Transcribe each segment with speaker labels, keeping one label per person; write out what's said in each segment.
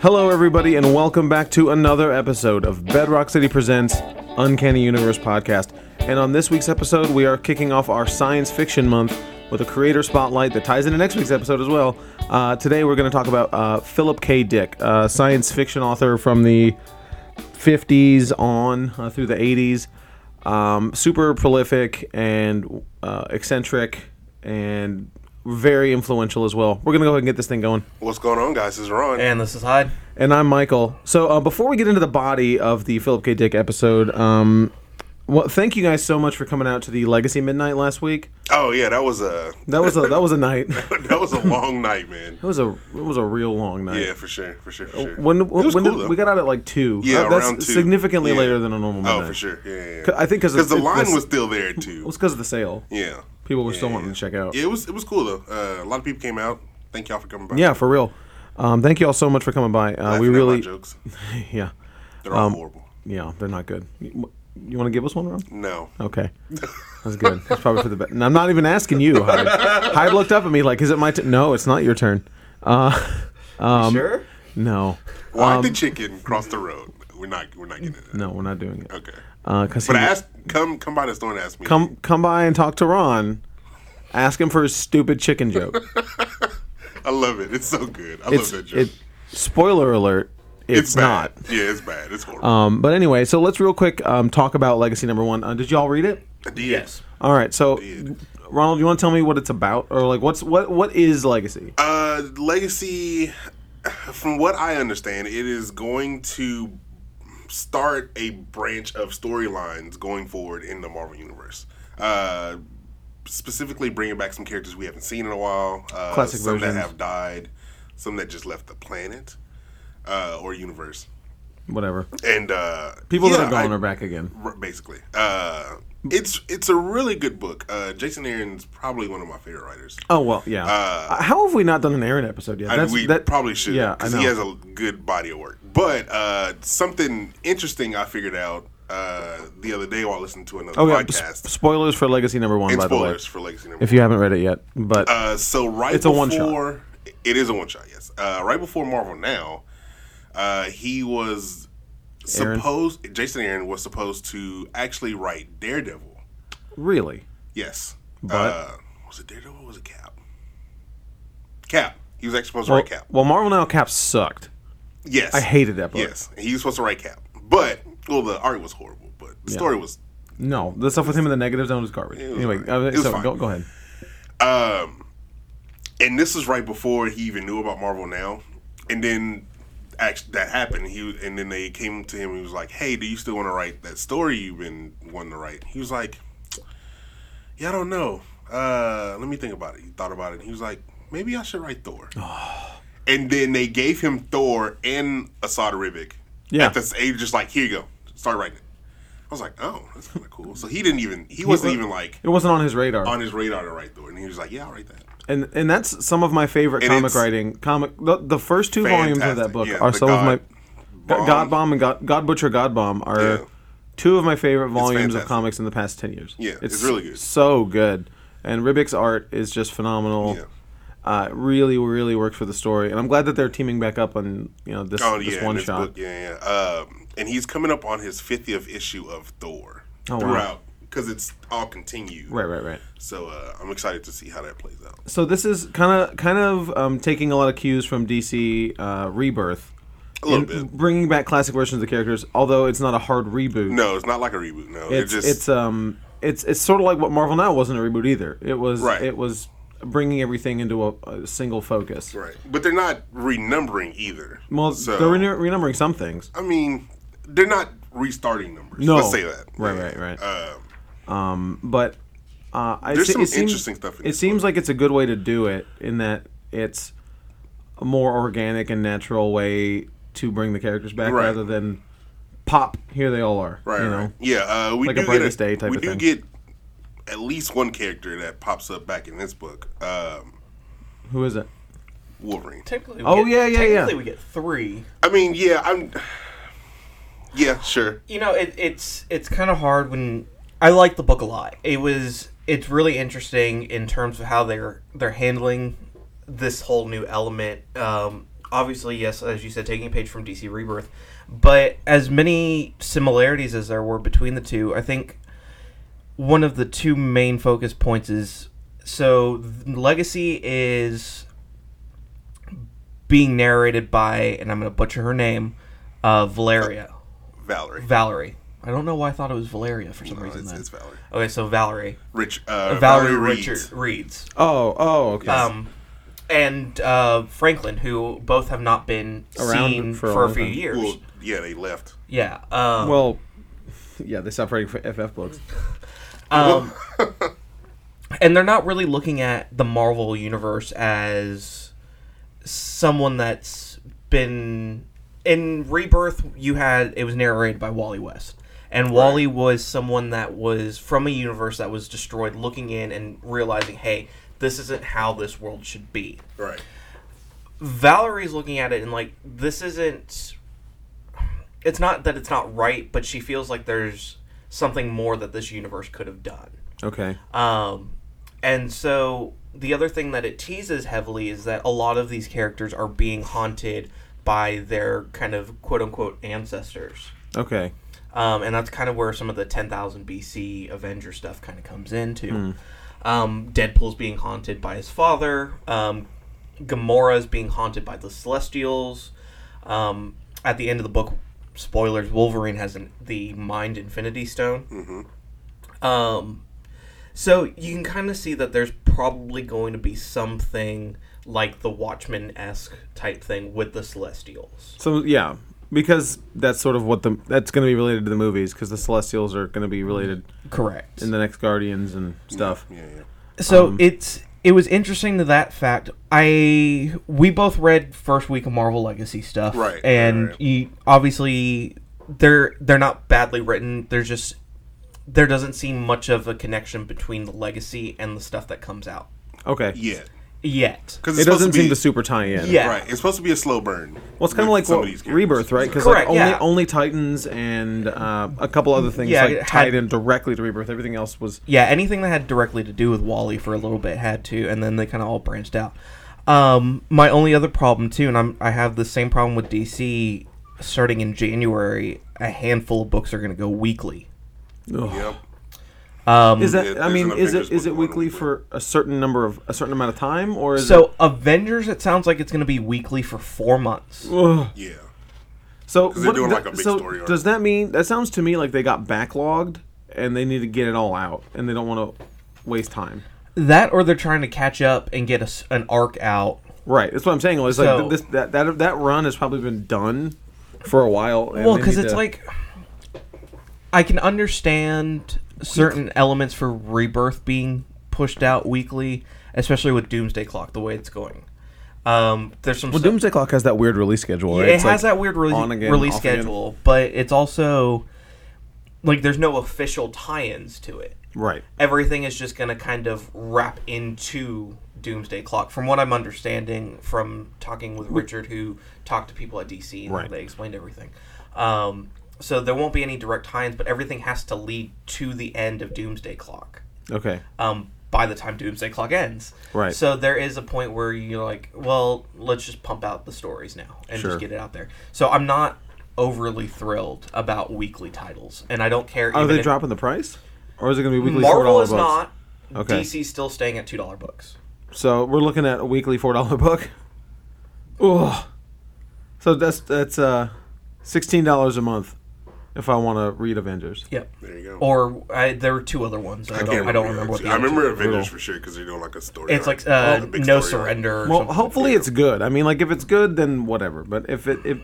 Speaker 1: Hello, everybody, and welcome back to another episode of Bedrock City Presents Uncanny Universe Podcast. And on this week's episode, we are kicking off our science fiction month with a creator spotlight that ties into next week's episode as well. Uh, today, we're going to talk about uh, Philip K. Dick, a science fiction author from the 50s on uh, through the 80s. Um, super prolific and uh, eccentric and very influential as well. We're going to go ahead and get this thing going.
Speaker 2: What's going on, guys? This is Ron.
Speaker 3: And this is Hyde.
Speaker 1: And I'm Michael. So uh, before we get into the body of the Philip K. Dick episode, um, well, thank you guys so much for coming out to the Legacy Midnight last week.
Speaker 2: oh yeah, that was a
Speaker 1: That was a that was a night. It
Speaker 2: that was a long night, man.
Speaker 1: was a it was a real long night.
Speaker 2: Yeah, for sure, for sure, for sure.
Speaker 1: When, when,
Speaker 2: it was
Speaker 1: when
Speaker 2: cool,
Speaker 1: did-
Speaker 2: though.
Speaker 1: we got out at like two.
Speaker 2: Yeah,
Speaker 1: Uh, that's
Speaker 2: around two.
Speaker 1: significantly
Speaker 2: Yeah.
Speaker 1: later than a normal midnight.
Speaker 2: oh, for sure. Yeah,
Speaker 1: C-
Speaker 2: yeah.
Speaker 1: I think because
Speaker 2: because the line was still there too.
Speaker 1: was because of the sale.
Speaker 2: Yeah.
Speaker 1: People were still
Speaker 2: Yeah,
Speaker 1: wanting
Speaker 2: yeah.
Speaker 1: to check out.
Speaker 2: Yeah, it was it was cool though. Uh, a lot of people came out. Thank y'all for coming by.
Speaker 1: Yeah, for real. Um, thank you all so much for coming by. Uh,
Speaker 2: Laughing
Speaker 1: we
Speaker 2: at my
Speaker 1: really, um,
Speaker 2: jokes.
Speaker 1: yeah,
Speaker 2: They're all horrible.
Speaker 1: yeah, they're not good. You, want to give us one, Ron?
Speaker 2: No.
Speaker 1: Okay. That's good. That's probably for the best. And I'm not even asking you, Hyde. Hyde looked up at me like, is it my turn? No, it's not your turn. Uh,
Speaker 3: sure.
Speaker 1: no.
Speaker 2: Why
Speaker 1: um,
Speaker 2: did the chicken cross the road? We're not we're not getting into that.
Speaker 1: No, we're not doing it.
Speaker 2: Okay.
Speaker 1: Because
Speaker 2: But
Speaker 1: he,
Speaker 2: ask come come by the store and ask me.
Speaker 1: come, come by and talk to Ron. Ask him for his stupid chicken joke.
Speaker 2: I love it. It's so good. I
Speaker 1: It's,
Speaker 2: love that joke.
Speaker 1: it, spoiler alert, it's, not.
Speaker 2: bad. Yeah, it's bad. It's horrible.
Speaker 1: Um, but anyway, so let's real quick um, talk about Legacy Number One. Uh, did y'all read it?
Speaker 3: Yes.
Speaker 1: All right, so Ronald, you want to tell me what it's about, or like what's what what is Legacy?
Speaker 2: Uh, Legacy, from what I understand, it is going to start a branch of storylines going forward in the Marvel Universe. Uh, specifically, bringing back some characters we haven't seen in a while. Uh,
Speaker 1: Classic
Speaker 2: some
Speaker 1: versions.
Speaker 2: that have died, some that just left the planet uh, or universe,
Speaker 1: Whatever.
Speaker 2: and uh,
Speaker 1: People that
Speaker 2: yeah,
Speaker 1: are gone
Speaker 2: I-
Speaker 1: are back again.
Speaker 2: r- basically. Uh, it's it's a really good book. Uh, Jason Aaron's probably one of my favorite writers.
Speaker 1: Oh well, yeah. Uh, How have we not done an Aaron episode yet?
Speaker 2: I- we probably should,
Speaker 1: Yeah, I
Speaker 2: because
Speaker 1: know.
Speaker 2: he has a good body of work. But uh, something interesting I figured out uh, the other day while listening to another
Speaker 1: okay,
Speaker 2: podcast.
Speaker 1: s- spoilers for Legacy Number One,
Speaker 2: and
Speaker 1: Oh, by
Speaker 2: spoilers
Speaker 1: the way,
Speaker 2: for Legacy Number.
Speaker 1: if you haven't read it yet. But
Speaker 2: uh, so right
Speaker 1: It's a
Speaker 2: before
Speaker 1: one-shot.
Speaker 2: it is a one shot. Yes, uh, right before Marvel Now, uh, he was
Speaker 1: Aaron?
Speaker 2: supposed Jason Aaron was supposed to actually write Daredevil.
Speaker 1: really,
Speaker 2: Yes,
Speaker 1: But-
Speaker 2: uh, was it Daredevil? or Was it Cap? Cap. He was actually supposed to
Speaker 1: well,
Speaker 2: write Cap.
Speaker 1: well, Marvel Now Cap sucked.
Speaker 2: Yes,
Speaker 1: I hated that book.
Speaker 2: Yes, he was supposed to write Cap, but well, the art was horrible, but the story was.
Speaker 1: No, the stuff with him in the negative zone was garbage.
Speaker 2: was
Speaker 1: anyway,
Speaker 2: alright.
Speaker 1: uh,
Speaker 2: It was
Speaker 1: so
Speaker 2: fine.
Speaker 1: go, go ahead.
Speaker 2: Um, and this was right before he even knew about Marvel now, and then actually that happened. He was- and then they came to him. and He was like, "Hey, do you still want to write that story you've been wanting to write?" He was like, "Yeah, I don't know. Uh, let me think about it." He thought about it. And he was like, "Maybe I should write Thor." and then they gave him Thor and Asad Ribic.
Speaker 1: Yeah.
Speaker 2: At this age, just like, here you go, start writing it. I was like, oh, that's kind of cool. So he didn't even, he wasn't
Speaker 1: wa-
Speaker 2: even like
Speaker 1: It wasn't on his radar.
Speaker 2: on his radar to write Thor. And he was like, yeah, I'll write that.
Speaker 1: and and that's some of my favorite
Speaker 2: And
Speaker 1: comic
Speaker 2: it's
Speaker 1: writing. Comic the, the first two volumes of that
Speaker 2: Fantastic.
Speaker 1: book
Speaker 2: Yeah,
Speaker 1: are
Speaker 2: the
Speaker 1: some of my
Speaker 2: God
Speaker 1: God Bomb and God, God Butcher God Bomb are
Speaker 2: Yeah.
Speaker 1: two of my favorite volumes of
Speaker 2: fantastic.
Speaker 1: comics in the past ten years.
Speaker 2: Yeah, it's really good.
Speaker 1: so good. And Ribic's art is just phenomenal.
Speaker 2: Yeah.
Speaker 1: Uh, it really, really works for the story, and I'm glad that they're teaming back up on you know this,
Speaker 2: Oh,
Speaker 1: this
Speaker 2: yeah,
Speaker 1: one
Speaker 2: in this
Speaker 1: shot.
Speaker 2: book. Yeah, yeah. Um, and he's coming up on his 50th issue of Thor
Speaker 1: Oh, wow.
Speaker 2: throughout because it's all continued.
Speaker 1: Right, right, right.
Speaker 2: So uh, I'm excited to see how that plays out.
Speaker 1: So this is kind of kind of um, taking a lot of cues from DC uh, Rebirth,
Speaker 2: A little
Speaker 1: and
Speaker 2: bit.
Speaker 1: bringing back classic versions of the characters. Although it's not a hard reboot.
Speaker 2: No, it's not like a reboot. No,
Speaker 1: it's
Speaker 2: it just
Speaker 1: it's um it's it's sort of like what Marvel Now wasn't a reboot either. It was
Speaker 2: Right.
Speaker 1: it was bringing everything into a, a single focus.
Speaker 2: right, but they're not renumbering either.
Speaker 1: Well,
Speaker 2: So-
Speaker 1: they're rener- renumbering some things.
Speaker 2: I mean, they're not restarting numbers.
Speaker 1: No.
Speaker 2: let's say that.
Speaker 1: Right, right, right. Um,
Speaker 2: Uh,
Speaker 1: but uh, I
Speaker 2: There's
Speaker 1: see-
Speaker 2: some
Speaker 1: it seems,
Speaker 2: interesting stuff in
Speaker 1: it
Speaker 2: this
Speaker 1: seems like it's a good way to do it in that it's a more organic and natural way to bring the characters back
Speaker 2: Right.
Speaker 1: rather than pop. Here they all are.
Speaker 2: right,
Speaker 1: you know?
Speaker 2: right. Yeah, uh, we
Speaker 1: Like a
Speaker 2: do
Speaker 1: Brightest
Speaker 2: get
Speaker 1: Day type
Speaker 2: we
Speaker 1: of
Speaker 2: do
Speaker 1: thing.
Speaker 2: get at least one character that pops up back in this book. Um,
Speaker 1: Who is it?
Speaker 2: Wolverine.
Speaker 3: Technically, we
Speaker 1: Oh,
Speaker 3: get,
Speaker 1: yeah, yeah, yeah.
Speaker 3: Technically, we get three.
Speaker 2: I mean, yeah, I'm. Yeah, sure.
Speaker 3: You know, it, it's it's kind of hard when I like the book a lot. It was it's really interesting in terms of how they're they're handling this whole new element um, obviously, yes, as you said, taking a page from DC Rebirth, but as many similarities as there were between the two, I think one of the two main focus points is so Legacy is being narrated by, and I'm going to butcher her name, uh, Valeria.
Speaker 2: Valerie.
Speaker 3: Valerie. I don't know why I thought it was Valeria for some
Speaker 2: No,
Speaker 3: reason.
Speaker 2: it's,
Speaker 3: then.
Speaker 2: it's Valerie.
Speaker 3: okay, so Valerie.
Speaker 2: Rich. Uh,
Speaker 3: Valerie,
Speaker 2: Valerie Reed.
Speaker 3: Richard Reeds.
Speaker 1: Oh, oh, okay.
Speaker 3: Um, and uh, Franklin, who both have not been
Speaker 1: Around
Speaker 3: seen
Speaker 1: for a
Speaker 3: for, a
Speaker 1: long
Speaker 3: few
Speaker 1: time.
Speaker 3: years.
Speaker 2: Well, yeah, they left.
Speaker 3: yeah. Um,
Speaker 1: well, yeah, they stopped writing for FF books.
Speaker 3: Um, and they're not really looking at the Marvel universe as someone that's been in Rebirth. You had it was narrated by Wally West, and Wally was someone that was from a universe that was destroyed, looking in and realizing, hey, this isn't how this world should be.
Speaker 2: Right.
Speaker 3: Valerie's looking at it and like this isn't it's not that it's not right, but she feels like there's something more that this universe could have done.
Speaker 1: Okay.
Speaker 3: Um and so the other thing that it teases heavily is that a lot of these characters are being haunted by their kind of quote unquote ancestors.
Speaker 1: Okay.
Speaker 3: Um, and that's kind of where some of the 10,000 BC Avenger stuff kind of comes into. Um, Deadpool's being haunted by his father. Um, Gamora's being haunted by the Celestials. Um, at the end of the book, spoilers, Wolverine has an, the Mind Infinity Stone. Um, so you can kind of see that there's probably going to be something like the Watchmen esque type thing with the Celestials.
Speaker 1: So yeah, because that's sort of what the that's going to be related to the movies because the Celestials are going to be related
Speaker 3: Correct.
Speaker 1: in the next Guardians and stuff.
Speaker 2: Yeah, yeah.
Speaker 3: So
Speaker 2: Um,
Speaker 3: it's it was interesting to that fact. I we both read first week of Marvel Legacy stuff,
Speaker 2: Right,
Speaker 3: And
Speaker 2: right, right.
Speaker 3: You, obviously they're they're not badly written. There's just there doesn't seem much of a connection between the legacy and the stuff that comes out
Speaker 1: Okay.
Speaker 2: Yeah.
Speaker 3: yet.
Speaker 2: Because
Speaker 1: It doesn't
Speaker 2: to
Speaker 1: seem
Speaker 2: be,
Speaker 1: to super tie in.
Speaker 3: Yeah.
Speaker 2: Right. It's supposed to be a slow burn.
Speaker 1: Well, it's kind of like what, Rebirth, right? Because like
Speaker 3: Correct,
Speaker 1: only
Speaker 3: yeah.
Speaker 1: only Titans and uh, a couple other things
Speaker 3: Yeah,
Speaker 1: like
Speaker 3: it had-
Speaker 1: tied in directly to Rebirth. Everything else was
Speaker 3: Yeah, anything that had directly to do with Wally for a little bit had to, and then they kind of all branched out. Um, my only other problem too, and I'm I have the same problem with DC. Starting in January, a handful of books are going to go weekly.
Speaker 1: Ugh.
Speaker 2: Yep.
Speaker 3: Um,
Speaker 1: Is that?
Speaker 2: Yeah,
Speaker 1: I
Speaker 2: there's
Speaker 1: mean,
Speaker 2: enough
Speaker 1: is
Speaker 2: fingers
Speaker 1: it is
Speaker 2: with
Speaker 1: it
Speaker 2: one
Speaker 1: weekly
Speaker 2: over.
Speaker 1: for a certain number of a certain amount of time, or is
Speaker 3: so Avengers, it sounds like it's going to be weekly for four months.
Speaker 1: it, Ugh.
Speaker 2: Yeah.
Speaker 1: so?
Speaker 2: they're
Speaker 1: what-
Speaker 2: doing,
Speaker 1: th-
Speaker 2: like, a big
Speaker 1: so
Speaker 2: story arc.
Speaker 1: does that mean that sounds to me like they got backlogged and they need to get it all out and they don't want to waste time?
Speaker 3: That, or they're trying to catch up and get a s an arc out.
Speaker 1: Right. That's what I'm saying. It's like
Speaker 3: So-
Speaker 1: th- this that that that run has probably been done for a while. and
Speaker 3: Well,
Speaker 1: they
Speaker 3: because
Speaker 1: need
Speaker 3: it's
Speaker 1: to-
Speaker 3: like I can understand certain elements for Rebirth being pushed out weekly, especially with Doomsday Clock the way it's going. Um, there's some
Speaker 1: well,
Speaker 3: stuff-
Speaker 1: Doomsday Clock has that weird release schedule. Right?
Speaker 3: it
Speaker 1: It's
Speaker 3: has
Speaker 1: like
Speaker 3: that weird release,
Speaker 1: on again,
Speaker 3: release
Speaker 1: off again.
Speaker 3: schedule, but it's also like there's no official tie-ins to it.
Speaker 1: Right.
Speaker 3: everything is just going to kind of wrap into Doomsday Clock, from what I'm understanding from talking with Richard, who talked to people at DC and
Speaker 1: Right.
Speaker 3: they explained everything. Um, so there won't be any direct tie-ins, but everything has to lead to the end of Doomsday Clock
Speaker 1: Okay.
Speaker 3: um, by the time Doomsday Clock ends.
Speaker 1: Right.
Speaker 3: So there is a point where you're like, well, let's just pump out the stories now and
Speaker 1: Sure.
Speaker 3: just get it out there. So I'm not overly thrilled about weekly titles, and I don't
Speaker 1: Are
Speaker 3: care. even
Speaker 1: Oh, they
Speaker 3: if-
Speaker 1: dropping the price, or is it going to be weekly?
Speaker 3: Marvel
Speaker 1: $4
Speaker 3: is
Speaker 1: books?
Speaker 3: not.
Speaker 1: Okay.
Speaker 3: DC's still staying at two dollar books.
Speaker 1: So we're looking at a weekly four dollar book. Ugh. So that's that's uh sixteen dollars a month if I want to read Avengers.
Speaker 3: Yep.
Speaker 2: There you go.
Speaker 3: Or I, there were two other ones. I,
Speaker 2: Can't
Speaker 3: don't. I don't remember what.
Speaker 2: actually.
Speaker 3: The
Speaker 2: I
Speaker 3: others
Speaker 2: remember
Speaker 3: are.
Speaker 2: Avengers for sure because they're doing like a story.
Speaker 3: It's
Speaker 2: arc. Oh,
Speaker 3: like uh,
Speaker 2: The big
Speaker 3: no
Speaker 2: story arc.
Speaker 3: surrender. Or
Speaker 1: Well,
Speaker 3: something.
Speaker 1: hopefully it's good. I mean, like if it's good, then whatever. But if it, if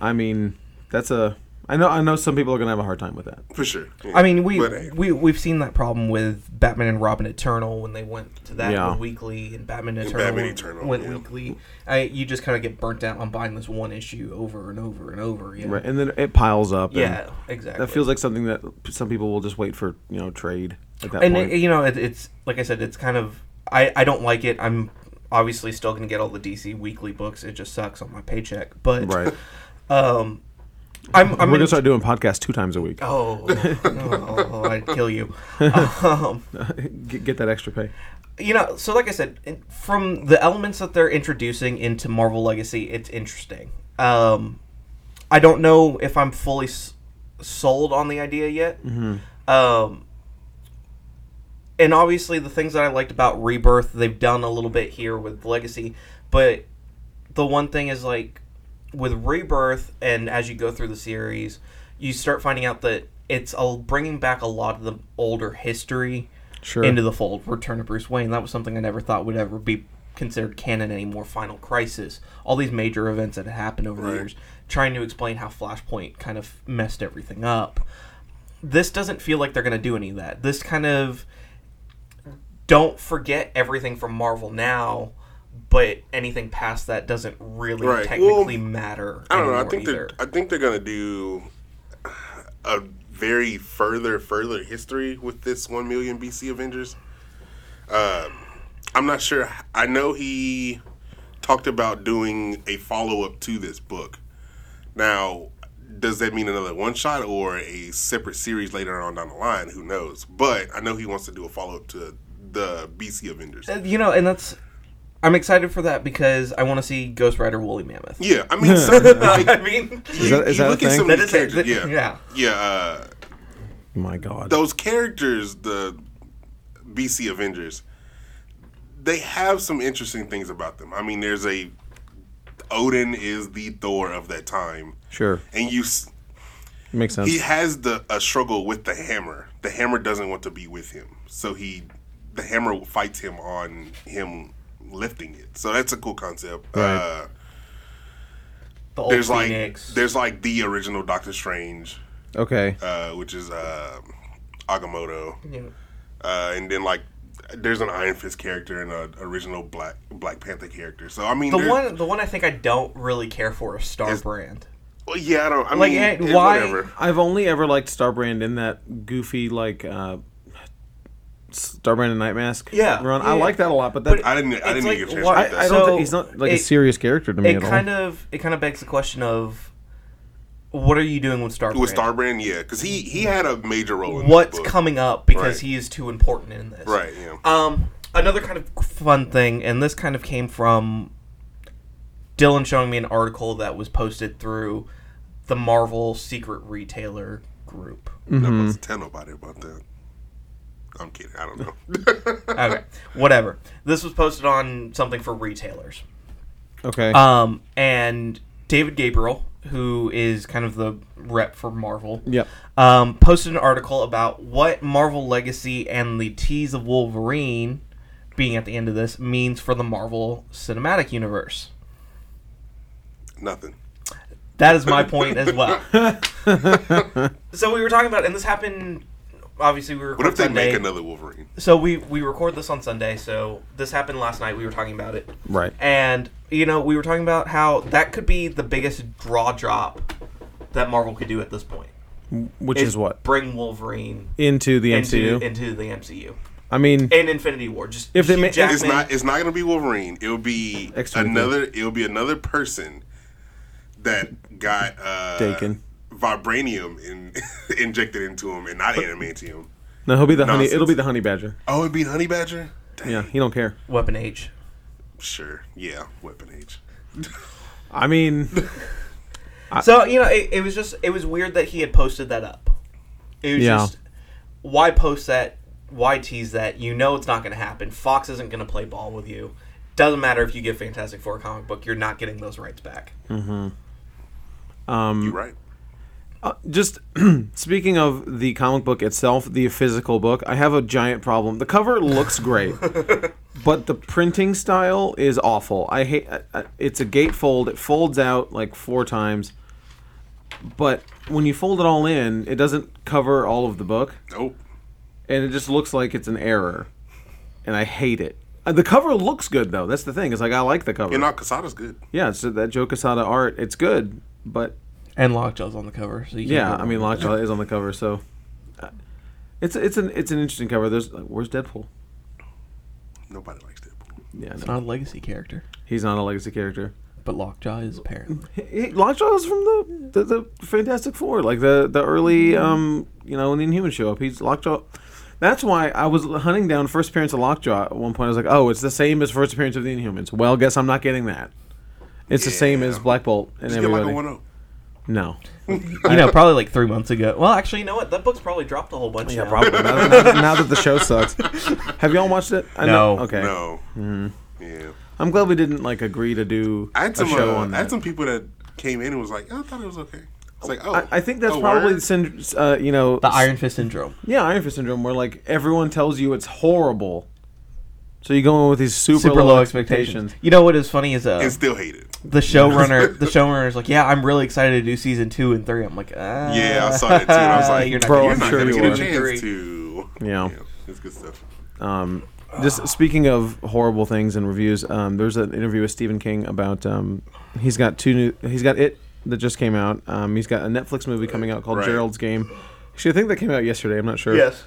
Speaker 1: I mean, that's a I know I know some people are gonna have a hard time with that.
Speaker 2: For sure. Yeah.
Speaker 3: I mean, we
Speaker 2: But, hey,
Speaker 3: we we've seen that problem with Batman and Robin Eternal when they went to that
Speaker 1: Yeah.
Speaker 3: went weekly, and Batman Eternal,
Speaker 2: Batman
Speaker 3: went-
Speaker 2: Eternal,
Speaker 3: went
Speaker 2: yeah.
Speaker 3: weekly. I, you just kind of get burnt out on buying this one issue over and over and over. Yeah.
Speaker 1: Right, and then it piles up. and
Speaker 3: Yeah. Exactly.
Speaker 1: that feels like something that some people will just wait for you know trade at that
Speaker 3: and
Speaker 1: point.
Speaker 3: it, you know, it, it's like I said, it's kind of I I don't like it. I'm obviously still going to get all the DC weekly books. It just sucks on my paycheck, but
Speaker 1: right,
Speaker 3: um, I'm I'm
Speaker 1: we're gonna
Speaker 3: gonna
Speaker 1: start doing podcasts two times a week.
Speaker 3: Oh, oh, I'd kill you. Um,
Speaker 1: get, get that extra pay.
Speaker 3: you know, so like I said, in- from the elements that they're introducing into Marvel Legacy, it's interesting. Um, I don't know if I'm fully s- sold on the idea yet. Um, and obviously, the things that I liked about Rebirth, they've done a little bit here with Legacy, but the one thing is like with Rebirth, and as you go through the series, you start finding out that it's a, bringing back a lot of the older history
Speaker 1: Sure.
Speaker 3: into the fold. Return of Bruce Wayne. That was something I never thought would ever be considered canon anymore. Final Crisis. All these major events that had happened over the
Speaker 2: Right.
Speaker 3: years, trying to explain how Flashpoint kind of messed everything up. This doesn't feel like they're going to do any of that. This kind of don't forget everything from Marvel now, but anything past that doesn't really
Speaker 2: Right.
Speaker 3: technically
Speaker 2: Well,
Speaker 3: matter.
Speaker 2: I don't know. I
Speaker 3: anymore
Speaker 2: think
Speaker 3: either.
Speaker 2: they're I think they're gonna do a very further further history with this one million BC Avengers. Um, I'm not sure. I know he talked about doing a follow up to this book. Now, does that mean another one shot or a separate series later on down the line? Who knows? But I know he wants to do a follow up to the BC Avengers.
Speaker 3: Uh, you know, and that's. I'm excited for that because I want to see Ghost Rider Woolly Mammoth.
Speaker 2: Yeah, I mean, some, like,
Speaker 3: I mean,
Speaker 2: you,
Speaker 1: that- is
Speaker 2: you
Speaker 1: that a
Speaker 2: look at
Speaker 1: thing?
Speaker 2: some
Speaker 3: That
Speaker 2: of these
Speaker 3: is a-
Speaker 2: characters.
Speaker 3: that- yeah.
Speaker 2: yeah, yeah. Uh,
Speaker 1: My God.
Speaker 2: those characters, the BC Avengers, they have some interesting things about them. I mean, there's a Odin is the Thor of that time,
Speaker 1: Sure.
Speaker 2: and you s-
Speaker 1: Makes sense.
Speaker 2: he has the a struggle with the hammer. The hammer doesn't want to be with him, so he the hammer fights him on him lifting it. So that's a cool concept.
Speaker 1: Right.
Speaker 2: Uh,
Speaker 3: the old
Speaker 2: there's
Speaker 3: Phoenix.
Speaker 2: like there's like the original Doctor Strange,
Speaker 1: okay.
Speaker 2: uh, which is uh, Agamotto.
Speaker 3: Yeah.
Speaker 2: uh, and then like there's an Iron Fist character and an original Black Black Panther character. So I mean,
Speaker 3: The
Speaker 2: there's-
Speaker 3: one, the one I think I don't really care for is Star Brand.
Speaker 2: well, yeah, I don't. I
Speaker 3: Like,
Speaker 2: mean,
Speaker 3: eh,
Speaker 2: it-
Speaker 3: why-
Speaker 2: Whatever.
Speaker 1: I've only ever liked Starbrand in that goofy like uh Starbrand and Night Mask
Speaker 3: Yeah,
Speaker 1: run.
Speaker 3: yeah,
Speaker 1: I
Speaker 3: yeah.
Speaker 1: like that a lot, but that
Speaker 2: I didn't. I
Speaker 3: It's
Speaker 2: didn't
Speaker 3: like,
Speaker 2: get a chance.
Speaker 3: why-
Speaker 2: to
Speaker 1: I,
Speaker 2: read
Speaker 1: I
Speaker 2: that.
Speaker 1: don't
Speaker 3: So,
Speaker 1: think he's not like a
Speaker 3: it-
Speaker 1: serious character to me
Speaker 3: It
Speaker 1: at all.
Speaker 3: kind of, it kind of begs the question of, what are you doing with Star
Speaker 2: with
Speaker 3: Brand?
Speaker 2: Starbrand, yeah, because he he had a major role in this
Speaker 3: What's
Speaker 2: book.
Speaker 3: coming up because
Speaker 2: Right.
Speaker 3: he is too important in this.
Speaker 2: Right. Yeah.
Speaker 3: Um, another kind of fun thing, and this kind of came from Dylan showing me an article that was posted through the Marvel Secret Retailer group.
Speaker 2: I'm not supposed to tell nobody about that. I'm kidding. I don't know.
Speaker 3: Okay, whatever. This was posted on something for retailers.
Speaker 1: okay.
Speaker 3: Um, and David Gabriel, who is kind of the rep for Marvel,
Speaker 1: Yep.
Speaker 3: um, posted an article about what Marvel Legacy and the tease of Wolverine being at the end of this means for the Marvel Cinematic Universe.
Speaker 2: Nothing.
Speaker 3: That is my point as well. so we were talking about, and this happened. Obviously, we were.
Speaker 2: What if they
Speaker 3: Sunday.
Speaker 2: make another Wolverine?
Speaker 3: So we we record this on Sunday. So this happened last night. We were talking about it.
Speaker 1: Right.
Speaker 3: And you know, we were talking about how that could be the biggest draw drop that Marvel could do at this point.
Speaker 1: Which is what
Speaker 3: Bring Wolverine
Speaker 1: into the MCU.
Speaker 3: into into the MCU
Speaker 1: I mean,
Speaker 3: and Infinity War. Just
Speaker 1: If they
Speaker 3: Hugh
Speaker 1: ma-
Speaker 3: Jackman-
Speaker 2: It's not. It's not gonna be Wolverine. It'll be
Speaker 1: X-23.
Speaker 2: another. It'll be another person that got uh,
Speaker 1: Taken.
Speaker 2: vibranium in, injected into him and not adamantium.
Speaker 1: no, he'll be the honey.
Speaker 2: Nonsense.
Speaker 1: It'll be the honey badger.
Speaker 2: Oh, it'd be Honey Badger. Dang,
Speaker 1: Yeah, he don't care.
Speaker 3: Weapon H.
Speaker 2: Sure. Yeah. Weapon H.
Speaker 1: I mean,
Speaker 3: So you know, it, it was just it was weird that he had posted that up. It was
Speaker 1: Yeah.
Speaker 3: just why post that? Why tease that? You know it's not going to happen. Fox isn't going to play ball with you. Doesn't matter if you give Fantastic Four a comic book, you're not getting those rights back.
Speaker 1: Mm.
Speaker 2: you right.
Speaker 1: just speaking of the comic book itself, the physical book, I have a giant problem. The cover looks great, but the printing style is awful. I hate I- I- it's a gatefold. It folds out like four times. But when you fold it all in, it doesn't cover all of the book
Speaker 2: Nope.
Speaker 1: and it just looks like it's an error. And I hate it. Uh, The cover looks good though. That's the thing. It's like I like the cover.
Speaker 2: You know, Casada's good.
Speaker 1: yeah, it's that Joe Casada art. It's good, but
Speaker 3: And Lockjaw's on the cover, so you
Speaker 1: yeah, I mean Lockjaw is on the cover, so uh, it's it's an it's an interesting cover. There's like, where's Deadpool?
Speaker 2: Nobody likes Deadpool.
Speaker 1: Yeah, no,
Speaker 3: not a legacy character,
Speaker 1: he's not a legacy character.
Speaker 3: but Lockjaw is apparently.
Speaker 1: He, he- Lockjaw is from the,
Speaker 2: Mm-hmm.
Speaker 1: the the Fantastic Four, like the the early um you know when the Inhumans show up. He's Lockjaw. That's why I was hunting down first appearance of Lockjaw at one point. I was like, oh, it's the same as first appearance of the Inhumans. Well, guess I'm not getting that. It's the same
Speaker 2: Yeah.
Speaker 1: as Black Bolt and
Speaker 2: Just get like
Speaker 1: everybody.
Speaker 2: a one up.
Speaker 1: no.
Speaker 3: You know, probably like three months ago. Well, actually, you know what? That book's probably dropped a whole bunch.
Speaker 1: Yeah,
Speaker 3: now.
Speaker 1: probably. now, that, now that the show sucks. Have y'all watched it? I
Speaker 3: No.
Speaker 1: Okay.
Speaker 2: No. Yeah.
Speaker 1: I'm glad we didn't like agree to do
Speaker 2: I had
Speaker 1: Mm-hmm. a
Speaker 2: some
Speaker 1: show
Speaker 2: uh,
Speaker 1: on that.
Speaker 2: I had some people that came in and was like, I thought it was okay. It's like, oh,
Speaker 1: I, I think that's
Speaker 2: oh,
Speaker 1: probably
Speaker 2: word?
Speaker 1: syn- uh, you know
Speaker 3: The Iron Fist syndrome.
Speaker 1: yeah Iron Fist syndrome where like everyone tells you it's horrible, so you go in with these super,
Speaker 3: Super low expectations. You know what is funny is uh,
Speaker 2: and still hate it.
Speaker 3: the showrunner. the showrunner's like, "Yeah, I'm really excited to do season two and three. I'm like, ah,
Speaker 2: Yeah, I saw that too. and I was like,
Speaker 3: you're not
Speaker 1: bro,
Speaker 3: gonna-
Speaker 2: you're
Speaker 1: I'm
Speaker 2: not
Speaker 1: sure
Speaker 2: gonna
Speaker 1: you
Speaker 2: get
Speaker 1: were.
Speaker 2: a
Speaker 3: Agree.
Speaker 2: chance to.
Speaker 1: Yeah.
Speaker 2: it's good stuff.
Speaker 1: Um, just speaking of horrible things and reviews, um, there's an interview with Stephen King about um, he's got two new he's got it that just came out. Um, he's got a Netflix movie coming out called
Speaker 2: Right.
Speaker 1: Gerald's Game. Actually, I think that came out yesterday. I'm not sure.
Speaker 3: Yes.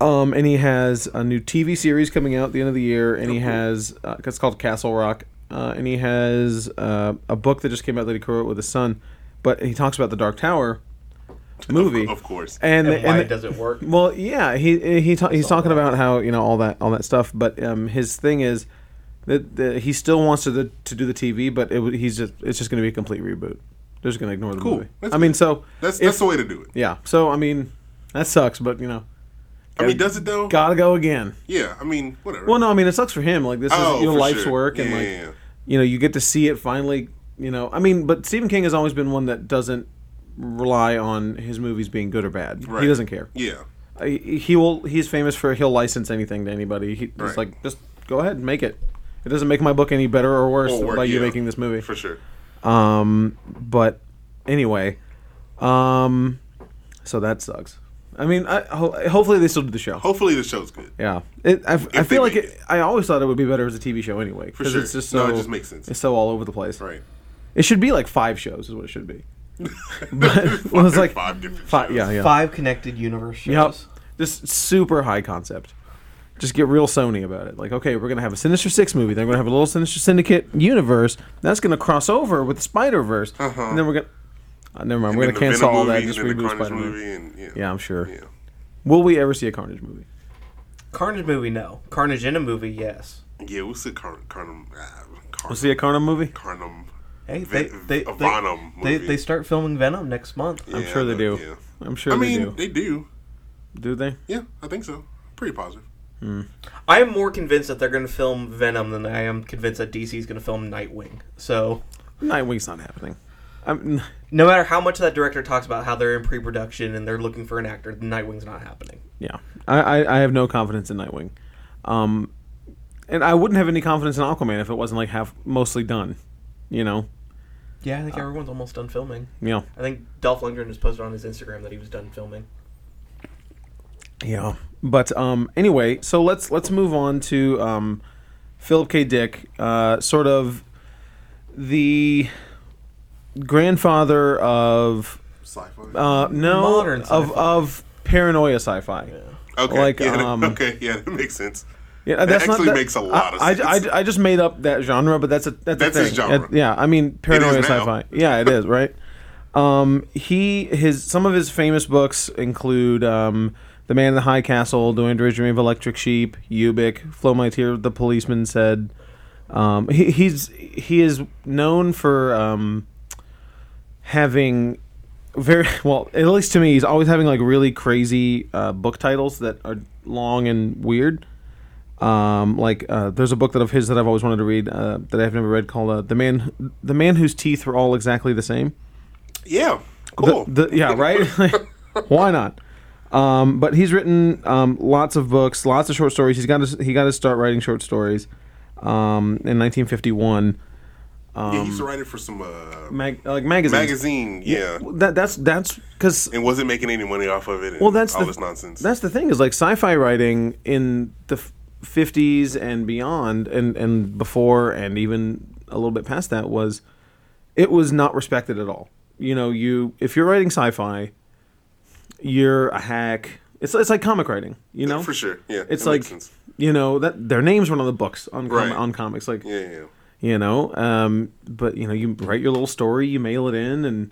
Speaker 1: Um, and he has a new TV series coming out at the end of the year, and he has uh, it's called Castle Rock, uh, and he has uh, a book that just came out that he co-wrote with his son, but he talks about the Dark Tower movie,
Speaker 2: Of course.
Speaker 1: and,
Speaker 3: And,
Speaker 1: the-
Speaker 3: why
Speaker 1: and the-
Speaker 3: does it work?
Speaker 1: well, yeah, he he ta- he's talking about how you know all that all that stuff, but um, his thing is that, that he still wants to the, to do the TV, but it, w- he's just it's just going to be a complete reboot. They're just going to ignore the
Speaker 2: Cool.
Speaker 1: movie.
Speaker 2: That's
Speaker 1: I mean, so
Speaker 2: that's
Speaker 1: if-
Speaker 2: that's the way to do it.
Speaker 1: yeah. So I mean, that sucks, but you know,
Speaker 2: I mean, does it though?
Speaker 1: gotta go again.
Speaker 2: Yeah, I mean, whatever.
Speaker 1: Well, no, I mean it sucks for him. Like this
Speaker 2: Oh,
Speaker 1: is your
Speaker 2: for
Speaker 1: life's
Speaker 2: sure.
Speaker 1: work, and
Speaker 2: Yeah,
Speaker 1: like
Speaker 2: yeah, yeah.
Speaker 1: you know, you get to see it finally. You know, I mean, but Stephen King has always been one that doesn't rely on his movies being good or bad.
Speaker 2: Right.
Speaker 1: He doesn't care.
Speaker 2: Yeah,
Speaker 1: Uh, he he will. He's famous for he'll license anything to anybody. He, He's
Speaker 2: Right.
Speaker 1: like, just go ahead and make it. It doesn't make my book any better or worse
Speaker 2: Or work,
Speaker 1: by you
Speaker 2: yeah.
Speaker 1: making this movie.
Speaker 2: for sure.
Speaker 1: Um, but anyway, um, so that sucks. I mean, I, ho- hopefully they still do the show.
Speaker 2: Hopefully, the show's good.
Speaker 1: Yeah, it, I, I
Speaker 2: they
Speaker 1: feel like
Speaker 2: make
Speaker 1: it, I always thought it would be better as a TV show anyway because
Speaker 2: sure.
Speaker 1: it's just
Speaker 2: No,
Speaker 1: so
Speaker 2: it just makes sense.
Speaker 1: It's so all over the place.
Speaker 2: Right.
Speaker 1: It should be like five shows is what it should be. but well, it's like
Speaker 2: Five different
Speaker 1: fi-
Speaker 2: shows.
Speaker 1: Yeah, yeah.
Speaker 3: Five connected universe
Speaker 1: Yep.
Speaker 3: shows.
Speaker 1: Just super high concept. Just get real Sony about it. Like, okay, we're gonna have a Sinister Six movie. Then we're gonna have a little Sinister Syndicate universe. That's gonna cross over with the Spider Verse, and then we're gonna. Uh, never mind.
Speaker 2: Uh-huh. And
Speaker 1: we're gonna
Speaker 2: then the
Speaker 1: cancel
Speaker 2: Venom
Speaker 1: all that.
Speaker 2: movie,
Speaker 1: Just
Speaker 2: and then the
Speaker 1: reboot
Speaker 2: Carnage
Speaker 1: Spider Man.
Speaker 2: movie, and yeah,
Speaker 1: Yeah, I'm sure.
Speaker 2: yeah.
Speaker 1: Will we ever see a Carnage movie?
Speaker 3: Carnage movie, no. Carnage in a movie, yes.
Speaker 2: Yeah, we'll see Carn Carnum. Ah, Carnum.
Speaker 1: We'll see a Carnage movie.
Speaker 2: Carnum.
Speaker 3: Hey,
Speaker 2: Ve-
Speaker 3: they they,
Speaker 2: a
Speaker 3: they,
Speaker 2: Venom
Speaker 3: they
Speaker 2: movie.
Speaker 3: they start filming Venom next month.
Speaker 1: I'm
Speaker 2: Yeah,
Speaker 1: sure they do.
Speaker 2: but- yeah.
Speaker 1: I'm sure
Speaker 2: I mean,
Speaker 1: they do.
Speaker 2: they do.
Speaker 1: do they?
Speaker 2: Yeah, I think so. Pretty positive.
Speaker 3: I am more convinced that they're going to film Venom than I am convinced that DC is going to film Nightwing. So,
Speaker 1: Nightwing's not happening. I'm,
Speaker 3: no matter how much that director talks about how they're in pre-production and they're looking for an actor, Nightwing's not happening.
Speaker 1: yeah, I, I, I have no confidence in Nightwing, um, and I wouldn't have any confidence in Aquaman if it wasn't like half mostly done, you know.
Speaker 3: Yeah, I think everyone's almost done filming.
Speaker 1: Yeah,
Speaker 3: I think Dolph Lundgren just posted on his Instagram that he was done filming.
Speaker 1: yeah. But um, anyway, so let's let's move on to um, Philip K. Dick, uh, sort of the grandfather of
Speaker 2: Sci-fi.
Speaker 1: uh, no
Speaker 3: Modern
Speaker 1: of
Speaker 3: sci-fi.
Speaker 1: of paranoia sci-fi.
Speaker 2: okay.
Speaker 1: like,
Speaker 2: yeah, that-
Speaker 1: um,
Speaker 2: okay. Yeah, that makes sense.
Speaker 1: Yeah,
Speaker 2: That
Speaker 1: that's not-
Speaker 2: actually
Speaker 1: that-
Speaker 2: makes a lot of
Speaker 1: I, I-
Speaker 2: sense.
Speaker 1: I, I just made up that genre, but that's a that's,
Speaker 2: That's
Speaker 1: a
Speaker 2: his
Speaker 1: thing.
Speaker 2: genre.
Speaker 1: Uh, yeah, I mean paranoia
Speaker 2: now.
Speaker 1: sci-fi. Yeah, it is right. Um, he his some of his famous books include um, The Man in the High Castle, The Android Dream of Electric Sheep, Ubik, Flow My Tear, The Policeman Said. Um, he, he's he is known for um, having very well at least to me he's always having like really crazy uh, book titles that are long and weird um, like uh, there's a book that of his that I've always wanted to read uh, that I've never read called uh, the man the man whose teeth were all exactly the same.
Speaker 2: Yeah.
Speaker 1: The-
Speaker 2: Cool.
Speaker 1: the- yeah, right. Why not? Um, but he's written um, lots of books, lots of short stories. He's got his, he got to start writing short stories um, in 1951.
Speaker 2: yeah, he used to write it for some uh,
Speaker 1: Mag- like magazines.
Speaker 2: magazine. Yeah.
Speaker 1: That that's that's because
Speaker 2: and wasn't making any money off of it. And
Speaker 1: well that's
Speaker 2: all
Speaker 1: the,
Speaker 2: this nonsense.
Speaker 1: That's the thing is like sci-fi writing in the f- 50s and beyond and and before and even a little bit past that was it was not respected at all. You know, you if you're writing sci-fi, you're a hack. It's it's like comic writing, you know?
Speaker 2: for sure. Yeah,
Speaker 1: It's
Speaker 2: that
Speaker 1: like
Speaker 2: makes sense.
Speaker 1: you know that their names were on the books on com-
Speaker 2: Right.
Speaker 1: on comics like
Speaker 2: yeah, yeah.
Speaker 1: you know um but you know you write your little story you mail it in and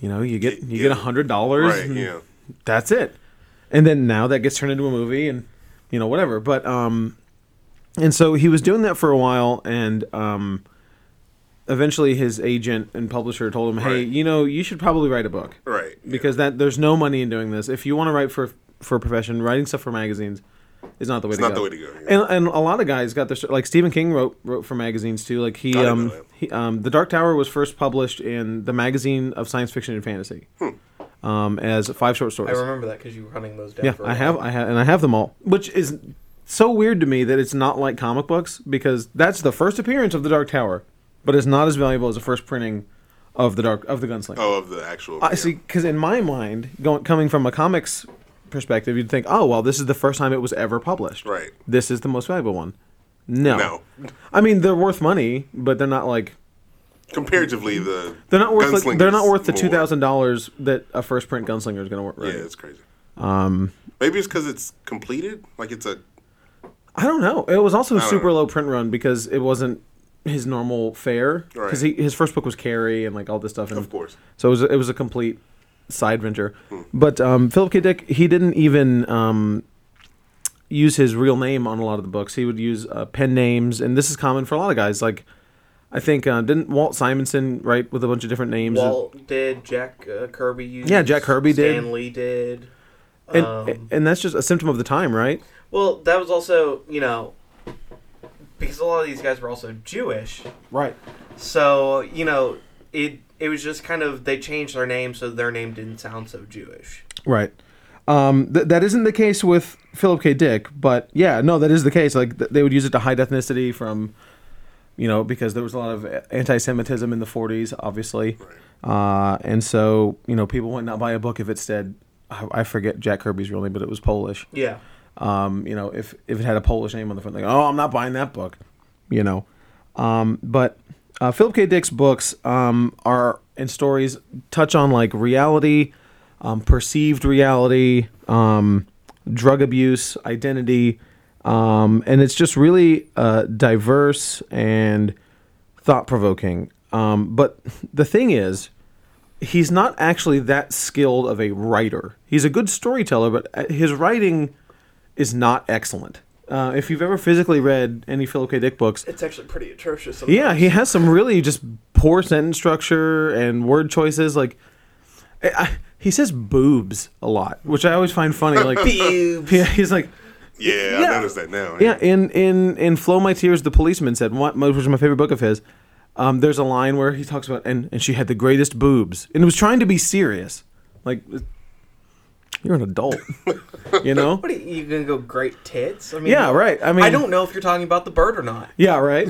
Speaker 1: you know you get you
Speaker 2: Yeah.
Speaker 1: get a hundred dollars
Speaker 2: Right, yeah.
Speaker 1: that's it and then now that gets turned into a movie and you know whatever but um and so he was doing that for a while and um eventually his agent and publisher told him hey
Speaker 2: Right.
Speaker 1: you know you should probably write a book
Speaker 2: Right. yeah.
Speaker 1: because that there's no money in doing this if you want to write for for a profession writing stuff for magazines is not the way to
Speaker 2: not
Speaker 1: go
Speaker 2: the way to go, yeah.
Speaker 1: and, and a lot of guys got their st- like stephen king wrote wrote for magazines too like he
Speaker 2: didn't
Speaker 1: um
Speaker 2: know that.
Speaker 1: he, um the dark tower was first published in the magazine of science fiction and fantasy
Speaker 2: Hmm.
Speaker 1: um as five short stories
Speaker 3: I remember that because you were hunting those down.
Speaker 1: yeah,
Speaker 3: for a
Speaker 1: I
Speaker 3: while.
Speaker 1: have, I have, and I have them all, which is so weird to me that it's not like comic books because that's the first appearance of the Dark Tower, but it's not as valuable as the first printing of the dark of the Gunslinger.
Speaker 2: Oh, of the actual.
Speaker 1: I
Speaker 2: yeah.
Speaker 1: see, because in my mind, going coming from a comics perspective, you'd think, oh well, this is the first time it was ever published.
Speaker 2: Right.
Speaker 1: This is the most valuable one. No.
Speaker 2: No.
Speaker 1: I mean, they're worth money, but they're not like
Speaker 2: Comparatively, the
Speaker 1: they're not worth like, they're not
Speaker 2: Gunslinger's
Speaker 1: worth the
Speaker 2: more-
Speaker 1: two thousand dollars that a first print Gunslinger is going to work.
Speaker 2: Yeah,
Speaker 1: Right?
Speaker 2: it's crazy. Um, maybe it's because it's completed. Like it's a
Speaker 1: I don't know. It was also a
Speaker 2: don't
Speaker 1: super
Speaker 2: know.
Speaker 1: low print run because it wasn't his normal fare. Because
Speaker 2: Right.
Speaker 1: his first book was Carrie and like all this stuff. And
Speaker 2: Of course. Hmm.
Speaker 1: So it was it was a complete side venture. But um, Philip K. Dick he didn't even um, use his real name on a lot of the books. He would use uh, pen names, and this is common for a lot of guys. Like I think uh, didn't Walt Simonson write with a bunch of different names?
Speaker 3: Walt did. Jack uh, Kirby used.
Speaker 1: Yeah, Jack Kirby did.
Speaker 3: Stan Lee did.
Speaker 1: and,
Speaker 3: um,
Speaker 1: and that's just a symptom of the time, right?
Speaker 3: Well, that was also you know because a lot of these guys were also Jewish,
Speaker 1: Right.
Speaker 3: so you know it it was just kind of they changed their name so their name didn't sound so Jewish.
Speaker 1: Right. Um, th- that isn't the case with Philip K. Dick, but yeah, no, that is the case. Like th- they would use it to hide ethnicity from, you know, because there was a lot of a- anti-Semitism in the '40s, obviously, uh, and so you know people would not buy a book if it said, I, I forget Jack Kirby's real name, but it was Polish.
Speaker 3: Yeah.
Speaker 1: Um, you know, if if it had a Polish name on the front, like, oh, I'm not buying that book, you know. Um, but uh, Philip K. Dick's books um, are and stories touch on like reality, um, perceived reality, um, drug abuse, identity, um, and it's just really uh, diverse and thought provoking. Um, but the thing is, he's not actually that skilled of a writer. He's a good storyteller, but uh, his writing is not excellent. Uh, if you've ever physically read any Philip K. Dick books,
Speaker 3: It's actually pretty atrocious.
Speaker 1: yeah, he has some really just poor sentence structure and word choices. Like, I, I, he says boobs a lot, which I always find funny. Like,
Speaker 3: Boobs.
Speaker 1: yeah, he's like,
Speaker 2: yeah.
Speaker 1: Yeah.
Speaker 2: I noticed that now.
Speaker 1: yeah, in in in Flow My Tears, the policeman said, what, which is my favorite book of his. Um, there's a line where he talks about and and she had the greatest boobs, and it was trying to be serious, like uh, you're an adult, you know?
Speaker 3: What are you, you gonna go great tits? I mean,
Speaker 1: Yeah, right. I mean,
Speaker 3: I don't know if you're talking about the bird or not.
Speaker 1: Yeah, right.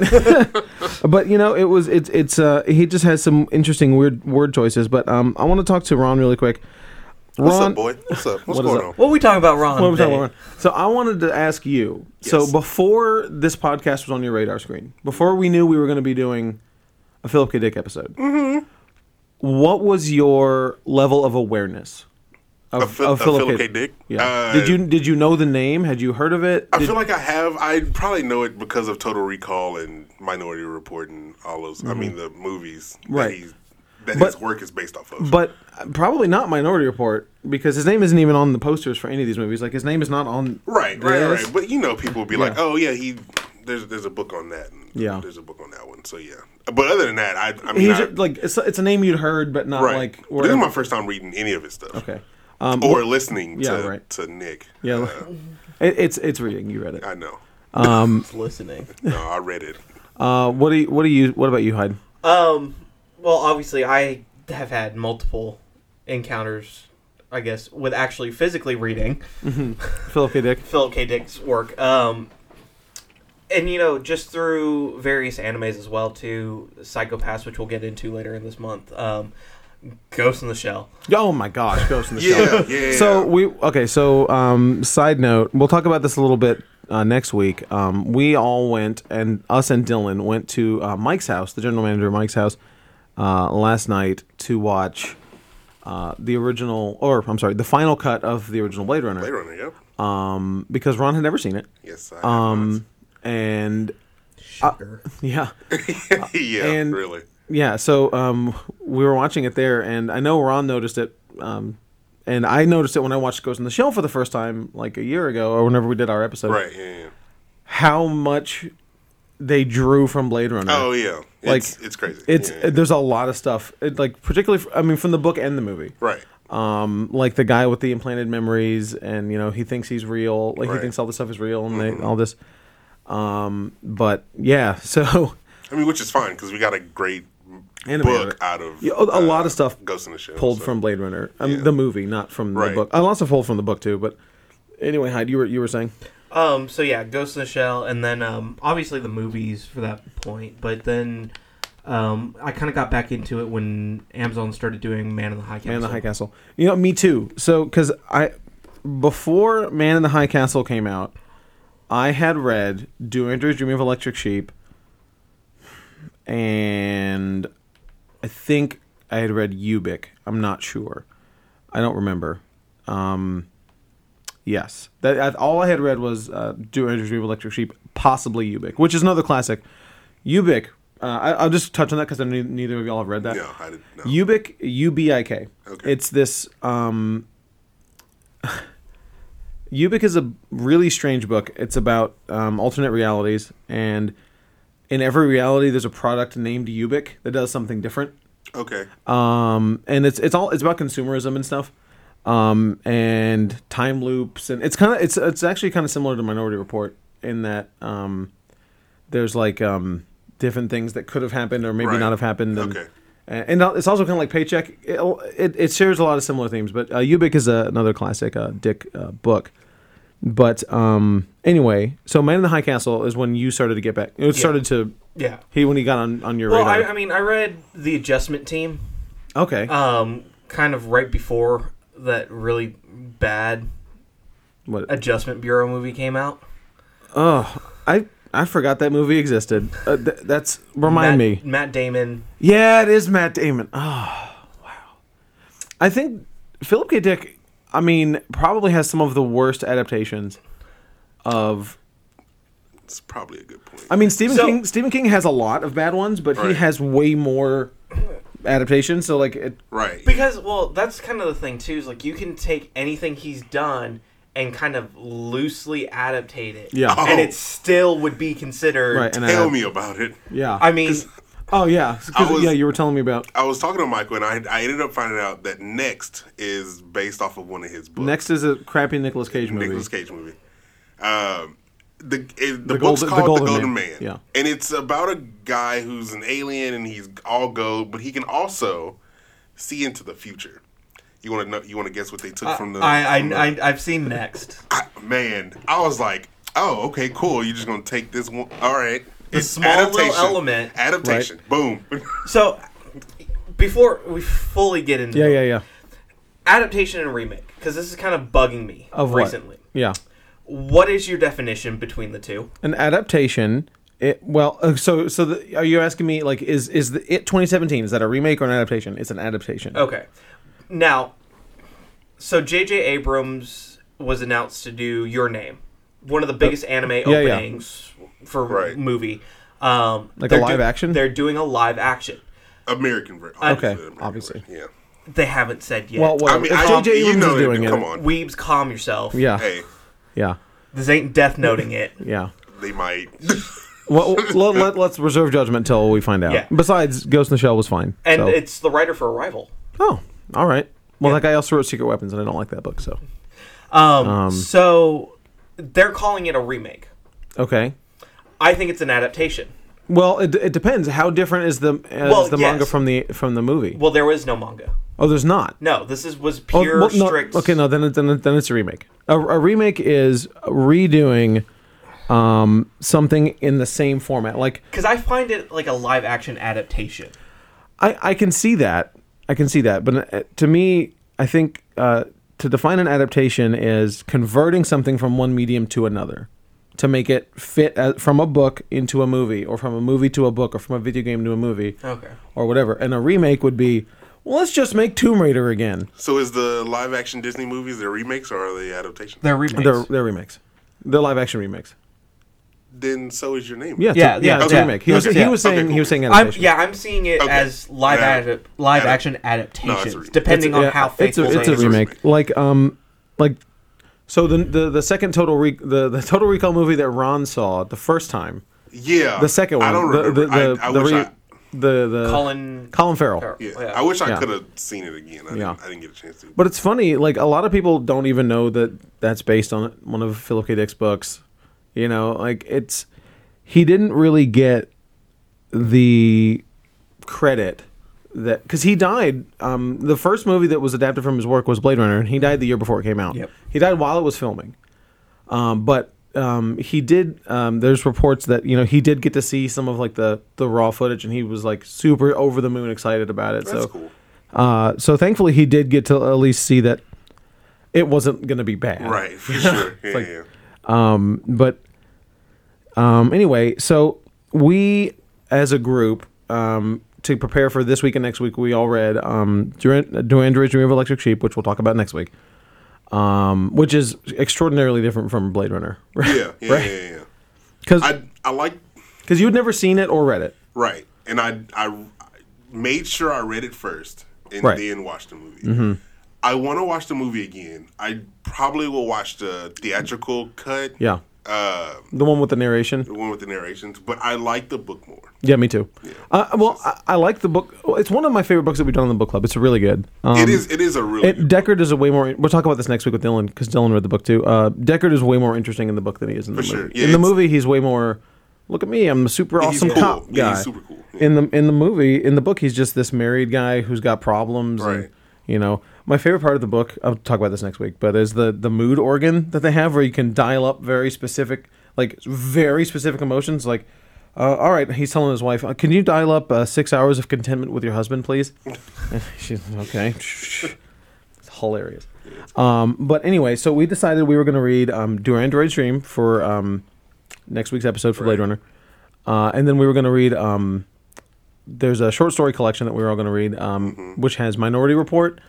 Speaker 1: but you know, it was it's it's uh he just has some interesting weird word choices. But um, I want to talk to Ron really quick. Ron,
Speaker 2: What's up, boy? What's up? What's
Speaker 1: What is
Speaker 2: going
Speaker 1: up?
Speaker 2: on?
Speaker 3: What are we talking about, Ron?
Speaker 1: What was that,
Speaker 3: today?
Speaker 1: Ron? So I wanted to ask you. So
Speaker 2: Yes.
Speaker 1: before this podcast was on your radar screen, before we knew we were going to be doing a Philip K. Dick episode,
Speaker 2: Mm-hmm.
Speaker 1: what was your level of awareness of,
Speaker 2: Of Phil- of Philip K. Dick?
Speaker 1: Yeah.
Speaker 2: Uh,
Speaker 1: did you did you know the name? Had you heard of it?
Speaker 2: I
Speaker 1: Did-
Speaker 2: feel like I have. I probably know it because of Total Recall and Minority Report and all those. I mean, the movies
Speaker 1: Mm-hmm. Right.
Speaker 2: that, he's, that
Speaker 1: But-
Speaker 2: his work is based off of.
Speaker 1: But probably not Minority Report because his name isn't even on the posters for any of these movies. Like his name is not on.
Speaker 2: right, right,
Speaker 1: this.
Speaker 2: right. But you know, people will be like,
Speaker 1: Yeah.
Speaker 2: "Oh yeah, he." There's there's a book on that. and
Speaker 1: Yeah.
Speaker 2: There's a book on that one. So yeah. But other than that, I I mean,
Speaker 1: He's
Speaker 2: I,
Speaker 1: like it's, it's a name you'd heard, but not
Speaker 2: right.
Speaker 1: like.
Speaker 2: But this is my first time reading any of his stuff.
Speaker 1: okay. Um,
Speaker 2: Or listening
Speaker 1: yeah,
Speaker 2: to
Speaker 1: right.
Speaker 2: to Nick.
Speaker 1: yeah, like-
Speaker 2: Uh,
Speaker 1: it, it's it's reading. You read it.
Speaker 2: I know.
Speaker 3: Just listening.
Speaker 2: No, I read it.
Speaker 1: Uh, what do you, what do you what about you, Hyde?
Speaker 3: Um, well, obviously, I have had multiple encounters, I guess, with actually physically reading
Speaker 1: Philip K. Dick.
Speaker 3: Philip K. Dick's work. Um, and you know, just through various animes as well, too. Psychopaths, which we'll get into later in this month. Um, Ghost in the Shell.
Speaker 1: Oh my gosh, Ghost in the Shell.
Speaker 2: Yeah, yeah.
Speaker 1: So we okay. So um, side note, we'll talk about this a little bit uh, next week. Um, we all went, and us and Dylan went to uh, Mike's house, the general manager of Mike's house, uh, last night to watch uh, the original, or I'm sorry, the final cut of the original Blade Runner,
Speaker 2: Blade Runner, yep.
Speaker 1: Um, because Ron had never seen it.
Speaker 2: Yes, I have
Speaker 1: Um, and
Speaker 3: Shocker.
Speaker 1: yeah,
Speaker 2: not. yeah,
Speaker 1: and-
Speaker 2: really.
Speaker 1: Yeah, so um, we were watching it there, and I know Ron noticed it um, And I noticed it when I watched Ghost in the Shell for the first time, like a year ago, or whenever we did our episode.
Speaker 2: Right. Yeah. yeah.
Speaker 1: How much they drew from Blade Runner.
Speaker 2: Oh yeah.
Speaker 1: Like,
Speaker 2: It's, it's crazy.
Speaker 1: It's
Speaker 2: Yeah, yeah.
Speaker 1: there's a lot of stuff. It, like particularly, f I I mean, from the book and the movie.
Speaker 2: right.
Speaker 1: Um, like the guy with the implanted memories, and you know he thinks he's real. Like he
Speaker 2: Right. Mm-hmm.
Speaker 1: thinks all this stuff is real, and they, all this. Um, but yeah, so
Speaker 2: I mean, which is fine because we got a great
Speaker 1: Anime out of
Speaker 2: book
Speaker 1: it.
Speaker 2: out of
Speaker 1: Yeah, a- a
Speaker 2: uh,
Speaker 1: lot of stuff
Speaker 2: Ghost in the Shell
Speaker 1: pulled
Speaker 2: so-
Speaker 1: from Blade Runner, um,
Speaker 2: Yeah.
Speaker 1: the movie, not from the
Speaker 2: Right.
Speaker 1: book. I also pulled from the book too, but anyway, Hyde, you were you were saying
Speaker 3: Um, so yeah, Ghost in the Shell, and then um, obviously the movies for that point. But then um, I kind of got back into it when Amazon started doing Man in the High Castle.
Speaker 1: Man in the High Castle. You know, me too. So because I before Man in the High Castle came out, I had read Do Androids Dream of Electric Sheep, and I think I had read Ubik. I'm not sure. I don't remember. Um, yes, that I, all I had read was uh, Do Androids Dream of Electric Sheep, possibly Ubik, which is another classic. Ubik. Uh, I, I'll just touch on that because neither of y'all have read that.
Speaker 2: No, I did not.
Speaker 1: Ubik U B I K.
Speaker 2: Okay.
Speaker 1: It's this um Ubik is a really strange book. It's about um, alternate realities and in every reality there's a product named Ubik that does something different.
Speaker 2: okay.
Speaker 1: Um and it's it's all it's about consumerism and stuff. Um and time loops and it's kind of it's it's actually kind of similar to Minority Report in that um there's like um different things that could have happened or maybe
Speaker 2: Right.
Speaker 1: not have happened and
Speaker 2: Okay.
Speaker 1: and it's also kind of like Paycheck. It, it, it shares a lot of similar themes, but uh, Ubik is uh another classic uh, Dick uh, book. But um, anyway, so Man in the High Castle is when you started to get back. It started to
Speaker 3: Yeah.
Speaker 1: he when he got on on your
Speaker 3: Well, I,
Speaker 1: radar.
Speaker 3: I mean, I read The Adjustment Team,
Speaker 1: okay,
Speaker 3: um, kind of right before that really bad
Speaker 1: what?
Speaker 3: Adjustment Bureau movie came out.
Speaker 1: oh, I I forgot that movie existed. Uh, th- that's remind
Speaker 3: Matt,
Speaker 1: me.
Speaker 3: Matt Damon.
Speaker 1: Yeah, it is Matt Damon. Oh, wow. I think Philip K. Dick. I mean, probably has some of the worst adaptations of
Speaker 2: It's probably a good point.
Speaker 1: I mean, Stephen
Speaker 3: So-
Speaker 1: King. Stephen King has a lot of bad ones, but he
Speaker 2: Right.
Speaker 1: has way more adaptations. So like, it,
Speaker 2: right.
Speaker 3: Because, well, that's kind of the thing, too, is like you can take anything he's done and kind of loosely adaptate it.
Speaker 1: Yeah.
Speaker 3: And
Speaker 2: Oh.
Speaker 3: it still would be considered.
Speaker 1: right? And
Speaker 2: Tell
Speaker 1: I,
Speaker 2: me about it.
Speaker 1: yeah.
Speaker 3: I mean,
Speaker 1: oh yeah, 'Cause-
Speaker 2: I was-
Speaker 1: yeah. You were telling me about.
Speaker 2: I was talking to Michael, and I, I ended up finding out that Next is based off of one of his books.
Speaker 1: Next is a crappy Nicolas Cage movie.
Speaker 2: Nicolas Cage movie. Um, the it, the,
Speaker 1: The
Speaker 2: book's
Speaker 1: Golden- The
Speaker 2: called The Golden,
Speaker 1: Golden Man.
Speaker 2: Man,
Speaker 1: Yeah.
Speaker 2: and it's about a guy who's an alien and he's all gold, but he can also see into the future. You want to know? You want to guess what they took from the?
Speaker 3: I,
Speaker 2: from the-
Speaker 3: I, I, I've seen Next.
Speaker 2: I- man, I was like, oh, okay, cool. You're just gonna take this one. All right,
Speaker 3: The small little element.
Speaker 2: adaptation. Boom.
Speaker 3: So, before we fully get into
Speaker 1: Yeah,
Speaker 3: it,
Speaker 1: yeah, yeah.
Speaker 3: adaptation and remake, because this is kind of bugging me
Speaker 1: Of what?
Speaker 3: recently.
Speaker 1: Yeah,
Speaker 3: What is your definition between the two?
Speaker 1: an adaptation. It, well, uh, so so the, are you asking me like is is the it 2017 is that a remake or an adaptation? It's an adaptation.
Speaker 2: Oh.
Speaker 3: Okay. Now, so J.J. Abrams was announced to do Your Name, one of the biggest anime
Speaker 1: Oh, yeah.
Speaker 3: openings for
Speaker 2: Right.
Speaker 3: movie. Um,
Speaker 1: Like a
Speaker 3: they're
Speaker 1: live action?
Speaker 3: They're doing a live action.
Speaker 2: American version.
Speaker 1: Okay, obviously.
Speaker 2: Yeah.
Speaker 3: They haven't said yet.
Speaker 1: Well, whatever.
Speaker 2: I mean,
Speaker 1: if
Speaker 2: I-
Speaker 1: J.J.
Speaker 2: you
Speaker 1: Abrams
Speaker 2: know
Speaker 1: is
Speaker 2: they do.
Speaker 1: doing it,
Speaker 2: Come on.
Speaker 3: Weebs, calm yourself.
Speaker 1: yeah,
Speaker 2: Hey,
Speaker 1: yeah,
Speaker 3: This ain't death noting it.
Speaker 1: yeah.
Speaker 2: they might.
Speaker 1: Well, let, let, let's reserve judgment till we find out.
Speaker 3: Yeah.
Speaker 1: Besides, Ghost in the Shell was fine.
Speaker 3: And
Speaker 1: so-
Speaker 3: it's the writer for Arrival.
Speaker 1: Oh, all right. Well, that guy also wrote Secret Weapons, and I don't like that book. So,
Speaker 3: Um, so they're calling it a remake.
Speaker 1: okay.
Speaker 3: I think it's an adaptation.
Speaker 1: Well, it, it depends. How different is the uh, is
Speaker 3: Well,
Speaker 1: the
Speaker 3: yes.
Speaker 1: manga from the from the movie?
Speaker 3: Well, there was no manga.
Speaker 1: oh, there's not.
Speaker 3: No, this is was
Speaker 1: Oh,
Speaker 3: pure
Speaker 1: well, no,
Speaker 3: strict.
Speaker 1: Okay, no, then it, then it, then it's a remake. A, a remake is redoing um, something in the same format. Like
Speaker 3: Because I find it like a live action adaptation.
Speaker 1: I, I can see that. I can see that. But uh, to me, I think uh, to define an adaptation is converting something from one medium to another to make it fit uh, from a book into a movie or from a movie to a book or from a video game to a movie
Speaker 3: Okay.
Speaker 1: or whatever. And a remake would be, well, let's just make Tomb Raider again.
Speaker 2: so, is the live-action Disney movies their remakes or are they adaptations?
Speaker 3: They're remakes.
Speaker 1: They're, they're remakes. They're live action remakes.
Speaker 2: then so is your name.
Speaker 1: Yeah, it's a-
Speaker 3: Yeah,
Speaker 1: yeah,
Speaker 3: yeah,
Speaker 1: it's a
Speaker 2: yeah.
Speaker 1: remake. He was
Speaker 2: Okay,
Speaker 1: he was
Speaker 2: yeah. Okay,
Speaker 1: saying he was
Speaker 2: cool.
Speaker 1: saying
Speaker 3: I'm,
Speaker 1: adaptation.
Speaker 3: yeah, I'm seeing it
Speaker 2: Okay.
Speaker 3: as live
Speaker 2: Yeah.
Speaker 3: ad, live
Speaker 2: Adap-
Speaker 3: action adaptations,
Speaker 2: remake.
Speaker 3: depending on
Speaker 1: Yeah,
Speaker 3: how
Speaker 1: it's
Speaker 3: faithful
Speaker 1: a, it's a
Speaker 3: they are.
Speaker 1: remake. Like um, like so the the, the second Total Re- the the Total Recall movie that Ron saw the first time,
Speaker 2: Yeah.
Speaker 1: the second one,
Speaker 2: I don't remember.
Speaker 1: the the the,
Speaker 2: I, I
Speaker 1: the,
Speaker 2: wish
Speaker 1: re-
Speaker 2: I,
Speaker 1: the the
Speaker 3: Colin-
Speaker 1: Colin Farrell.
Speaker 3: Farrell.
Speaker 2: yeah.
Speaker 3: Yeah.
Speaker 2: I wish I
Speaker 1: Yeah.
Speaker 2: could have seen it again. I,
Speaker 1: Yeah.
Speaker 2: didn't, I didn't get a chance to.
Speaker 1: But it's funny, like a lot of people don't even know that that's based on one of Philip K. Dick's books. You know, like it's he didn't really get the credit that because he died. Um, the first movie that was adapted from his work was Blade Runner, and he died the year before it came out.
Speaker 3: Yep.
Speaker 1: He died while it was filming. Um, but um, he did. Um, there's reports that you know he did get to see some of like the the raw footage, and he was like super over the moon excited about it.
Speaker 2: That's
Speaker 1: so
Speaker 2: cool.
Speaker 1: uh, so thankfully, he did get to at least see that it wasn't going to be bad,
Speaker 2: Right, for sure. Yeah, yeah.
Speaker 1: Um, but um, anyway, so we as a group um, to prepare for this week and next week, we all read um, Duran- Duran Duran's Dream of Electric Sheep, which we'll talk about next week, um, which is extraordinarily different from Blade Runner,
Speaker 2: Yeah, yeah,
Speaker 1: Right.
Speaker 2: yeah, yeah.
Speaker 1: because
Speaker 2: I I like
Speaker 1: because you had never seen it or read it.
Speaker 2: right, and I I made sure I read it first and
Speaker 1: Right. Mm-hmm.
Speaker 2: then watched the movie. I want to watch the movie again. I probably will watch the theatrical cut.
Speaker 1: Yeah,
Speaker 2: Uh,
Speaker 1: the one with the narration.
Speaker 2: the one with the narrations, but I like the book more.
Speaker 1: Yeah, me too. Uh, well, I, I like the book. It's one of my favorite books that we've done in the book club. It's really good. Um,
Speaker 2: it is it is a really
Speaker 1: It, Deckard is a way more. We'll talk about this next week with Dylan because Dylan read the book too. Uh, Deckard is way more interesting in the book than he is in the
Speaker 2: For
Speaker 1: movie.
Speaker 2: sure. Yeah,
Speaker 1: in the
Speaker 2: it's-
Speaker 1: movie, he's way more. Look at me, I'm a super
Speaker 2: he's
Speaker 1: awesome
Speaker 2: cool.
Speaker 1: cop
Speaker 2: Yeah,
Speaker 1: guy.
Speaker 2: he's super cool. Yeah.
Speaker 1: In the in the movie, in the book, he's just this married guy who's got problems. and,
Speaker 2: Right.
Speaker 1: you know, my favorite part of the book. I'll talk about this next week, but is the the mood organ that they have where you can dial up very specific, like very specific emotions, like. Uh, all right, he's telling his wife, uh, "Can you dial up uh, six hours of contentment with your husband, please?" And She's okay. It's hilarious. Um, but anyway, so we decided we were going to read um, Duran Duran's Dream for um, next week's episode for Blade Runner, uh, and then we were going to read. Um, there's a short story collection that we were all going to read, um, which has Minority Report,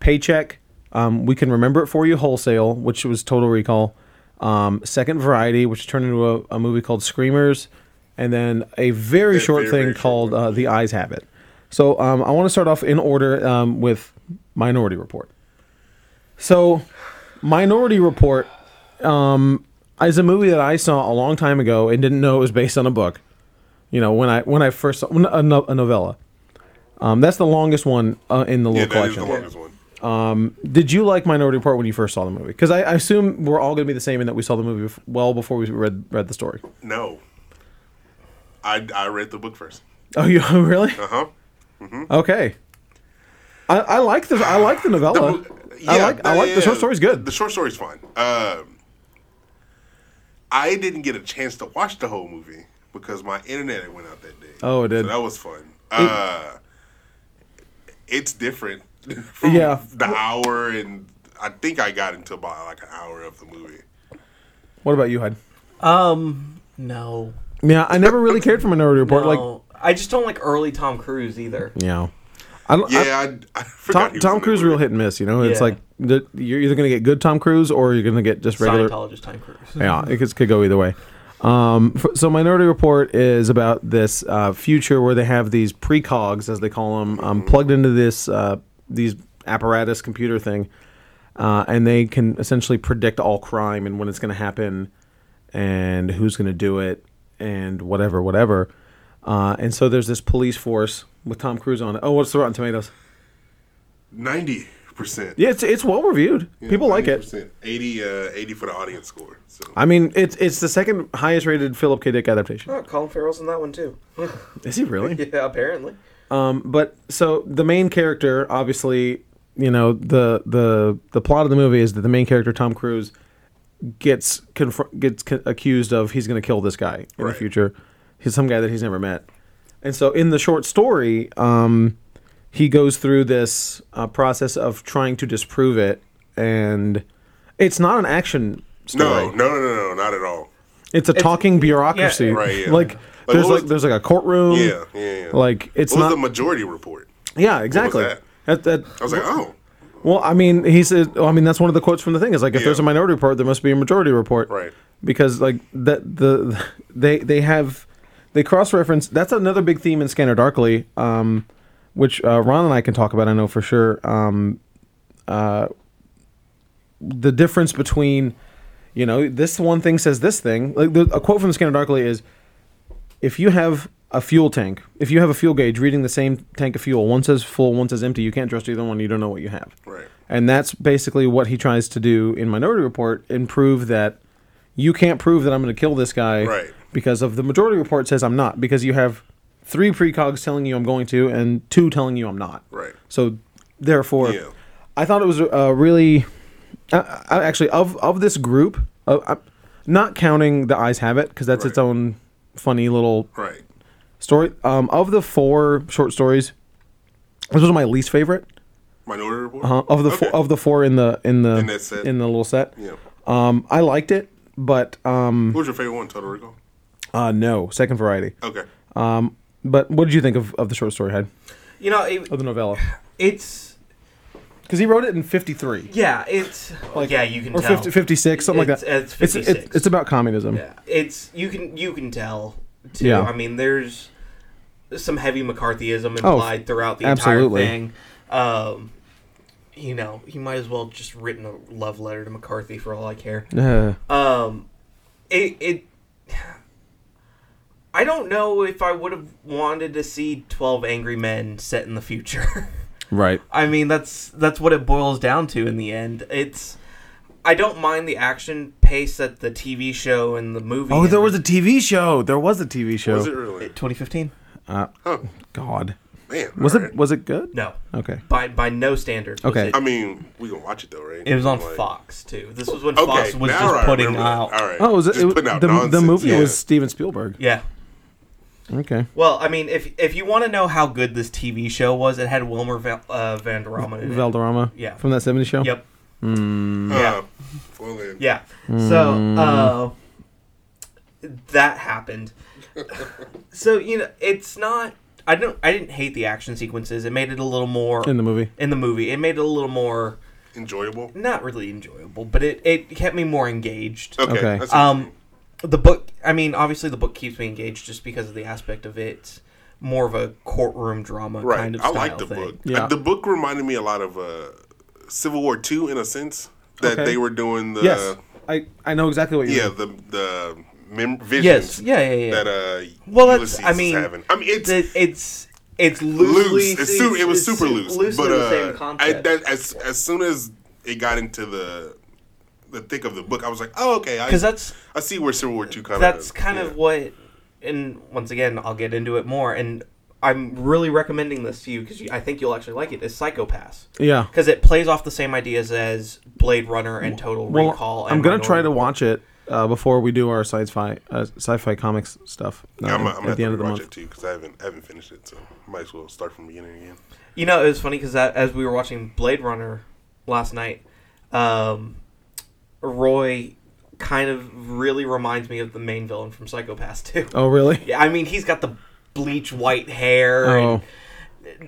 Speaker 1: Paycheck, um, We Can Remember It For You Wholesale, which was Total Recall, um, Second Variety, which turned into a, a movie called Screamers, and then a very short
Speaker 2: very,
Speaker 1: thing
Speaker 2: very short
Speaker 1: called uh, The Eyes Have It. So um, I want to start off in order um, with Minority Report. So, Minority Report um, is a movie that I saw a long time ago and didn't know it was based on a book. You know, when I when I first saw when, a, no, a novella. Um, that's the longest one uh, in the
Speaker 2: yeah,
Speaker 1: little
Speaker 2: that is the
Speaker 1: collection.
Speaker 2: longest one.
Speaker 1: Did you like Minority Report when you first saw the movie? Because I, I assume we're all going to be the same in that we saw the movie bef- well before we read read the story.
Speaker 2: No, I I read the book first.
Speaker 1: Oh, you really?
Speaker 2: Uh huh.
Speaker 1: Okay. I, I like this. I like the novella. Oh, I
Speaker 2: Yeah,
Speaker 1: like I like the
Speaker 2: yeah,
Speaker 1: short story's good.
Speaker 2: The short story's fun. Um, I didn't get a chance to watch the whole movie because my internet had went out that day.
Speaker 1: Oh, it did.
Speaker 2: So that was fun. Uh, it's different. from
Speaker 1: Yeah.
Speaker 2: The hour and I think I got into about like an hour of the movie.
Speaker 1: What about you, Hyde?
Speaker 3: Um, no,
Speaker 1: Yeah, I never really cared for Minority Report.
Speaker 3: no.
Speaker 1: Like,
Speaker 3: I just don't like early Tom Cruise either.
Speaker 1: yeah, I don't. I-
Speaker 2: Yeah, I, I forgot.
Speaker 1: Tom,
Speaker 2: he was in
Speaker 1: Tom
Speaker 2: that
Speaker 1: Cruise
Speaker 2: movie.
Speaker 1: real hit and miss. You know, it's
Speaker 3: Yeah.
Speaker 1: like the, you're either going to get good Tom Cruise or you're going to get just regular.
Speaker 3: Scientologist Tom Cruise.
Speaker 1: Yeah, it could, could go either way. Um, f- so Minority Report is about this uh, future where they have these precogs, as they call them, um, plugged into this uh, these apparatus computer thing, uh, and they can essentially predict all crime and when it's going to happen, and who's going to do it, and whatever, whatever. Uh, and so there's this police force with Tom Cruise on it. Oh, what's the Rotten Tomatoes?
Speaker 2: Ninety percent.
Speaker 1: Yeah, it's it's well reviewed. People like it.
Speaker 2: 80, uh, 80 for the audience score. So
Speaker 1: I mean, it's it's the second highest rated Philip K. Dick adaptation.
Speaker 3: Oh, Colin Farrell's in that one too.
Speaker 1: Is he really?
Speaker 3: yeah, apparently.
Speaker 1: Um, but so the main character, obviously, you know the the the plot of the movie is that the main character Tom Cruise gets confr- gets co- accused of he's going to kill this guy in the
Speaker 2: Right.
Speaker 1: future. He's some guy that he's never met, and so in the short story, um, he goes through this uh, process of trying to disprove it, and it's not an action story.
Speaker 2: no, no, no, no, no, not at all.
Speaker 1: It's a talking bureaucracy.
Speaker 2: Right, yeah.
Speaker 1: Like,
Speaker 2: Like,
Speaker 1: there's
Speaker 2: what
Speaker 1: like
Speaker 2: was-
Speaker 1: there's like a courtroom.
Speaker 2: Yeah, yeah, yeah.
Speaker 1: Like it's
Speaker 2: What
Speaker 1: not.
Speaker 2: was the majority report?
Speaker 1: yeah, exactly.
Speaker 2: that?
Speaker 1: That- that-
Speaker 2: I was like, oh,
Speaker 1: Well, I mean, he said. Well, I mean, that's one of the quotes from the thing. Is like, if
Speaker 2: Yeah.
Speaker 1: there's a minority report, there must be a majority report.
Speaker 2: Right.
Speaker 1: Because like that the they they have they cross reference. That's another big theme in Scanner Darkly, um, which uh, Ron and I can talk about. I know for sure. Um, uh, the difference between, you know, this one thing says this thing. Like the, a quote from Scanner Darkly is, if you have a fuel tank, if you have a fuel gauge reading the same tank of fuel, one says full, one says empty, you can't trust either one, you don't know what you have.
Speaker 2: Right.
Speaker 1: And that's basically what he tries to do in Minority Report and prove that you can't prove that I'm going to kill this guy
Speaker 2: Right.
Speaker 1: because of the Majority Report says I'm not, because you have three precogs telling you I'm going to and two telling you I'm not.
Speaker 2: Right.
Speaker 1: So therefore,
Speaker 2: Yeah.
Speaker 1: I thought it was a, a really I, I, actually of of this group, uh, I, not counting the Eyes Have It because that's its
Speaker 2: Right.
Speaker 1: own funny little
Speaker 2: Right.
Speaker 1: story. Um, of the four short stories, this was my least favorite
Speaker 2: Minority Report.
Speaker 1: uh, of the
Speaker 2: Okay.
Speaker 1: four, of the four in the in the
Speaker 2: In that set.
Speaker 1: in the little set.
Speaker 2: Yeah.
Speaker 1: Um, I liked it, but um,
Speaker 2: What was your favorite one, Total Rico?
Speaker 1: uh, no second variety.
Speaker 2: Okay.
Speaker 1: Um, but what did you think of, of the short story head
Speaker 3: You know, it,
Speaker 1: of the novella?
Speaker 3: it's
Speaker 1: Because he wrote it in fifty three.
Speaker 3: yeah, it's yeah, you can
Speaker 1: or
Speaker 3: tell
Speaker 1: 50, 56, something
Speaker 3: It's-
Speaker 1: like that.
Speaker 3: it's
Speaker 1: It's, it's,
Speaker 3: 56.
Speaker 1: it's about communism.
Speaker 3: Yeah, it's you can you can tell too.
Speaker 1: Yeah.
Speaker 3: I mean, there's some heavy McCarthyism implied throughout the
Speaker 1: Oh, absolutely.
Speaker 3: entire thing. Um, you know, he might as well just written a love letter to McCarthy for all I care.
Speaker 1: Uh,
Speaker 3: Um, it it. I don't know if I would have wanted to see Twelve Angry Men set in the future.
Speaker 1: right.
Speaker 3: I mean, that's that's what it boils down to in the end. It's I don't mind the action pace that the TV show and the movie.
Speaker 1: Oh, there was a TV show. There was a TV show.
Speaker 2: Was it really?
Speaker 3: 2015.
Speaker 2: Huh.
Speaker 1: God.
Speaker 2: Man.
Speaker 1: Was
Speaker 2: all
Speaker 1: it
Speaker 2: right.
Speaker 1: was it good?
Speaker 3: No,
Speaker 1: Okay.
Speaker 3: by by no standards. was
Speaker 1: Okay.
Speaker 3: it,
Speaker 2: I mean, we gonna watch it though, right?
Speaker 3: it was on
Speaker 2: Like-
Speaker 3: Fox too. This was when
Speaker 2: Okay.
Speaker 3: Fox was
Speaker 2: now
Speaker 3: just
Speaker 2: I
Speaker 3: putting
Speaker 2: remember that.
Speaker 3: out.
Speaker 2: All right.
Speaker 1: Oh, was it,
Speaker 2: Just
Speaker 1: it was-
Speaker 2: putting out
Speaker 1: the, the
Speaker 2: nonsense,
Speaker 1: movie
Speaker 2: yeah.
Speaker 1: was Steven Spielberg.
Speaker 3: Yeah.
Speaker 1: Okay.
Speaker 3: Well, I mean, if if you want to know how good this TV show was, it had Wilmer Val, uh, Vanderama in it.
Speaker 1: Valderrama.
Speaker 3: Yeah.
Speaker 1: From that 70s show.
Speaker 3: Yep.
Speaker 2: Uh, well, then.
Speaker 3: Yeah.
Speaker 2: Hmm.
Speaker 3: So uh, that happened. so you know, it's not. I don't. I didn't hate the action sequences. It made it a little more
Speaker 1: In the movie.
Speaker 3: in the movie. It made it a little more
Speaker 2: Enjoyable.
Speaker 3: not really enjoyable, but it it kept me more engaged.
Speaker 2: Okay.
Speaker 1: Okay.
Speaker 2: that's
Speaker 3: Um, the book. I mean, obviously, the book keeps me engaged just because of the aspect of it. More of a courtroom drama
Speaker 2: right.
Speaker 3: kind of
Speaker 2: I
Speaker 3: style
Speaker 2: like the
Speaker 3: thing.
Speaker 2: book.
Speaker 1: Yeah.
Speaker 2: Uh, the book reminded me a lot of uh, Civil War Two in a sense that
Speaker 1: Okay.
Speaker 2: they were doing the
Speaker 1: Yes. I, I know exactly what you
Speaker 2: Uh, yeah
Speaker 1: mean.
Speaker 2: the the mem- visions
Speaker 3: Yes. Yeah. Yeah. Yeah.
Speaker 2: that uh
Speaker 3: Well, that's.
Speaker 2: Ulysses
Speaker 3: I mean,
Speaker 2: is having. I mean it's
Speaker 3: the- it's it's loosely.
Speaker 2: loose. It's su- it was
Speaker 3: it's
Speaker 2: super loose,
Speaker 3: Loosely
Speaker 2: but uh,
Speaker 3: the same
Speaker 2: I,
Speaker 3: concept.
Speaker 2: that, as as soon as it got into the the thick of the book, I was like, oh okay, I,
Speaker 3: because that's
Speaker 2: I see where Civil War Two kind of
Speaker 3: that's kind of what and once again i'll get into it more and i'm really recommending this to you because i think you'll actually like it is psychopaths
Speaker 1: Yeah.
Speaker 3: because it plays off the same ideas as blade runner and total
Speaker 1: Well,
Speaker 3: recall and
Speaker 1: I'm going to try to
Speaker 3: Minority
Speaker 1: watch it uh, before we do our sci-fi uh, sci-fi comics stuff uh,
Speaker 2: I'm, I'm
Speaker 1: at the end of the
Speaker 2: watch
Speaker 1: month.
Speaker 2: it too because I haven't I haven't finished it, so might as well start from the beginning again.
Speaker 3: Report. you know it was funny because as we were watching blade runner last night um, roy kind of really reminds me of the main villain from psychopaths too
Speaker 1: Oh, really?
Speaker 3: yeah i mean he's got the bleach white hair and
Speaker 1: Oh.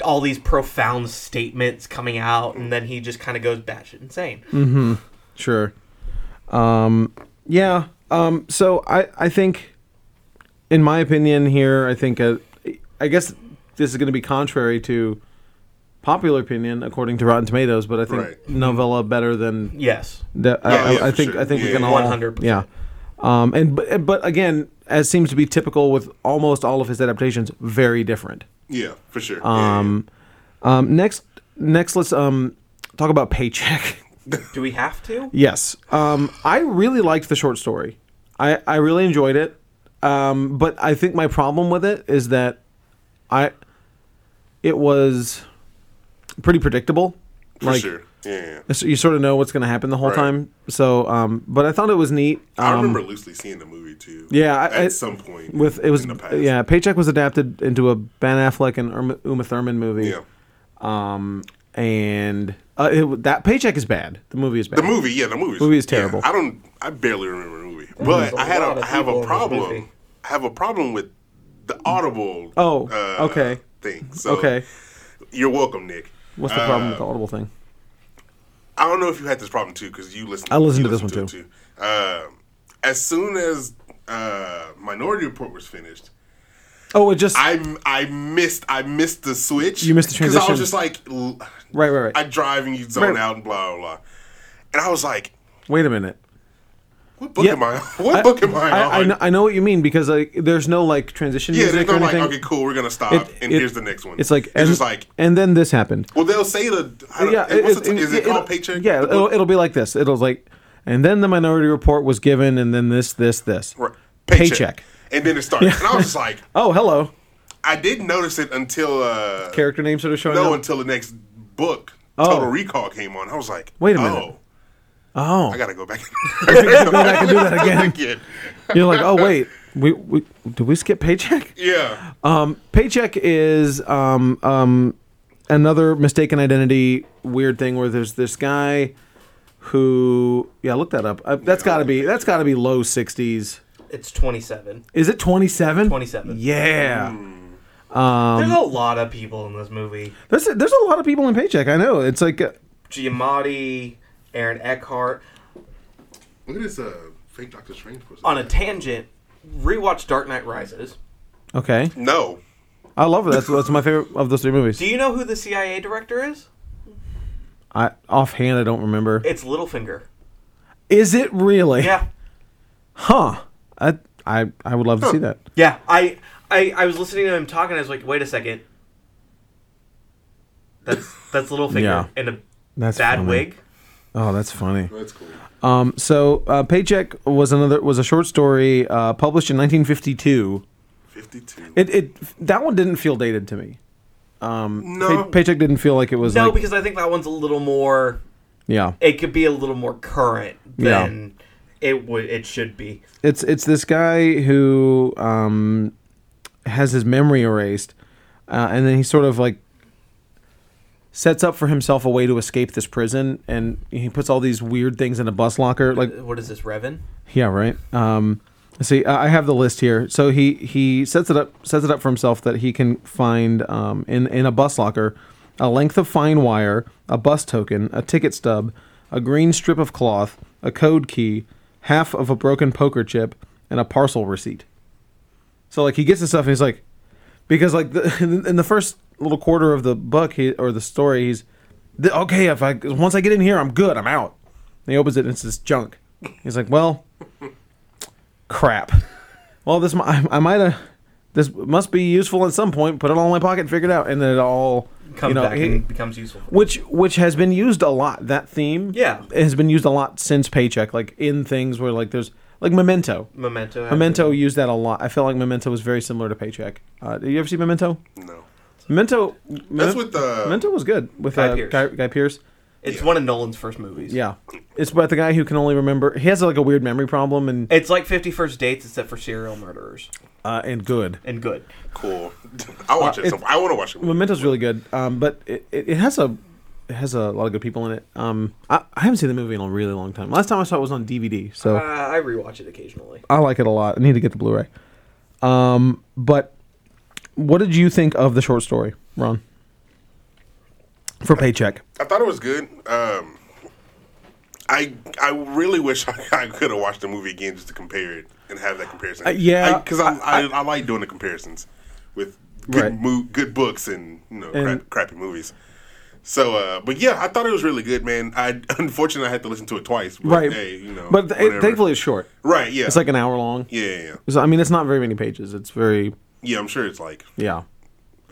Speaker 3: all these profound statements coming out, and then he just kind of goes batshit insane.
Speaker 1: Sure. Um, yeah. Um, so I, I think, in my opinion, here, I think, uh, I guess this is going to be contrary to popular opinion according to Rotten Tomatoes, but I think
Speaker 2: Right.
Speaker 1: novella better than
Speaker 3: Yes,
Speaker 1: that. I,
Speaker 2: Yeah,
Speaker 1: I,
Speaker 2: yeah,
Speaker 1: I
Speaker 2: for
Speaker 1: think
Speaker 2: sure.
Speaker 1: I think we
Speaker 2: Yeah,
Speaker 1: can
Speaker 2: yeah.
Speaker 1: all
Speaker 3: 100%.
Speaker 1: Yeah. Um, and but, but again, as seems to be typical with almost all of his adaptations, very different.
Speaker 2: Yeah, for sure. Yeah, yeah,
Speaker 1: Um, um, next, next, let's um, talk about paycheck.
Speaker 3: do we have to?
Speaker 1: Yes. Um, I really liked the short story. I, I really enjoyed it. Um, but I think my problem with it is that I it was pretty predictable.
Speaker 2: for
Speaker 1: like
Speaker 2: sure. Yeah, yeah.
Speaker 1: so you sort of know what's going to happen the whole
Speaker 2: Right.
Speaker 1: time. So, um, but I thought it was neat.
Speaker 2: I
Speaker 1: Um,
Speaker 2: remember loosely seeing the movie too.
Speaker 1: yeah, I-
Speaker 2: at
Speaker 1: I-
Speaker 2: some point
Speaker 1: with it was
Speaker 2: in the past.
Speaker 1: yeah, paycheck was adapted into a Ben Affleck and Irma- Uma Thurman movie.
Speaker 2: yeah.
Speaker 1: Um, and uh, it, that paycheck is bad. The movie is bad.
Speaker 2: The movie, yeah, the movie.
Speaker 1: Movie is terrible.
Speaker 2: I don't. I barely remember the movie, but
Speaker 3: a
Speaker 2: I had
Speaker 3: lot
Speaker 2: a,
Speaker 3: of
Speaker 2: I have
Speaker 3: people
Speaker 2: a
Speaker 3: in this movie.
Speaker 2: problem. I have a problem with the audible. uh,
Speaker 1: Oh, okay.
Speaker 2: Thing. So
Speaker 1: okay.
Speaker 2: You're welcome, Nick. uh,
Speaker 1: What's the problem with the Audible thing?
Speaker 2: I don't know if you had this problem too, because you listened.
Speaker 1: I listened
Speaker 2: you
Speaker 1: to this one,
Speaker 2: it, too. Uh, as soon as uh, Minority Report was finished,
Speaker 1: Oh, it just
Speaker 2: I I missed I missed the switch.
Speaker 1: You missed the
Speaker 2: I was
Speaker 1: transition.
Speaker 2: just like, l-
Speaker 1: right, right, right.
Speaker 2: I drive and you zone
Speaker 1: Right.
Speaker 2: out and blah blah blah, and I was like,
Speaker 1: Wait a minute.
Speaker 2: what book
Speaker 1: Yeah.
Speaker 2: am I? What book am I, on?
Speaker 1: I, I, know, I know what you mean because like there's no like transition
Speaker 2: yeah, they're
Speaker 1: music or
Speaker 2: like,
Speaker 1: anything.
Speaker 2: okay, cool, we're gonna stop,
Speaker 1: It-
Speaker 2: and
Speaker 1: it-
Speaker 2: here's the next one.
Speaker 1: It's like
Speaker 2: it's
Speaker 1: and,
Speaker 2: just like,
Speaker 1: and then this happened.
Speaker 2: well, they'll say the, I don't,
Speaker 1: yeah,
Speaker 2: yeah, what's it, is it,
Speaker 1: it'll-
Speaker 2: called paycheck?
Speaker 1: Yeah,
Speaker 2: The book?
Speaker 1: it'll, it'll be like this. It'll like, and then the minority report was given, and then this, this, this.
Speaker 2: Right.
Speaker 1: Paycheck.
Speaker 2: and then it starts, and I was just like,
Speaker 1: Oh, hello.
Speaker 2: I didn't notice it until uh,
Speaker 1: Character names sort of showing
Speaker 2: no,
Speaker 1: up.
Speaker 2: until the next book,
Speaker 1: Oh.
Speaker 2: Total Recall came on. I was like,
Speaker 1: Wait a
Speaker 2: oh,
Speaker 1: minute. Oh,
Speaker 2: I gotta go back.
Speaker 1: go back and do that again.
Speaker 2: again.
Speaker 1: You're like, oh wait, we, we did we skip paycheck?
Speaker 2: Yeah.
Speaker 1: Um, paycheck is um, um, another mistaken identity weird thing where there's this guy who yeah, look that up. Uh, that's got to be that's got to be low sixties.
Speaker 3: It's 27.
Speaker 1: Is it twenty seven?
Speaker 3: 27.
Speaker 1: Yeah.
Speaker 3: There's a lot of people in this movie.
Speaker 1: There's a, there's a lot of people in paycheck. I know. It's like uh,
Speaker 3: Giamatti, Aaron Eckhart.
Speaker 2: Look at this uh, fake Doctor Strange person.
Speaker 3: On a tangent, rewatch Dark Knight Rises.
Speaker 1: okay.
Speaker 2: no.
Speaker 1: I love it. That's that's my favorite of those three movies.
Speaker 3: Do you know who the CIA director is?
Speaker 1: I offhand I don't remember.
Speaker 3: It's Littlefinger.
Speaker 1: Is it really?
Speaker 3: Yeah.
Speaker 1: Huh. I I I would love to see that.
Speaker 3: Yeah. I, I I was listening to him talking. I was like, wait a second. That's that's Littlefinger
Speaker 1: Yeah.
Speaker 3: in a
Speaker 1: That's
Speaker 3: bad
Speaker 1: funny.
Speaker 3: wig.
Speaker 1: Oh, that's funny.
Speaker 2: That's cool.
Speaker 1: Um, so uh, paycheck was another was a short story uh, published in 1952.
Speaker 2: 52.
Speaker 1: It it that one didn't feel dated to me. Pay-
Speaker 2: no.
Speaker 1: paycheck didn't feel like it was
Speaker 3: No,
Speaker 1: like
Speaker 3: because I think that one's a little more.
Speaker 1: yeah.
Speaker 3: It could be a little more current
Speaker 1: Yeah.
Speaker 3: than it would. It should be.
Speaker 1: It's it's this guy who um, has his memory erased, uh, and then he sort of like sets up for himself a way to escape this prison, and he puts all these weird things in a bus locker. Like
Speaker 3: What is this, Revan?
Speaker 1: yeah, right. Um, let's see, I I have the list here. So he he sets it up sets it up for himself that he can find um, in in a bus locker a length of fine wire, a bus token, a ticket stub, a green strip of cloth, a code key, half of a broken poker chip, and a parcel receipt. So like he gets the stuff and he's like, because like the, in the first little quarter of the book he, or the story he's, "Th- okay if I once I get in here I'm good I'm out. And he opens it and it's this junk. He's like, well, crap. Well, this mi- I, I might have. This must be useful at some point. Put it all in my pocket, figure it out, and then it all
Speaker 3: Comes
Speaker 1: you know,
Speaker 3: back
Speaker 1: he-
Speaker 3: and becomes useful.
Speaker 1: which which has been used a lot. That theme,
Speaker 3: Yeah.
Speaker 1: has been used a lot since Paycheck. Like in things where like there's like Memento.
Speaker 3: Memento.
Speaker 1: Memento used that a lot. I felt like Memento was very similar to Paycheck. Uh, did you ever see Memento?
Speaker 2: no.
Speaker 1: Memento. Memento-
Speaker 2: with, uh,
Speaker 1: Memento was good with
Speaker 3: Guy
Speaker 1: uh,
Speaker 3: Pearce.
Speaker 1: Guy, Guy Pierce.
Speaker 3: It's one of Nolan's first movies.
Speaker 1: Yeah, it's about the guy who can only remember. He has like a weird memory problem and
Speaker 3: It's like Fifty First Dates, except for serial murderers
Speaker 1: uh, and good.
Speaker 3: and good.
Speaker 2: Cool. I watch it.
Speaker 1: it-
Speaker 2: some- I want to watch it.
Speaker 1: Memento's really good, um, but it, it, it has a it has a lot of good people in it. Um, I, I haven't seen the movie in a really long time. Last time I saw it was on DVD, so
Speaker 3: Uh, I rewatch it occasionally.
Speaker 1: I like it a lot. I need to get the Blu-ray. Um, but what did you think of the short story, Ron? For paycheck,
Speaker 2: I thought it was good. Um, I I really wish I, I could have watched the movie again just to compare it and have that comparison.
Speaker 1: Uh, yeah,
Speaker 2: because I I, I, like doing the comparisons with good
Speaker 1: Right.
Speaker 2: mo- good books and you know
Speaker 1: And-
Speaker 2: crap, crappy movies. So, uh, but yeah, I thought it was really good, man. I unfortunately I had to listen to it twice. But,
Speaker 1: right?
Speaker 2: Hey, you know,
Speaker 1: but th-
Speaker 2: whatever.
Speaker 1: thankfully it's short.
Speaker 2: right? Yeah,
Speaker 1: It's like an hour long.
Speaker 2: yeah, yeah, yeah,
Speaker 1: So, I mean, it's not very many pages. It's very
Speaker 2: yeah. I'm sure it's like
Speaker 1: yeah.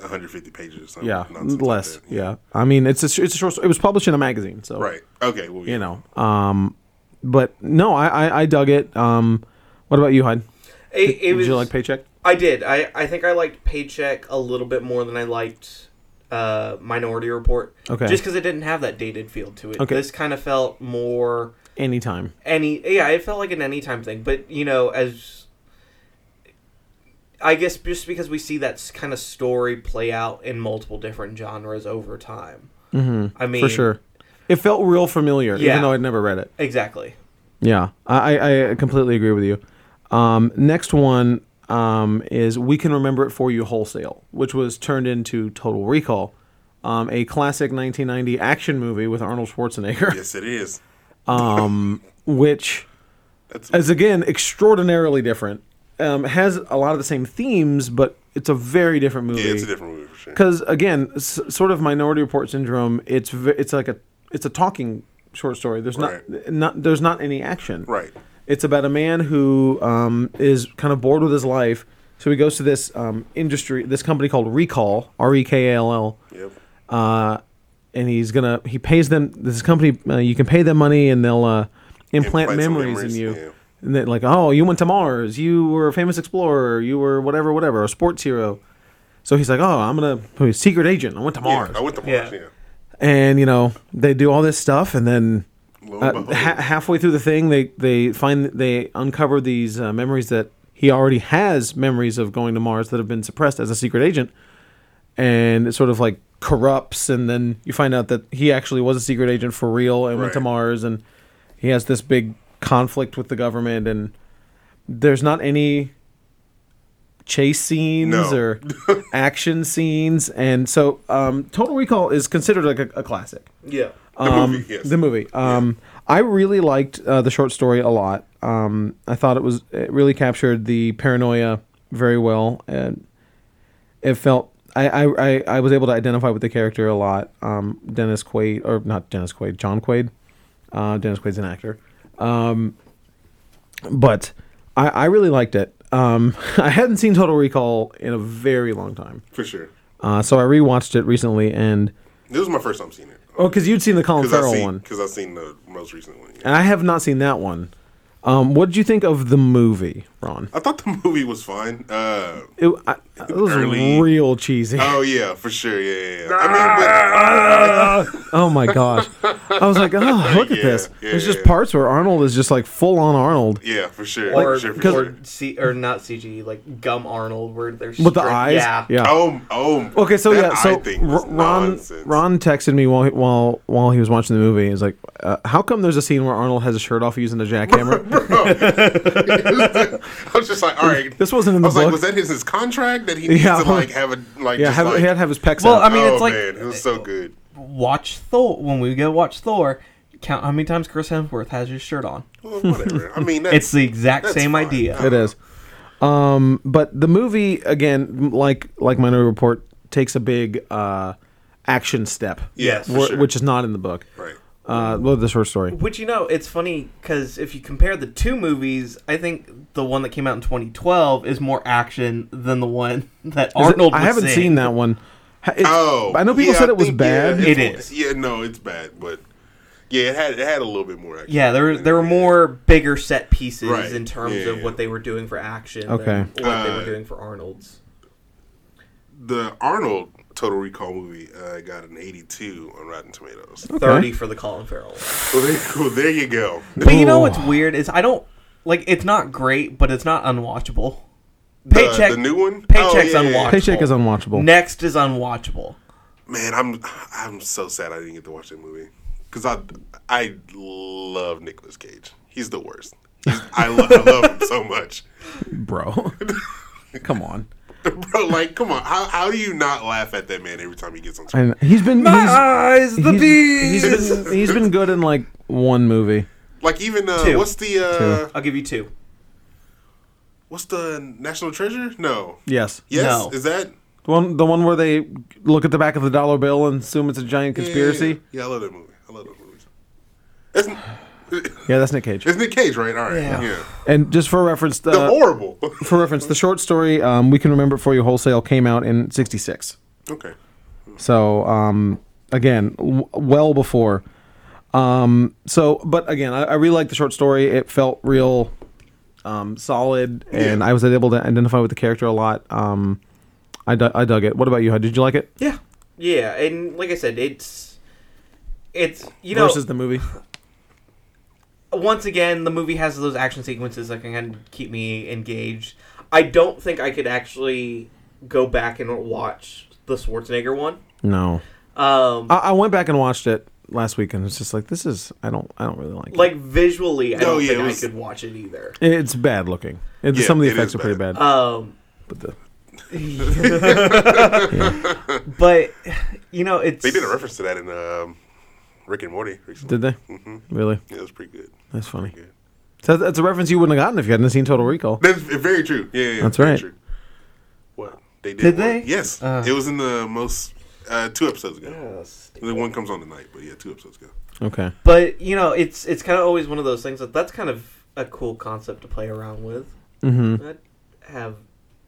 Speaker 2: 150 pages. Or something,
Speaker 1: Yeah,
Speaker 2: nonsense like
Speaker 1: less.
Speaker 2: that.
Speaker 1: yeah. I mean, it's a sh- it's a short. It was published in a magazine, so
Speaker 2: Right. Okay. Well, yeah.
Speaker 1: you know. Um, but no, I, I, I dug it. Um, what about you, Hyde?
Speaker 3: It, it
Speaker 1: Did
Speaker 3: was,
Speaker 1: you like paycheck?
Speaker 3: I did. I, I think I liked Paycheck a little bit more than I liked uh, Minority Report.
Speaker 1: Okay.
Speaker 3: Just because it didn't have that dated feel to it.
Speaker 1: Okay.
Speaker 3: This kind of felt more
Speaker 1: Anytime.
Speaker 3: any. Yeah, it felt like an anytime thing. But you know, as I guess just because we see that s- kind of story play out in multiple different genres over time. Mm-hmm. I mean,
Speaker 1: for sure. It felt real familiar,
Speaker 3: Yeah.
Speaker 1: even though I'd never read it.
Speaker 3: Exactly.
Speaker 1: Yeah, I, I I completely agree with you. Um, next one um, is We Can Remember It For You Wholesale, which was turned into Total Recall, um, a classic 1990 action movie with Arnold Schwarzenegger,
Speaker 2: Yes, it is.
Speaker 1: which
Speaker 2: That's
Speaker 1: is again extraordinarily different. Um, has a lot of the same themes, but it's a very different movie.
Speaker 2: yeah, it's a different movie for sure.
Speaker 1: because again, s- sort of Minority Report syndrome. It's v- it's like a it's a talking short story. There's
Speaker 2: Right.
Speaker 1: not not there's not any action.
Speaker 2: Right.
Speaker 1: It's about a man who um, is kind of bored with his life, so he goes to this um, industry, this company called Recall, R E K A L L,
Speaker 2: Yep.
Speaker 1: uh, and he's gonna he pays them this company. Uh, you can pay them money, and they'll uh, implant,
Speaker 2: Implant some
Speaker 1: memories,
Speaker 2: memories,
Speaker 1: in you.
Speaker 2: yeah.
Speaker 1: And they're like, oh, you went to Mars. You were a famous explorer. You were whatever, whatever, a sports hero. So he's like, oh, I'm gonna I'm a secret agent. I went to Mars,
Speaker 2: Yeah, I went to
Speaker 3: Yeah.
Speaker 2: Mars. Yeah.
Speaker 1: and you know they do all this stuff, and then
Speaker 2: Lo and
Speaker 1: uh,
Speaker 2: behold.
Speaker 1: ha- halfway through the thing, they they find they uncover these uh, memories that he already has memories of going to Mars that have been suppressed as a secret agent, and it sort of like corrupts, and then you find out that he actually was a secret agent for real and went to
Speaker 2: Right.
Speaker 1: Mars, and he has this big conflict with the government, and there's not any chase scenes
Speaker 2: No.
Speaker 1: or action scenes, and so um, Total Recall is considered like a, a classic
Speaker 3: Yeah.
Speaker 2: The
Speaker 1: um,
Speaker 2: movie, yes.
Speaker 1: The movie. Um, I really liked uh, the short story a lot. Um, I thought it was it really captured the paranoia very well, and it felt I I, I, I was able to identify with the character a lot. Um, Dennis Quaid or not Dennis Quaid, John Quaid. Uh, Dennis Quaid's an actor, um, but I, I really liked it. Um, I hadn't seen Total Recall in a very long time,
Speaker 2: for sure.
Speaker 1: uh, so I rewatched it recently. And
Speaker 2: This was my first time seeing it.
Speaker 1: oh, because you'd seen the Colin
Speaker 2: Because I
Speaker 1: Farrell
Speaker 2: seen
Speaker 1: one, Uh,
Speaker 2: because I seen the most recent one. yeah.
Speaker 1: And I have not seen that one. Um, what did you think of the movie, Ron?
Speaker 2: I thought the movie was fine. Uh,
Speaker 1: It, I, it was
Speaker 2: Early.
Speaker 1: real cheesy.
Speaker 2: oh yeah, for sure. Yeah, yeah. yeah. I mean,
Speaker 1: oh my gosh! I was like, oh, look at
Speaker 2: Yeah,
Speaker 1: this.
Speaker 2: yeah,
Speaker 1: There's
Speaker 2: yeah,
Speaker 1: just
Speaker 2: yeah.
Speaker 1: parts where Arnold is just like full on Arnold
Speaker 2: but yeah, for sure.
Speaker 3: Or,
Speaker 2: for sure, for
Speaker 3: or,
Speaker 2: sure.
Speaker 3: C- or not CG, like Gum Arnold, where they're
Speaker 1: with the
Speaker 3: straight-
Speaker 1: eyes.
Speaker 3: Yeah.
Speaker 2: Oh, oh.
Speaker 1: Okay, so
Speaker 2: that
Speaker 1: yeah, so
Speaker 2: eye thing was
Speaker 1: R- Ron
Speaker 2: nonsense.
Speaker 1: Ron texted me while he- while while he was watching the movie. He's like, uh, "How come there's a scene where Arnold has a shirt off using a jackhammer?"
Speaker 2: I was just like, all right.
Speaker 1: This wasn't in the
Speaker 2: I was like,
Speaker 1: book.
Speaker 2: was that his, his contract that he needs
Speaker 1: Yeah.
Speaker 2: to like have a like?
Speaker 1: yeah,
Speaker 2: just
Speaker 1: have,
Speaker 2: like,
Speaker 1: he had to have his pecs
Speaker 3: Well,
Speaker 1: out.
Speaker 3: I mean,
Speaker 2: oh
Speaker 3: it's like-
Speaker 2: man, it was so good.
Speaker 3: Watch Thor. When we go watch Thor, count how many times Chris Hemsworth has his shirt on.
Speaker 2: Well, whatever. I mean, that's,
Speaker 3: It's the exact
Speaker 2: that's
Speaker 3: same
Speaker 2: fine.
Speaker 3: idea.
Speaker 1: It is. Um, but the movie again, like like Minority Report, takes a big uh, action step.
Speaker 2: Yes, for
Speaker 1: wh-
Speaker 2: sure.
Speaker 1: which is not in the book.
Speaker 2: right.
Speaker 1: Uh, well, the short story.
Speaker 3: Which you know, it's funny because if you compare the two movies, I think the one that came out in 2012 is more action than the one that
Speaker 1: Is it-
Speaker 3: Arnold.
Speaker 1: I
Speaker 3: was
Speaker 1: haven't
Speaker 3: in.
Speaker 1: seen that one. Ha- it's-
Speaker 2: Oh,
Speaker 1: I know people
Speaker 2: yeah,
Speaker 1: said it was
Speaker 2: think,
Speaker 1: bad.
Speaker 2: Yeah,
Speaker 3: It
Speaker 2: it's-
Speaker 3: is.
Speaker 2: Yeah, no, it's bad, but yeah, it had it had a little bit more. Action
Speaker 3: Yeah, there there were more bigger set pieces
Speaker 2: Right.
Speaker 3: in terms
Speaker 2: Yeah,
Speaker 3: of
Speaker 2: yeah.
Speaker 3: what they were doing for action.
Speaker 1: Okay.
Speaker 3: than what they
Speaker 2: Uh,
Speaker 3: were doing for Arnold's.
Speaker 2: The Arnold Total Recall movie uh, got an 82 on Rotten Tomatoes.
Speaker 3: Thirty for the Colin Farrell.
Speaker 2: Well, there, well, there you go.
Speaker 3: But you know
Speaker 1: Ooh.
Speaker 3: what's weird is I don't like it's not great, but it's not unwatchable. Paycheck,
Speaker 2: the new one?
Speaker 3: Paycheck's
Speaker 2: Oh, yeah, yeah, yeah.
Speaker 3: unwatchable.
Speaker 1: Paycheck is unwatchable.
Speaker 3: Next is unwatchable.
Speaker 2: Man, I'm I'm so sad I didn't get to watch that movie because I I love Nicolas Cage. He's the worst. He's, I, lo- I love him so much,
Speaker 1: bro. Come on.
Speaker 2: bro. Like, come on, how how do you not laugh at that man every time he gets on screen?
Speaker 1: And he's been he's,
Speaker 3: eyes, the
Speaker 1: he's- he's been he's been good in like one movie.
Speaker 2: Like, even uh,
Speaker 3: Two.
Speaker 2: what's the uh,
Speaker 3: I'll give you two.
Speaker 2: what's the National Treasure? No.
Speaker 1: Yes.
Speaker 2: Yes.
Speaker 3: No.
Speaker 2: Is that
Speaker 1: The one the one where they look at the back of the dollar bill and assume it's a giant conspiracy.
Speaker 2: Yeah, yeah, yeah. Yeah, I love that movie. I love those movies. It's,
Speaker 1: Yeah, that's Nick Cage.
Speaker 2: it's Nick Cage, right? All right.
Speaker 3: Yeah.
Speaker 2: Yeah.
Speaker 1: And just for reference,
Speaker 2: The
Speaker 1: uh,
Speaker 2: horrible.
Speaker 1: for reference, the short story um, "We Can Remember It For You" wholesale came out in '66.
Speaker 2: okay.
Speaker 1: So um, again, w- well before. Um, so, but again, I, I really liked the short story. It felt real, um, solid, and
Speaker 2: Yeah.
Speaker 1: I was able to identify with the character a lot. Um, I, du- I dug it. What about you? Did you like it
Speaker 3: Yeah, yeah, and like I said, it's it's you know
Speaker 1: versus the movie?
Speaker 3: once again the movie has those action sequences that can kind of keep me engaged. I don't think I could actually go back and watch the Schwarzenegger one.
Speaker 1: No,
Speaker 3: Um,
Speaker 1: I, I went back and watched it last week, and it's just like this is I don't I don't really like.
Speaker 3: like visually, I
Speaker 2: No,
Speaker 3: don't
Speaker 2: Oh, yeah,
Speaker 3: think
Speaker 2: it
Speaker 3: I
Speaker 2: was-
Speaker 3: could watch it either.
Speaker 1: it. It's bad looking. It,
Speaker 2: Yeah,
Speaker 1: some of the
Speaker 2: it
Speaker 3: Uh,
Speaker 1: effects
Speaker 2: is
Speaker 1: are pretty bad.
Speaker 3: Um,
Speaker 1: but the
Speaker 4: but you know it's
Speaker 2: They did a reference to that in um, Rick and Morty recently.
Speaker 1: Did they? Really?
Speaker 2: Yeah, it was pretty good.
Speaker 1: That's funny.
Speaker 2: Mm-hmm. Pretty good.
Speaker 1: So that's a reference you wouldn't have gotten if you hadn't seen Total Recall.
Speaker 2: That's very true. Yeah, yeah, yeah,
Speaker 1: That's
Speaker 2: very
Speaker 1: right.
Speaker 2: True. What they did?
Speaker 4: Did
Speaker 2: one-
Speaker 4: they?
Speaker 2: Yes,
Speaker 4: Uh.
Speaker 2: it was in the most uh, two episodes ago.
Speaker 3: Yes.
Speaker 2: The one comes on tonight, but yeah, two episodes ago.
Speaker 1: Okay.
Speaker 3: But you know, it's it's kind of always one of those things that that's kind of a cool concept to play around with.
Speaker 1: Mm-hmm.
Speaker 3: I have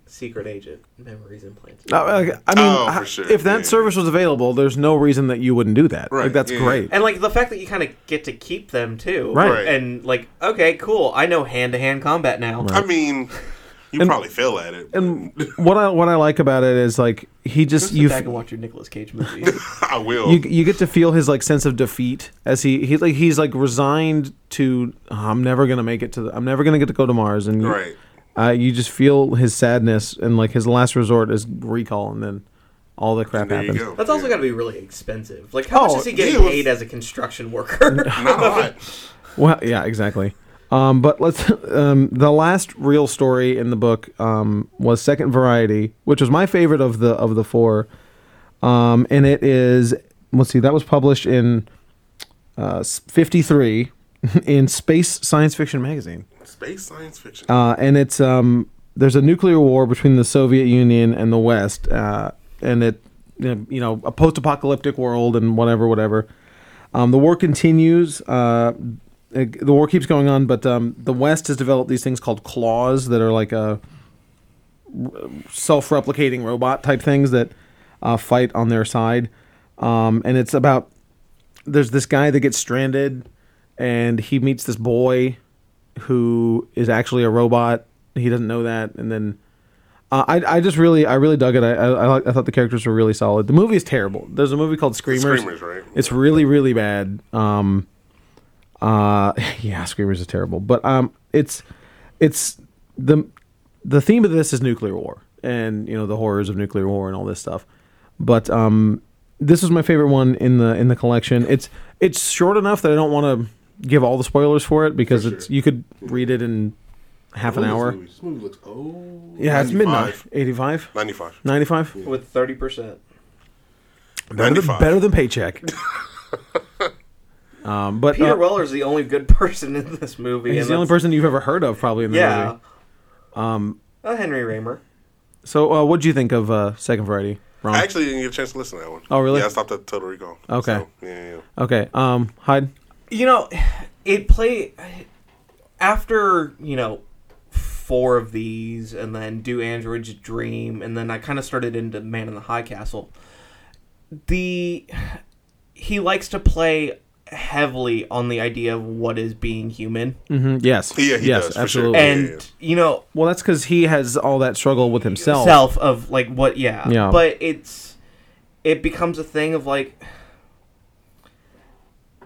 Speaker 3: secret agent memories implanted.
Speaker 1: No, uh, I I mean,
Speaker 2: Oh,
Speaker 1: I-
Speaker 2: for sure.
Speaker 1: if that
Speaker 2: Yeah.
Speaker 1: service was available, there's no reason that you wouldn't do that. Like
Speaker 2: Right,
Speaker 1: that's
Speaker 2: yeah.
Speaker 1: great.
Speaker 3: and like the fact that you kind of get to keep them too,
Speaker 1: Right.
Speaker 2: Right.
Speaker 3: And like, okay, cool. I know hand to hand combat now.
Speaker 2: I mean, you probably fail at it.
Speaker 1: And what I what I like about it is like he just
Speaker 3: You
Speaker 1: you
Speaker 3: back
Speaker 1: f-
Speaker 3: and watch your Nicolas Cage movies.
Speaker 2: I will.
Speaker 1: you you get to feel his like sense of defeat as he he like he's like resigned to "Oh, I'm never gonna make it to the, I'm never gonna get to go to Mars and you,
Speaker 2: right.
Speaker 1: uh, you just feel his sadness and like his last resort is recall and then all the crap
Speaker 2: There you
Speaker 1: happens.
Speaker 2: go.
Speaker 3: That's also got to be really expensive. Like, how
Speaker 1: Oh,
Speaker 3: much is he getting
Speaker 2: yeah, well-
Speaker 3: paid as a construction worker?
Speaker 2: not a lot.
Speaker 1: Well, yeah, exactly. Um, but let's. Um, the last real story in the book um, was Second Variety, which was my favorite of the of the four, um, and it is. Let's see, that was published in uh, fifty three in Space Science Fiction magazine,
Speaker 2: Space science fiction.
Speaker 1: uh, and it's um, there's a nuclear war between the Soviet Union and the West, uh, and it you know a post apocalyptic world and whatever whatever. Um, the war continues. Uh, it- the war keeps going on, but um, the West has developed these things called claws that are like uh self-replicating robot type things that uh, fight on their side. Um, and it's about there's this guy that gets stranded, and he meets this boy who is actually a robot. He doesn't know that, and then. Uh, I, I just really I really dug it. I I, I like- I thought the characters were really solid. The movie is terrible. There's a movie called Screamers.
Speaker 2: Screamers, right?
Speaker 1: It's really, really bad. Um, uh, yeah, Screamers is terrible, but um, it's it's the the theme of this is nuclear war and you know the horrors of nuclear war and all this stuff. But um, this was my favorite one in the in the collection. It's it's short enough that I don't want to give all the spoilers for it because it's you could read it in half an hour.
Speaker 2: This movie looks old.
Speaker 1: Yeah, it's midnight. 85?
Speaker 2: 95.
Speaker 1: 95?
Speaker 3: With 30%.
Speaker 1: Better, than,
Speaker 2: 95.
Speaker 1: better than paycheck. um, but
Speaker 3: Peter
Speaker 1: uh,
Speaker 3: Weller's the only good person in this movie.
Speaker 1: He's
Speaker 3: and
Speaker 1: the only
Speaker 3: that's-
Speaker 1: person you've ever heard of, probably in the
Speaker 3: Yeah.
Speaker 1: movie.
Speaker 3: Um, Henry Raymer.
Speaker 1: So, uh, what do you think of uh, Second Variety? Ron?
Speaker 2: I actually didn't get a chance to listen to that one.
Speaker 1: Oh, really?
Speaker 2: Yeah, I stopped at Total Recall.
Speaker 1: Okay.
Speaker 2: So, yeah, yeah, yeah.
Speaker 1: okay, um, Hyde.
Speaker 3: You know, it play after you know four of these, and then do Android's Dream, and then I kind of started into Man in the High Castle. The he likes to play heavily on the idea of what is being human,
Speaker 1: hmm Yes.
Speaker 2: Yeah, he
Speaker 1: yes,
Speaker 2: does, for sure.
Speaker 1: absolutely.
Speaker 2: Yeah,
Speaker 3: and
Speaker 2: yeah, yeah.
Speaker 3: you know
Speaker 1: Well, that's because he has all that struggle with himself.
Speaker 3: self of like what yeah.
Speaker 1: Yeah.
Speaker 3: but it's it becomes a thing of like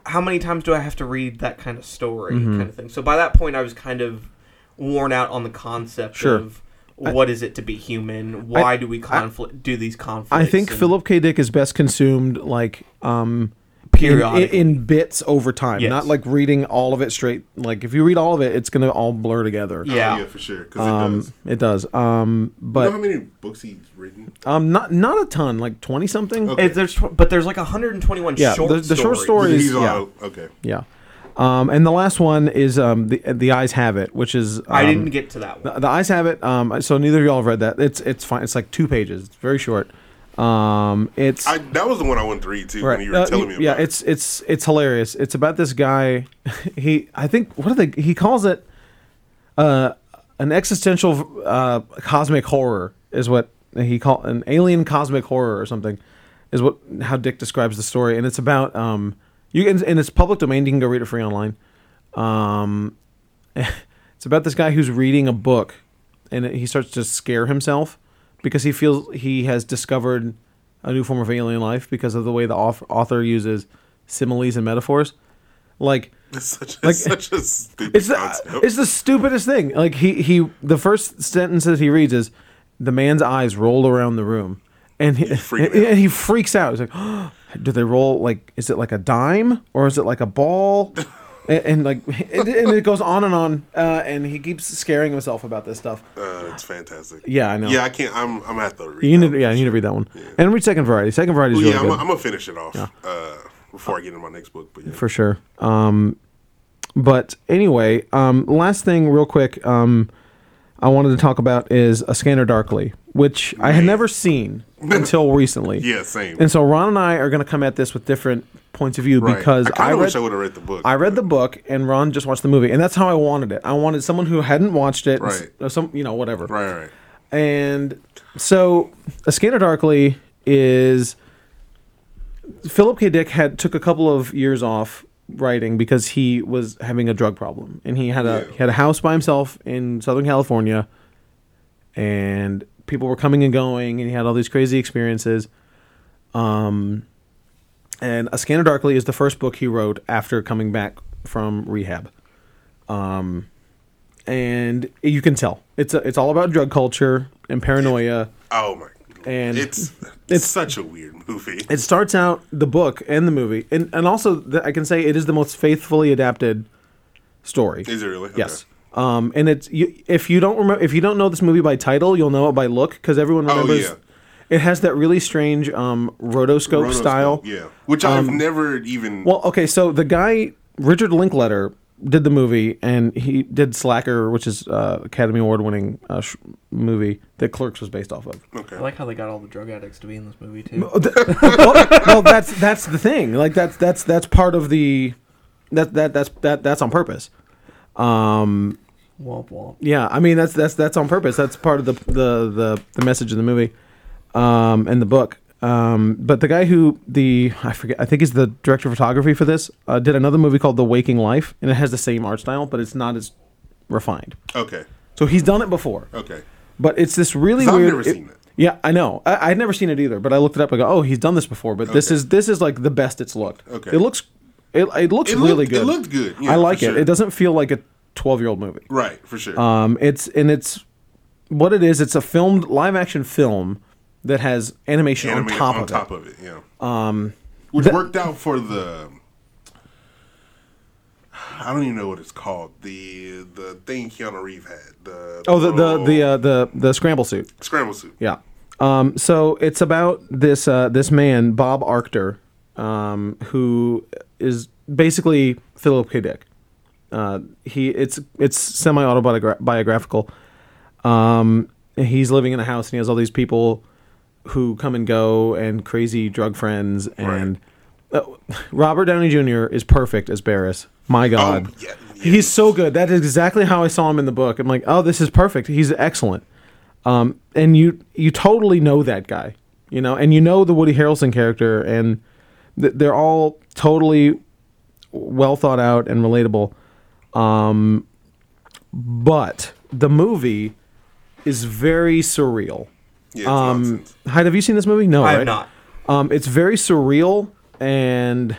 Speaker 3: how many times do i have to read that kind of story
Speaker 1: Mm-hmm.
Speaker 3: kind of thing so by that point i was kind of worn out on the concept
Speaker 1: Sure.
Speaker 3: of what is it to be human why do we conflict do these conflicts
Speaker 1: I think
Speaker 3: and-
Speaker 1: Philip K. Dick is best consumed like um, in, in,
Speaker 3: Periodically.
Speaker 1: in bits over time,
Speaker 3: Yes.
Speaker 1: not like reading all of it straight. Like if you read all of it, it's gonna all blur together.
Speaker 3: Yeah.
Speaker 2: Oh, yeah, for sure. Because it does.
Speaker 1: Um, it does. Um,
Speaker 2: you know how
Speaker 1: but
Speaker 2: many books he's written?
Speaker 1: um, not not a ton, like twenty something.
Speaker 2: Okay.
Speaker 3: It- there's but there's like 121
Speaker 1: Yeah,
Speaker 3: short
Speaker 1: the- the short story-
Speaker 2: He's
Speaker 1: Stories, yeah.
Speaker 2: all, okay.
Speaker 1: Yeah. Um, and the last one is um, the the eyes have it, which is um,
Speaker 3: i didn't get to that one
Speaker 1: The, the eyes have it. Um, so neither of y'all have read that. It's it's fine. It's like two pages. It's very short. Um, it's
Speaker 2: I, that was the one I wanted to read too
Speaker 1: right.
Speaker 2: when you were
Speaker 1: Uh,
Speaker 2: telling
Speaker 1: y-
Speaker 2: me.
Speaker 1: yeah.
Speaker 2: about it.
Speaker 1: It's it's it's hilarious. It's about this guy. He I think what are they? He calls it uh, an existential uh, cosmic horror is what he called an alien cosmic horror or something is what how Dick describes the story. And it's about um you can and it's public domain. You can go read it free online. Um, it's about this guy who's reading a book and he starts to scare himself because he feels he has discovered a new form of alien life because of the way the auth- author uses similes and metaphors. Like
Speaker 2: It's such a,
Speaker 1: like-
Speaker 2: such a stupid
Speaker 1: it's the,
Speaker 2: concept.
Speaker 1: it's the stupidest thing. Like he he the first sentence that he reads is the man's eyes roll around the room and he,
Speaker 2: freaking
Speaker 1: and,
Speaker 2: out.
Speaker 1: he freaks out. He's like, "Do they roll like is it like a dime or is it like a ball?" And, and, like, it, and it goes on and on, uh, and he keeps scaring himself about this stuff.
Speaker 2: Uh, it's fantastic.
Speaker 1: Yeah, I know.
Speaker 2: Yeah, I can't. I'm. I'm at the.
Speaker 1: You need, to- yeah, you need to read that one, and read Second Variety. Second Variety is really
Speaker 2: yeah, I'm,
Speaker 1: good
Speaker 2: I'm gonna finish it off uh, before I get into my next book. But yeah.
Speaker 1: for sure. Um, but anyway, um, last thing, real quick, um, I wanted to talk about is A Scanner Darkly, which I had never seen until recently.
Speaker 2: yeah, same.
Speaker 1: And so Ron and I are going to come at this with different points of view
Speaker 2: Right.
Speaker 1: because
Speaker 2: I
Speaker 1: I,
Speaker 2: kind of
Speaker 1: read,
Speaker 2: wish I would have read the book.
Speaker 1: I read the book and Ron just watched the movie, and that's how I wanted it. I wanted someone who hadn't watched it, and s-
Speaker 2: Right.
Speaker 1: or some you know whatever.
Speaker 2: Right, right.
Speaker 1: And so, A Scanner Darkly is Philip K. Dick had took a couple of years off writing because he was having a drug problem, and he had a
Speaker 2: Yeah.
Speaker 1: he had a house by himself in Southern California, and people were coming and going, and he had all these crazy experiences. Um, and A Scanner Darkly is the first book he wrote after coming back from rehab and you can tell it's a, it's all about drug culture and paranoia.
Speaker 2: Oh my. God.
Speaker 1: And
Speaker 2: it's
Speaker 1: it's-
Speaker 2: it's such a weird movie.
Speaker 1: It starts out the book and the movie, and and also th- I can say it is the most faithfully adapted story.
Speaker 2: Is it really? Okay.
Speaker 1: Yes. Um, and it's you, if you don't remember if you don't know this movie by title, you'll know it by look because everyone
Speaker 2: Oh,
Speaker 1: remembers.
Speaker 2: yeah.
Speaker 1: It has that really strange um, rotoscope,
Speaker 2: Rotoscope,
Speaker 1: style. Um,
Speaker 2: Yeah, which I've never even.
Speaker 1: Well, okay, so the guy Richard Linkletter did the movie, and he did Slacker, which is uh, Academy Award winning uh, sh- movie that Clerks was based off of.
Speaker 2: okay.
Speaker 3: I like how they got all the drug addicts to be in this movie too.
Speaker 1: well, well, that's that's the thing. Like that's that's that's part of the that that that's that that's on purpose.
Speaker 3: Womp womp.
Speaker 1: Yeah, I mean that's that's that's on purpose. That's part of the the the, the message of the movie, um, and the book. Um, but the guy who the I forget I think he's the director of photography for this uh, did another movie called The Waking Life, and it has the same art style, but it's not as refined.
Speaker 2: okay.
Speaker 1: So he's done it before,
Speaker 2: Okay.
Speaker 1: but it's this really
Speaker 2: 'Cause I've
Speaker 1: weird.
Speaker 2: never seen it.
Speaker 1: Yeah, I know. I, I'd never seen it either, but I looked it up. I go, oh, he's done this before, but this
Speaker 2: Okay.
Speaker 1: is this is like the best it's looked.
Speaker 2: Okay.
Speaker 1: it looks it, it looks
Speaker 2: It
Speaker 1: really
Speaker 2: looked- it
Speaker 1: good.
Speaker 2: looked good, yeah,
Speaker 1: I like
Speaker 2: for
Speaker 1: it.
Speaker 2: sure.
Speaker 1: It doesn't feel like a twelve year old movie.
Speaker 2: Right. For sure.
Speaker 1: Um, it's and it's what it is. It's a filmed live action film that has animation
Speaker 2: Animated
Speaker 1: on top
Speaker 2: on
Speaker 1: of
Speaker 2: top
Speaker 1: it.
Speaker 2: of it. Yeah. Um, which
Speaker 1: the-
Speaker 2: worked out for the. I don't even know what it's called. The the thing Keanu Reeve had. The,
Speaker 1: Oh, the the the uh, the the scramble suit.
Speaker 2: scramble suit.
Speaker 1: Yeah. Um, so it's about this uh, this man Bob Arctor, um, who is basically Philip K. Dick. Uh, he it's it's semi autobiographical. Um, he's living in a house and he has all these people who come and go and crazy drug friends and uh, Robert Downey Jr. is perfect as Barris.
Speaker 3: Oh,
Speaker 1: My God,
Speaker 2: yeah, yeah.
Speaker 1: he's so good. That is exactly how I saw him in the book. I'm like, oh, this is perfect. He's excellent. Um, and you you totally know that guy, you know, and you know the Woody Harrelson character, and th- they're all totally well thought out and relatable. Um, but the movie is very surreal.
Speaker 2: Yeah. It's
Speaker 1: Um,
Speaker 2: nonsense.
Speaker 1: Hyde, have you seen this movie? No,
Speaker 3: I have
Speaker 1: right?
Speaker 3: not.
Speaker 1: Um, it's very surreal and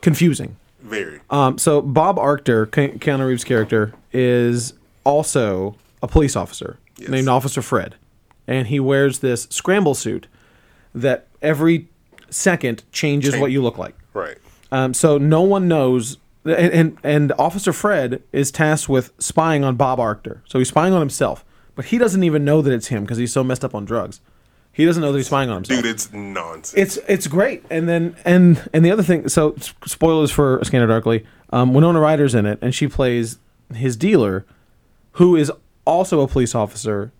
Speaker 1: confusing.
Speaker 2: Very.
Speaker 1: Um, so Bob Arctor, Ke- Keanu Reeves' character, is also a police officer
Speaker 2: Yes.
Speaker 1: named Officer Fred, and he wears this scramble suit that every second changes
Speaker 2: Change-
Speaker 1: what you look like.
Speaker 2: right.
Speaker 1: Um, so no one knows, and, and and Officer Fred is tasked with spying on Bob Arctor. So he's spying on himself, but he doesn't even know that it's him because he's so messed up on drugs. He doesn't know that he's spying on himself
Speaker 2: Dude, it's nonsense.
Speaker 1: it's it's great. And then and and the other thing, so s- spoilers for Scanner Darkly. Um, Winona Ryder's in it, and she plays his dealer, who is also a police officer,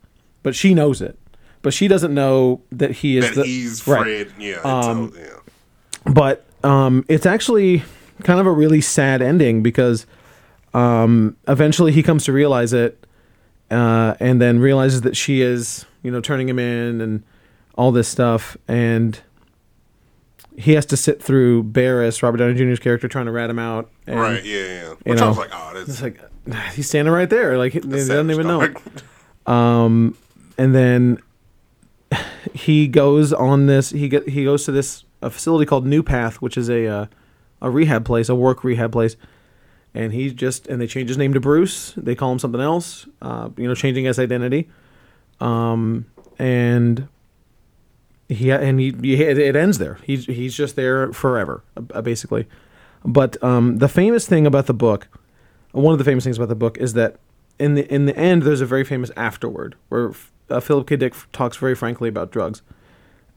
Speaker 1: but she knows it, but she doesn't know that he is
Speaker 2: that
Speaker 1: the,
Speaker 2: he's
Speaker 1: right. Um,
Speaker 2: Fred. Yeah. It's, oh, yeah.
Speaker 1: But um, it's actually kind of a really sad ending because um, eventually he comes to realize it, uh, and then realizes that she is, you know, turning him in and all this stuff, and he has to sit through Barris, Robert Downey Jr.'s character, trying to rat him out. And
Speaker 2: Right. Yeah. Yeah. Which I
Speaker 1: know,
Speaker 2: was like, oh, that's.
Speaker 1: It's like he's standing right there, like he, he doesn't even know.
Speaker 2: know.
Speaker 1: and then he goes on this he get, he goes to this a facility called New Path which is a uh, a rehab place a work rehab place and he just and they change his name to Bruce they call him something else uh, you know changing his identity um and he and he, he it ends there he's he's just there forever uh, basically But um, the famous thing about the book, one of the famous things about the book, is that in the in the end, there's a very famous afterword where uh, Philip K. Dick talks very frankly about drugs,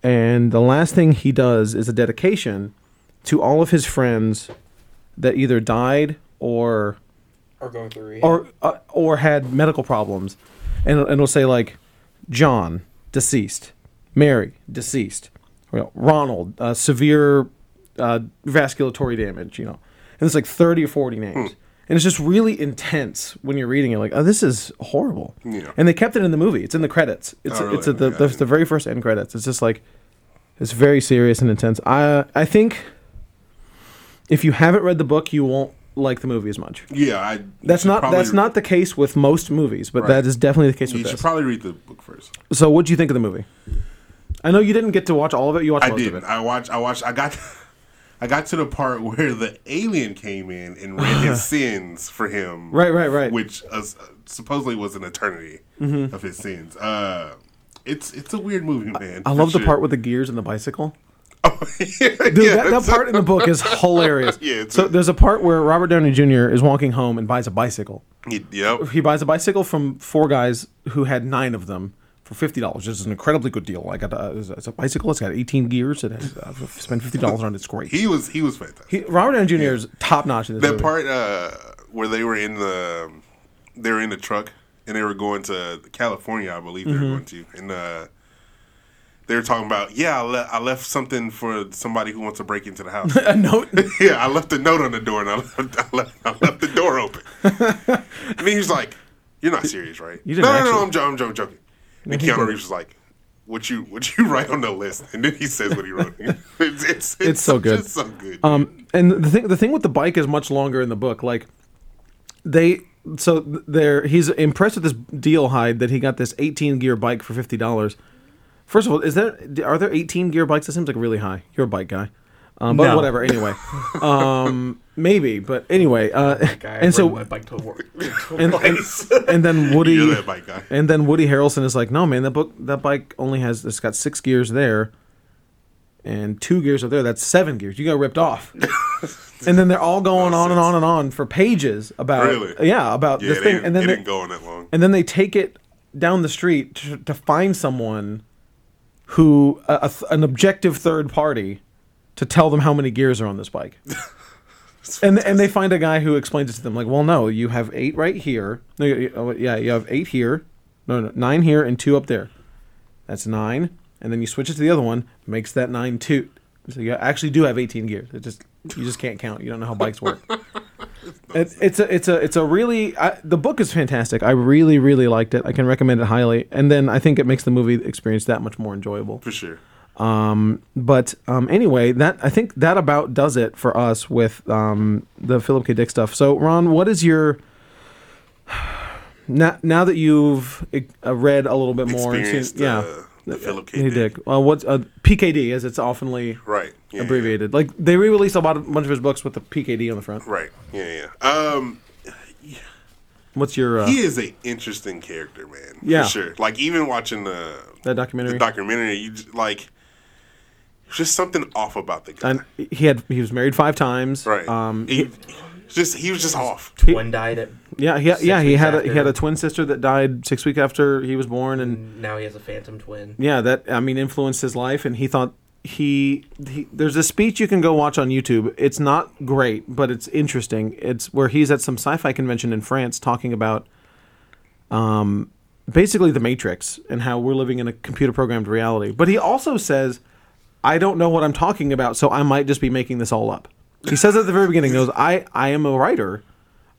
Speaker 1: and the last thing he does is a dedication to all of his friends that either died or
Speaker 4: Or going through rehab.
Speaker 1: or uh, or had medical problems, and and it'll say like John deceased, Mary deceased, you know, Ronald uh, severe uh, vasculatory damage, you know, and it's like thirty or forty
Speaker 2: Hmm.
Speaker 1: names, and it's just really intense when you're reading it. Like, oh, this is horrible.
Speaker 2: Yeah.
Speaker 1: And they kept it in the movie. It's in the credits. It's
Speaker 2: Oh, really?
Speaker 1: it's at the,
Speaker 2: Okay, I
Speaker 1: the
Speaker 2: didn't-
Speaker 1: the very first end credits. It's just like it's very serious and intense. I I think if you haven't read the book, you won't like the movie as much.
Speaker 2: Yeah, I.
Speaker 1: That's
Speaker 2: should
Speaker 1: not
Speaker 2: probably-
Speaker 1: that's not the case with most movies, but
Speaker 2: Right.
Speaker 1: that is definitely the case
Speaker 2: You
Speaker 1: with
Speaker 2: should
Speaker 1: this.
Speaker 2: probably read the book first.
Speaker 1: so, what do you think of the movie? I know you didn't get to watch all of it. You watched
Speaker 2: I
Speaker 1: most
Speaker 2: did.
Speaker 1: of it.
Speaker 2: I watched. I watched. I got. I got to the part where the alien came in and read his sins for him.
Speaker 1: Right, right, right. Mm-hmm.
Speaker 2: Which uh, supposedly was an eternity of his sins. Uh, it's it's a weird movie, man.
Speaker 1: I
Speaker 2: for
Speaker 1: love the
Speaker 2: sure.
Speaker 1: part with the gears and the bicycle.
Speaker 2: yeah,
Speaker 1: Dude,
Speaker 2: yeah,
Speaker 1: that, that
Speaker 2: it's-
Speaker 1: part in the book is hilarious.
Speaker 2: Yeah, it's
Speaker 1: so
Speaker 2: a-
Speaker 1: there's a part where Robert Downey Jr. is walking home and buys a bicycle.
Speaker 2: Yep.
Speaker 1: He buys a bicycle from four guys who had nine of them for fifty dollars. This is an incredibly good deal. I got a, it's a bicycle. It's got eighteen gears. It has, I've spent fifty dollars on it. It's great.
Speaker 2: He was he was fantastic.
Speaker 1: He, Robert Downey Jr. is top notch in this
Speaker 2: That
Speaker 1: movie.
Speaker 2: part uh, where they were in the they were in the truck and they were going to California, I believe
Speaker 1: Mm-hmm.
Speaker 2: they were going to, and uh, they were talking about yeah, I, le- I left something for somebody who wants to break into the house.
Speaker 1: a note.
Speaker 2: yeah, I left a note on the door and I left, I left, I left the door open. and he was like, "You're not serious, right?"
Speaker 1: You didn't
Speaker 2: no, no,
Speaker 1: actually-
Speaker 2: no, I'm, jo- I'm, jo- I'm joking. And
Speaker 1: he
Speaker 2: Keanu
Speaker 1: didn't.
Speaker 2: Reeves was like. What you what you write on the list, and then he says what he wrote. it's, it's, it's,
Speaker 1: so good.
Speaker 2: It's so good.
Speaker 1: Um, and the thing, the thing with the bike is much longer in the book. Like they, so they're he's impressed with this deal hide that he got this 18 gear bike for fifty dollars. First of all, is there are there 18 gear bikes? That seems like really high. You're a bike guy, um, but
Speaker 3: No.
Speaker 1: whatever. Anyway, um, maybe, but anyway. Uh,
Speaker 3: Guy,
Speaker 1: and so
Speaker 3: my bike to work.
Speaker 1: and, and, and then Woody
Speaker 2: You're that bike guy.
Speaker 1: and then Woody Harrelson is like, "No, man, that book that bike only has it's got 6 gears there and 2 gears are there. That's 7 gears. You got ripped off." and then they're all going on and on and on for pages about
Speaker 2: Really?
Speaker 1: yeah, about
Speaker 2: Yeah,
Speaker 1: this
Speaker 2: it
Speaker 1: thing
Speaker 2: ain't-
Speaker 1: and then
Speaker 2: it
Speaker 1: they,
Speaker 2: didn't go on that long.
Speaker 1: and then they take it down the street to, to find someone who a, a th- an objective third party to tell them how many gears are on this bike. and and they find a guy who explains it to them like, "Well, no, you have 8 right here. No, you- you- oh, yeah, you have 8 here. No, no, 9 here and 2 up there. That's 9. And then you switch it to the other one, makes that 9 2. So you actually do have 18 gears. It just you just can't count. You don't know how bikes work. It, it's a it's a it's a really I, the book is fantastic. I really really liked it. I can recommend it highly. And then I think it makes the movie experience that much more enjoyable.
Speaker 2: for sure.
Speaker 1: Um, but um, anyway, that I think that about does it for us with um, the Philip K. Dick stuff. So Ron, what is your now now that you've uh, read a little bit more? and seen-
Speaker 2: Experienced
Speaker 1: yeah,
Speaker 2: uh, the Philip K.
Speaker 1: Hey,
Speaker 2: Dick.
Speaker 1: Dick. Uh, what's uh, PKD as it's oftenly
Speaker 2: Right. Yeah,
Speaker 1: abbreviated? Like they re-released a lot of, bunch of his books with the PKD on the front.
Speaker 2: Yeah. Right. Yeah, yeah. Um,
Speaker 1: What's your uh,
Speaker 2: he is an interesting character, man.
Speaker 1: Yeah.
Speaker 2: For sure. Like even watching the
Speaker 1: that
Speaker 2: the
Speaker 1: documentary?
Speaker 2: documentary, you just, like there's just something off about the guy.
Speaker 1: and he had he was married five times.
Speaker 2: right.
Speaker 1: Um.
Speaker 2: he, just he was just off.
Speaker 3: Twin died at.
Speaker 1: Yeah. He, yeah. He
Speaker 3: weeks
Speaker 1: had a, he
Speaker 3: after.
Speaker 1: had a twin sister that died six weeks after he was born, and
Speaker 3: Now he has a phantom twin.
Speaker 1: yeah, that I mean influenced his life. And he thought he, he there's a speech you can go watch on YouTube. It's not great, but it's interesting. It's where he's at some sci-fi convention in France talking about, um, basically the Matrix and how we're living in a computer programmed reality. But he also says, I don't know what I'm talking about, so I might just be making this all up. He says at the very beginning, he goes, I, I am a writer.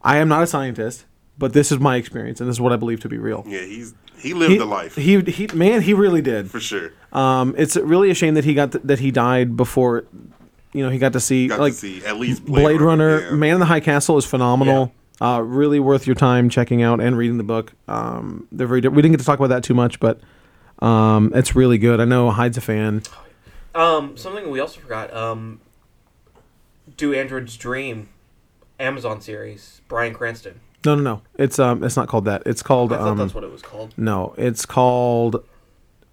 Speaker 1: I am not a scientist, but this is my experience and this is what I believe to be real.
Speaker 2: Yeah, he's he lived
Speaker 1: He-
Speaker 2: a life
Speaker 1: He, he, man, he really did.
Speaker 2: for sure.
Speaker 1: Um, it's really a shame that he got th- that he died before, you know, he got to see
Speaker 2: Got
Speaker 1: like
Speaker 2: to see at least
Speaker 1: Blade, Runner,
Speaker 2: yeah.
Speaker 1: Man in the High Castle is phenomenal. Uh, really worth your time checking out and reading the book. Um, they're very. di- We didn't get to talk about that too much, but um, it's really good. I know Hyde's a fan.
Speaker 3: Um, something we also forgot. Um, do androids dream? Amazon series. Brian Cranston.
Speaker 1: No, no, no. It's um, it's not called that. It's called
Speaker 3: I thought
Speaker 1: um,
Speaker 3: that's what it was called.
Speaker 1: no. It's called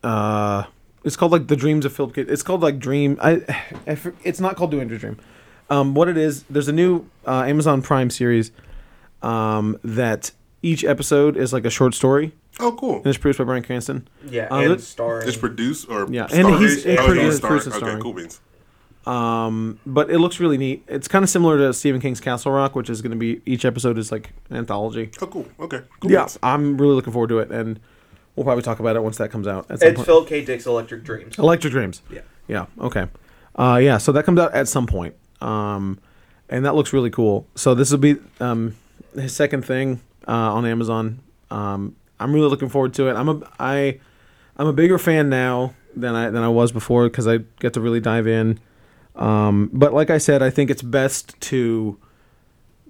Speaker 1: uh, it's called like the dreams of Philip. K. It's called like Dream. I, I for- it's not called Do Andrew Dream. Um, what it is, there's a new uh, Amazon Prime series um, that each episode is like a short story, and
Speaker 2: Oh, cool.
Speaker 1: it's produced by Brian Cranston.
Speaker 3: Yeah,
Speaker 1: Uh,
Speaker 3: and
Speaker 1: let-
Speaker 3: starring.
Speaker 2: It's produced or
Speaker 1: Yeah, and
Speaker 2: starring?
Speaker 1: he's-
Speaker 2: Oh,
Speaker 1: it produced-
Speaker 2: he's
Speaker 1: it's
Speaker 2: starring.
Speaker 1: produced and
Speaker 2: Okay,
Speaker 1: starring.
Speaker 2: cool beans.
Speaker 1: But it looks really neat. It's kind of similar to Stephen King's Castle Rock, which is going to be each episode is like an anthology.
Speaker 2: Oh, cool. Okay. Cool
Speaker 1: Yeah,
Speaker 2: beans.
Speaker 1: I'm really looking forward to it, and we'll probably talk about it once that comes out. At some
Speaker 3: it's
Speaker 1: point.
Speaker 3: Phil K. Dick's Electric Dreams.
Speaker 1: Electric Dreams.
Speaker 3: Yeah.
Speaker 1: Yeah. Okay. Uh, yeah. So that comes out at some point. Um, and that looks really cool. So this will be um, his second thing uh, on Amazon. Um, I'm really looking forward to it. I'm a I I'm a bigger fan now than I than I was before because I get to really dive in. Um, but like I said, I think it's best to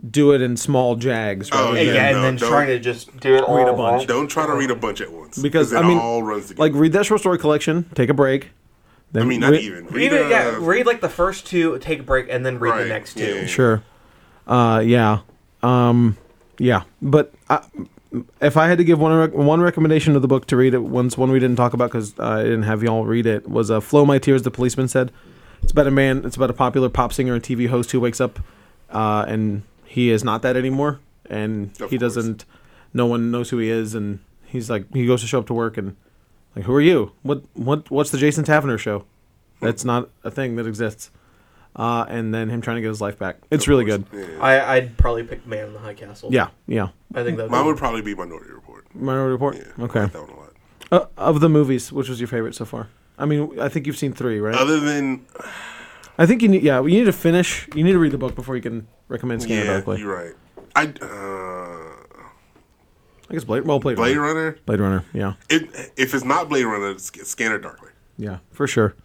Speaker 1: do it in small jags.
Speaker 2: Oh,
Speaker 1: rather
Speaker 2: yeah,
Speaker 1: than-
Speaker 3: yeah, and
Speaker 2: no,
Speaker 3: then
Speaker 2: don't-
Speaker 3: trying to just do it all
Speaker 1: Read a
Speaker 3: at
Speaker 1: bunch.
Speaker 3: once.
Speaker 2: Don't try to read a bunch at once
Speaker 1: Because,
Speaker 2: it
Speaker 1: I mean,
Speaker 2: all runs together.
Speaker 1: Like read that short story collection, take a break. Then
Speaker 2: I mean, not
Speaker 1: re-
Speaker 2: even. Read,
Speaker 3: Even,
Speaker 2: uh,
Speaker 3: yeah, read like the first two, take a break, and then read
Speaker 2: Right,
Speaker 3: the next two.
Speaker 2: yeah, yeah.
Speaker 1: Sure. Uh, yeah. Um, yeah. But I, if I had to give one rec- one recommendation of the book to read, it once one we didn't talk about because I didn't have y'all read it was uh, "Flow My Tears." The policeman said, "It's about a man. It's about a popular pop singer and TV host who wakes up, uh, and he is not that anymore, and
Speaker 2: Of
Speaker 1: he
Speaker 2: course.
Speaker 1: doesn't. No one knows who he is, and he's like he goes to show up to work and like who are you? What what what's the Jason Taverner show? That's not a thing that exists. Uh, and then him trying to get his life back. It's really good.
Speaker 2: Yeah.
Speaker 3: I, I'd probably pick Man in the High Castle.
Speaker 1: Yeah, yeah.
Speaker 3: I think that
Speaker 2: Mine
Speaker 3: would
Speaker 2: would probably be Minority Report.
Speaker 1: Minority Report.
Speaker 2: Yeah, I
Speaker 1: Okay.
Speaker 2: like that one a lot.
Speaker 1: Uh, of the movies, which was your favorite so far? I mean, I think you've seen three, right?
Speaker 2: Other than
Speaker 1: I think you need. Yeah, you need to finish. You need to read the book before you can recommend Scanner
Speaker 2: yeah,
Speaker 1: Darkly.
Speaker 2: you're right. I uh,
Speaker 1: I guess Blade. Well, Blade.
Speaker 2: Blade
Speaker 1: Runner.
Speaker 2: Runner.
Speaker 1: Blade Runner. Yeah,
Speaker 2: It, if it's not Blade Runner, it's Scanner Darkly.
Speaker 1: yeah, for sure.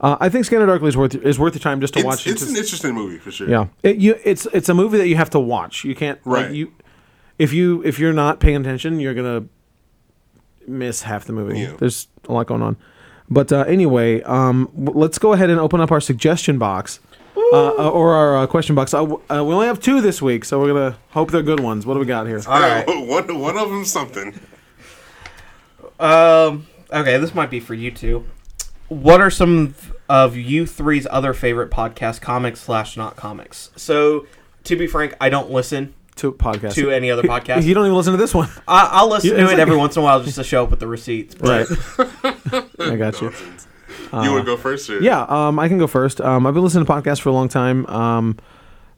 Speaker 1: Uh, I think Scanner Darkly is worth is worth your time just to
Speaker 2: It's,
Speaker 1: watch.
Speaker 2: it's
Speaker 1: just-
Speaker 2: an interesting movie for sure.
Speaker 1: Yeah, it, you, it's it's a movie that you have to watch. You can't like,
Speaker 2: Right.
Speaker 1: you if you if you're not paying attention, you're gonna miss half the movie.
Speaker 2: Yeah.
Speaker 1: There's a lot going on. But uh, anyway, um, w- let's go ahead and open up our suggestion box uh, uh, or our uh, question box. Uh, w- uh, we only have two this week, so we're gonna hope they're good ones. What do we got here?
Speaker 3: All right.
Speaker 2: one one of them something.
Speaker 3: Um. Okay, this might be for you two. What are some of you three's other favorite podcast comics slash not comics? So, to be frank, I don't listen
Speaker 1: Two podcasts.
Speaker 3: to any other podcast.
Speaker 1: You don't even listen to this one,
Speaker 3: I, I'll listen
Speaker 1: You-
Speaker 3: to
Speaker 1: it's
Speaker 3: it
Speaker 1: like-
Speaker 3: every once in a while just to show up with the receipts. But
Speaker 1: right? I got you.
Speaker 2: Nonsense. you would go first, or
Speaker 1: Uh, Yeah, um, I can go first. Um, I've been listening to podcasts for a long time. Um,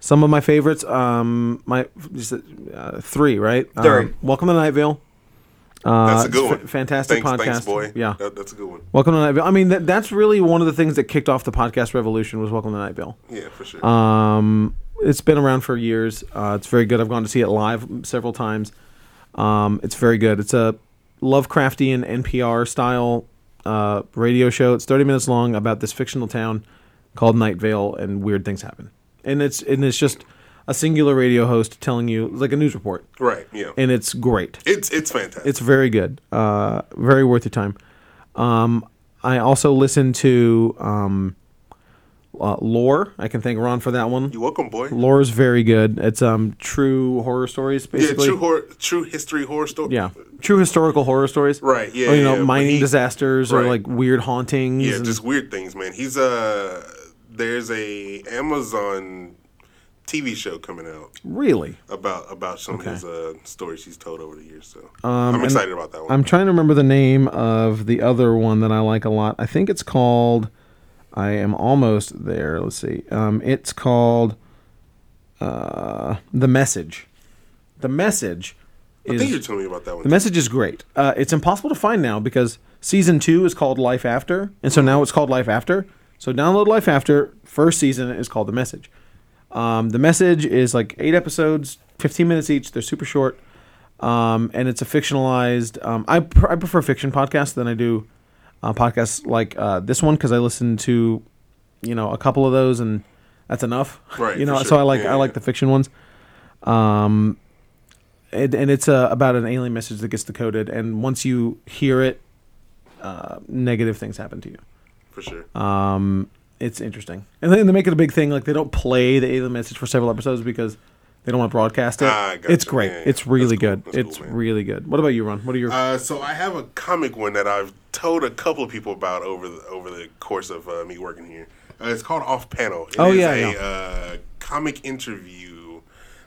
Speaker 1: some of my favorites, um, my just, uh, three, right? Um,
Speaker 3: Three.
Speaker 1: Welcome to Night Vale. Uh,
Speaker 2: that's a good
Speaker 1: it's
Speaker 2: one.
Speaker 1: fa- fantastic
Speaker 2: thanks,
Speaker 1: podcast.
Speaker 2: Thanks, boy.
Speaker 1: Yeah.
Speaker 2: That- that's a good one.
Speaker 1: Welcome to Night Vale. I mean, that, that's really one of the things that kicked off the podcast revolution was Welcome to Night Vale.
Speaker 2: Yeah, for sure.
Speaker 1: Um, it's been around for years. Uh, it's very good. I've gone to see it live several times. Um, it's very good. It's a Lovecraftian NPR style uh, radio show. It's 30 minutes long about this fictional town called Night Vale, and weird things happen. And it's and it's just a singular radio host telling you like a news report,
Speaker 2: right. Yeah.
Speaker 1: and it's great.
Speaker 2: it's it's fantastic.
Speaker 1: It's very good. Uh, very worth your time. Um, I also listen to um, uh, Lore. I can thank Ron for that one.
Speaker 2: you welcome, boy.
Speaker 1: Lore is very good. It's um true horror stories,
Speaker 2: Yeah,
Speaker 1: basically.
Speaker 2: true horror, true history horror story.
Speaker 1: Yeah. true historical horror stories.
Speaker 2: Right, yeah,
Speaker 1: Or, you
Speaker 2: yeah,
Speaker 1: know,
Speaker 2: yeah. When
Speaker 1: mining
Speaker 2: he-
Speaker 1: disasters or
Speaker 2: right.
Speaker 1: like weird hauntings.
Speaker 2: Yeah,
Speaker 1: and-
Speaker 2: just weird things, man. He's uh there's a Amazon TV show coming out
Speaker 1: really.
Speaker 2: about about some
Speaker 1: Okay. Um,
Speaker 2: of his uh, stories he's told over the years. So I'm excited about that one.
Speaker 1: I'm trying to remember the name of the other one that I like a lot. I think it's called. I am almost there. Let's see. Um, it's called uh, the message. The message.
Speaker 2: I
Speaker 1: is,
Speaker 2: think you're telling me about that one.
Speaker 1: The message is great. Uh, it's impossible to find now because season two is called Life After, and so now it's called Life After. So download Life After. First season is called The Message. Um, the Message is like eight episodes, fifteen minutes each. They're super short, um, and it's a fictionalized. Um, I pr- I prefer fiction podcasts than I do uh, podcasts like uh, this one because I listen to, you know, a couple of those and that's enough.
Speaker 2: Right,
Speaker 1: you know,
Speaker 2: for
Speaker 1: so
Speaker 2: sure.
Speaker 1: I like
Speaker 2: Yeah,
Speaker 1: I like
Speaker 2: yeah.
Speaker 1: the fiction ones. Um, and, and it's uh, about an alien message that gets decoded, and once you hear it, uh, negative things happen to you.
Speaker 2: for sure.
Speaker 1: Um, it's interesting, and then they make it a big thing. Like they don't play the alien message for several episodes because they don't want to broadcast it.
Speaker 2: Ah, gotcha.
Speaker 1: It's great.
Speaker 2: Yeah, yeah.
Speaker 1: It's really
Speaker 2: That's cool.
Speaker 1: good.
Speaker 2: That's
Speaker 1: it's
Speaker 2: cool, man.
Speaker 1: really good. What about you, Ron? What are your?
Speaker 2: Uh, so I have a comic one that I've told a couple of people about over the over the course of uh, me working here. Uh, it's called Off Panel. It
Speaker 1: Oh,
Speaker 2: is
Speaker 1: yeah, I
Speaker 2: a
Speaker 1: know.
Speaker 2: uh, comic interview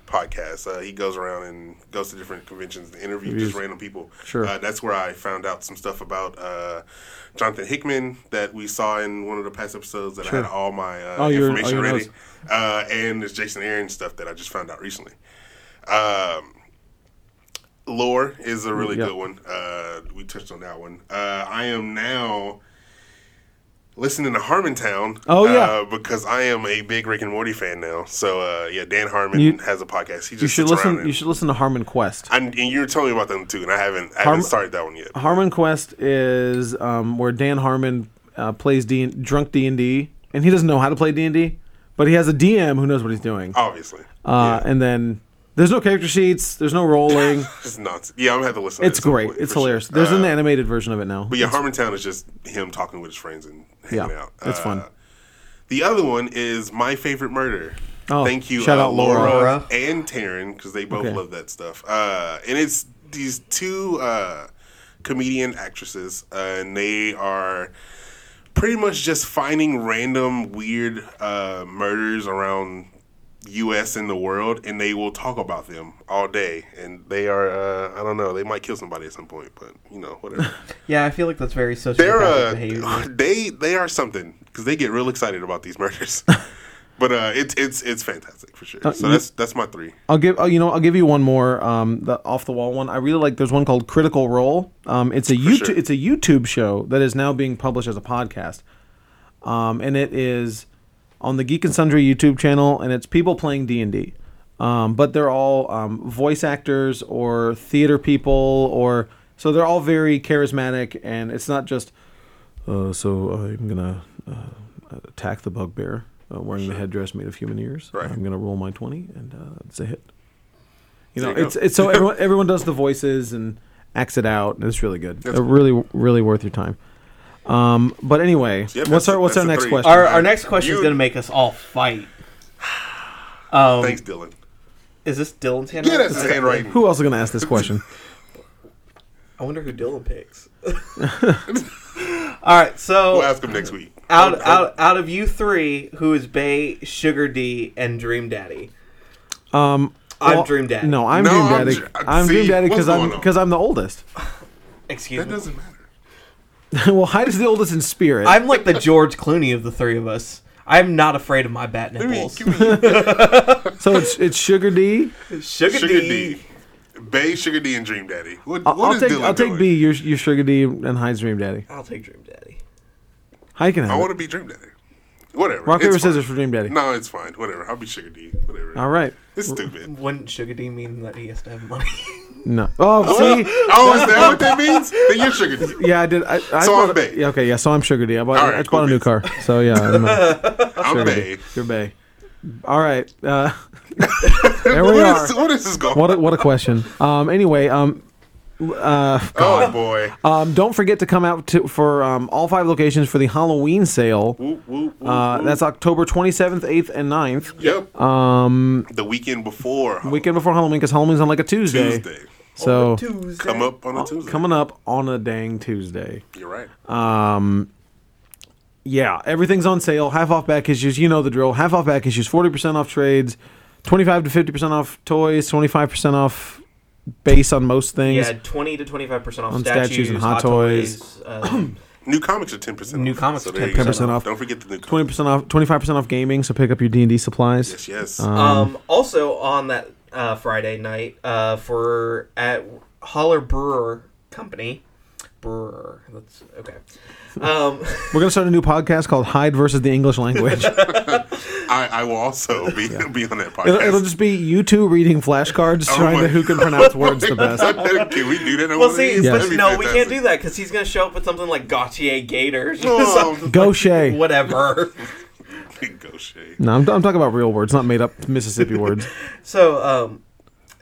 Speaker 2: podcast. Uh, he goes around and goes to different conventions and interviews
Speaker 1: Reviews.
Speaker 2: just random people.
Speaker 1: Sure.
Speaker 2: Uh, that's where I found out some stuff about uh, Jonathan Hickman that we saw in one of the past episodes that I had all my uh,
Speaker 1: All Oh, your- all
Speaker 2: information
Speaker 1: your
Speaker 2: ready.
Speaker 1: notes.
Speaker 2: Uh, and there's Jason Aaron stuff that I just found out recently. Um, Lore is a really
Speaker 1: Yeah.
Speaker 2: good one. Uh, we touched on that one. Uh, I am now listening to Harmontown.
Speaker 1: Oh, yeah.
Speaker 2: uh, because I am a big Rick and Morty fan now. So uh, yeah, Dan Harmon
Speaker 1: You-
Speaker 2: has a podcast. He just
Speaker 1: You should
Speaker 2: sits around
Speaker 1: listen.
Speaker 2: and,
Speaker 1: You should listen to Harmon Quest.
Speaker 2: and, and you were telling me about them too, and I haven't
Speaker 1: Harm-
Speaker 2: I
Speaker 1: Uh,
Speaker 2: haven't started that one yet.
Speaker 1: Harmon Quest is um, where Dan Harmon uh, plays D- drunk D and D, and he doesn't know how to play D and D, but he has a DM who knows what he's doing.
Speaker 2: Obviously,
Speaker 1: Uh, And then there's no character sheets, there's no rolling.
Speaker 2: it's nonsense. Yeah, I'm gonna have to listen. to
Speaker 1: it's
Speaker 2: it at some
Speaker 1: great.
Speaker 2: point,
Speaker 1: It's
Speaker 2: for sure.
Speaker 1: hilarious. There's an
Speaker 2: Uh,
Speaker 1: animated version of it now.
Speaker 2: But yeah, Harmontown is just him talking with his friends and hanging
Speaker 1: Yeah,
Speaker 2: out. Uh,
Speaker 1: it's fun.
Speaker 2: The other one is My Favorite Murder.
Speaker 1: Oh,
Speaker 2: Thank you,
Speaker 1: shout
Speaker 2: uh,
Speaker 1: out Laura.
Speaker 2: Laura,
Speaker 3: Laura.
Speaker 2: and Taryn, because they both
Speaker 1: Okay.
Speaker 2: love that stuff. Uh, and it's these two uh, comedian actresses, uh, and they are pretty much just finding random weird uh, murders around U.S. and the world, and they will talk about them all day. And they are, uh, I don't know, they might kill somebody at some point, but you know, whatever.
Speaker 3: Yeah, I feel like that's very sociopathic
Speaker 2: they're
Speaker 3: behavior.
Speaker 2: uh, they they are something because they get real excited about these murders. but uh, it's it's it's fantastic for sure. so
Speaker 1: Uh, you-
Speaker 2: that's that's my three.
Speaker 1: I'll give oh, you know I'll give you one more um, the off the wall one. I really like. There's one called Critical Role. Um, it's a YouTube
Speaker 2: sure.
Speaker 1: it's a YouTube show that is now being published as a podcast, um, and it is on the Geek and Sundry YouTube channel, and it's people playing D and D, but they're all um, voice actors or theater people or so they're all very charismatic, and it's not just uh, so I'm gonna uh, attack the bugbear uh, wearing the headdress made of human ears.
Speaker 2: Right.
Speaker 1: I'm gonna roll my twenty, and uh, it's a hit. You know,
Speaker 2: There you go.
Speaker 1: it's it's so everyone everyone does the voices and acts it out, and it's really good.
Speaker 2: That's
Speaker 1: Uh,
Speaker 2: cool.
Speaker 1: Really, really worth your time. Um, but anyway, what's
Speaker 2: Yep, that's-
Speaker 1: our what's
Speaker 2: that's
Speaker 1: our
Speaker 2: the
Speaker 1: next
Speaker 2: three.
Speaker 1: question?
Speaker 3: our, our next question is
Speaker 2: You-
Speaker 3: going to make us all fight. Um,
Speaker 2: Thanks, Dylan.
Speaker 3: Is this Dylan's handwriting?
Speaker 2: Yeah, that's his handwriting.
Speaker 1: Who else is going to ask this question?
Speaker 3: I wonder who Dylan picks. all right, so
Speaker 2: We'll ask him next week.
Speaker 3: out
Speaker 2: Oh,
Speaker 3: out out of you three, who is Bay, Sugar D, and Dream Daddy?
Speaker 1: Um,
Speaker 3: I'm
Speaker 1: well,
Speaker 3: Dream Daddy.
Speaker 1: No, I'm
Speaker 2: No,
Speaker 1: Dream
Speaker 2: I'm
Speaker 1: Daddy.
Speaker 2: Dr- uh,
Speaker 1: I'm,
Speaker 2: see,
Speaker 1: Dream Daddy
Speaker 2: what's
Speaker 1: because I'm
Speaker 2: going on?
Speaker 1: because I'm the oldest.
Speaker 3: Excuse
Speaker 2: That
Speaker 3: me.
Speaker 2: doesn't matter.
Speaker 1: well, Hyde is the oldest in spirit.
Speaker 3: I'm like the George Clooney of the three of us. I'm not afraid of my bat
Speaker 2: Give me,
Speaker 3: nipples.
Speaker 2: give me
Speaker 1: so it's it's Sugar D.
Speaker 3: Sugar,
Speaker 2: Sugar
Speaker 3: D.
Speaker 2: D, Bay Sugar D, and Dream Daddy. What,
Speaker 1: I'll,
Speaker 2: what
Speaker 1: I'll
Speaker 2: is
Speaker 1: take
Speaker 2: Dylan
Speaker 1: I'll take
Speaker 2: doing?
Speaker 1: B. Your your Sugar D and Hyde's Dream Daddy.
Speaker 3: I'll take Dream Daddy.
Speaker 1: Hyde can have
Speaker 2: I
Speaker 1: it.
Speaker 2: want to be Dream Daddy. Whatever.
Speaker 1: rock
Speaker 2: it's
Speaker 1: paper
Speaker 2: fine.
Speaker 1: scissors for Dream Daddy.
Speaker 2: No, it's fine. Whatever. I'll be Sugar D. Whatever.
Speaker 1: All right.
Speaker 2: It's stupid.
Speaker 3: Wouldn't Sugar D mean that he has to have money?
Speaker 1: No. Oh, see.
Speaker 2: oh, is that what that means? Then you're Sugar D.
Speaker 1: Yeah, I did. I, I
Speaker 2: So I'm
Speaker 1: bought a-
Speaker 2: Bay.
Speaker 1: Yeah, okay, yeah. So I'm Sugar D. I bought.
Speaker 2: All
Speaker 1: I
Speaker 2: right,
Speaker 1: just bought a new
Speaker 2: cool
Speaker 1: car. So yeah, I'm, uh,
Speaker 2: I'm
Speaker 1: Sugar D.
Speaker 2: Bay.
Speaker 1: You're Bay. All right. Uh, there we
Speaker 2: What
Speaker 1: are.
Speaker 2: is, what is this going?
Speaker 1: What a, what a question. Um. Anyway. Um.
Speaker 2: oh boy.
Speaker 1: Um. Don't forget to come out to for um all five locations for the Halloween sale.
Speaker 2: Whoop, whoop, whoop,
Speaker 1: Uh,
Speaker 2: whoop.
Speaker 1: that's October 27th, 8th, and 9th.
Speaker 2: Yep. Um, the weekend before
Speaker 1: Weekend before Halloween, because Halloween's on like a Tuesday.
Speaker 2: Tuesday.
Speaker 1: So
Speaker 3: Tuesday.
Speaker 2: Come up on a Tuesday.
Speaker 1: coming Oh, up on a dang Tuesday.
Speaker 2: You're right.
Speaker 1: Yeah, everything's on sale. Half off back issues. You know the drill. Half off back issues. Forty percent off trades. Twenty-five to fifty percent off toys. Twenty-five percent off base on most things.
Speaker 3: Yeah, twenty to twenty-five percent off
Speaker 1: On
Speaker 3: statues, and hot, toys. um,
Speaker 2: new comics are ten percent.
Speaker 3: New comics
Speaker 2: so
Speaker 3: are
Speaker 2: there you
Speaker 1: 10%
Speaker 2: go.
Speaker 1: off.
Speaker 2: Don't forget the new
Speaker 1: Twenty
Speaker 2: comics.
Speaker 1: percent off. Twenty-five percent off gaming. So pick up your D and D supplies.
Speaker 2: Yes, yes.
Speaker 1: Uh,
Speaker 3: um, also on that uh, Friday night uh, for at Holler Brewer Company. Brewer. That's okay. Um,
Speaker 1: We're gonna start a new podcast called Hyde versus the English Language. it'll,
Speaker 2: I, I will also be be on that podcast.
Speaker 1: it'll just be you two reading flashcards, trying
Speaker 2: Oh my-
Speaker 1: to who can pronounce words the best.
Speaker 2: Can we do that? on
Speaker 3: well,
Speaker 2: one of
Speaker 3: see,
Speaker 2: these?
Speaker 1: Yeah.
Speaker 2: That'd
Speaker 3: but
Speaker 2: be
Speaker 3: no, we can't
Speaker 2: fantastic.
Speaker 3: do that because he's gonna show up with something like Gautier Gators. or
Speaker 2: Oh,
Speaker 1: Gaucher.
Speaker 3: Whatever.
Speaker 2: go Shay.
Speaker 1: No, I'm, I'm talking about real words, not made up Mississippi words.
Speaker 3: So, um,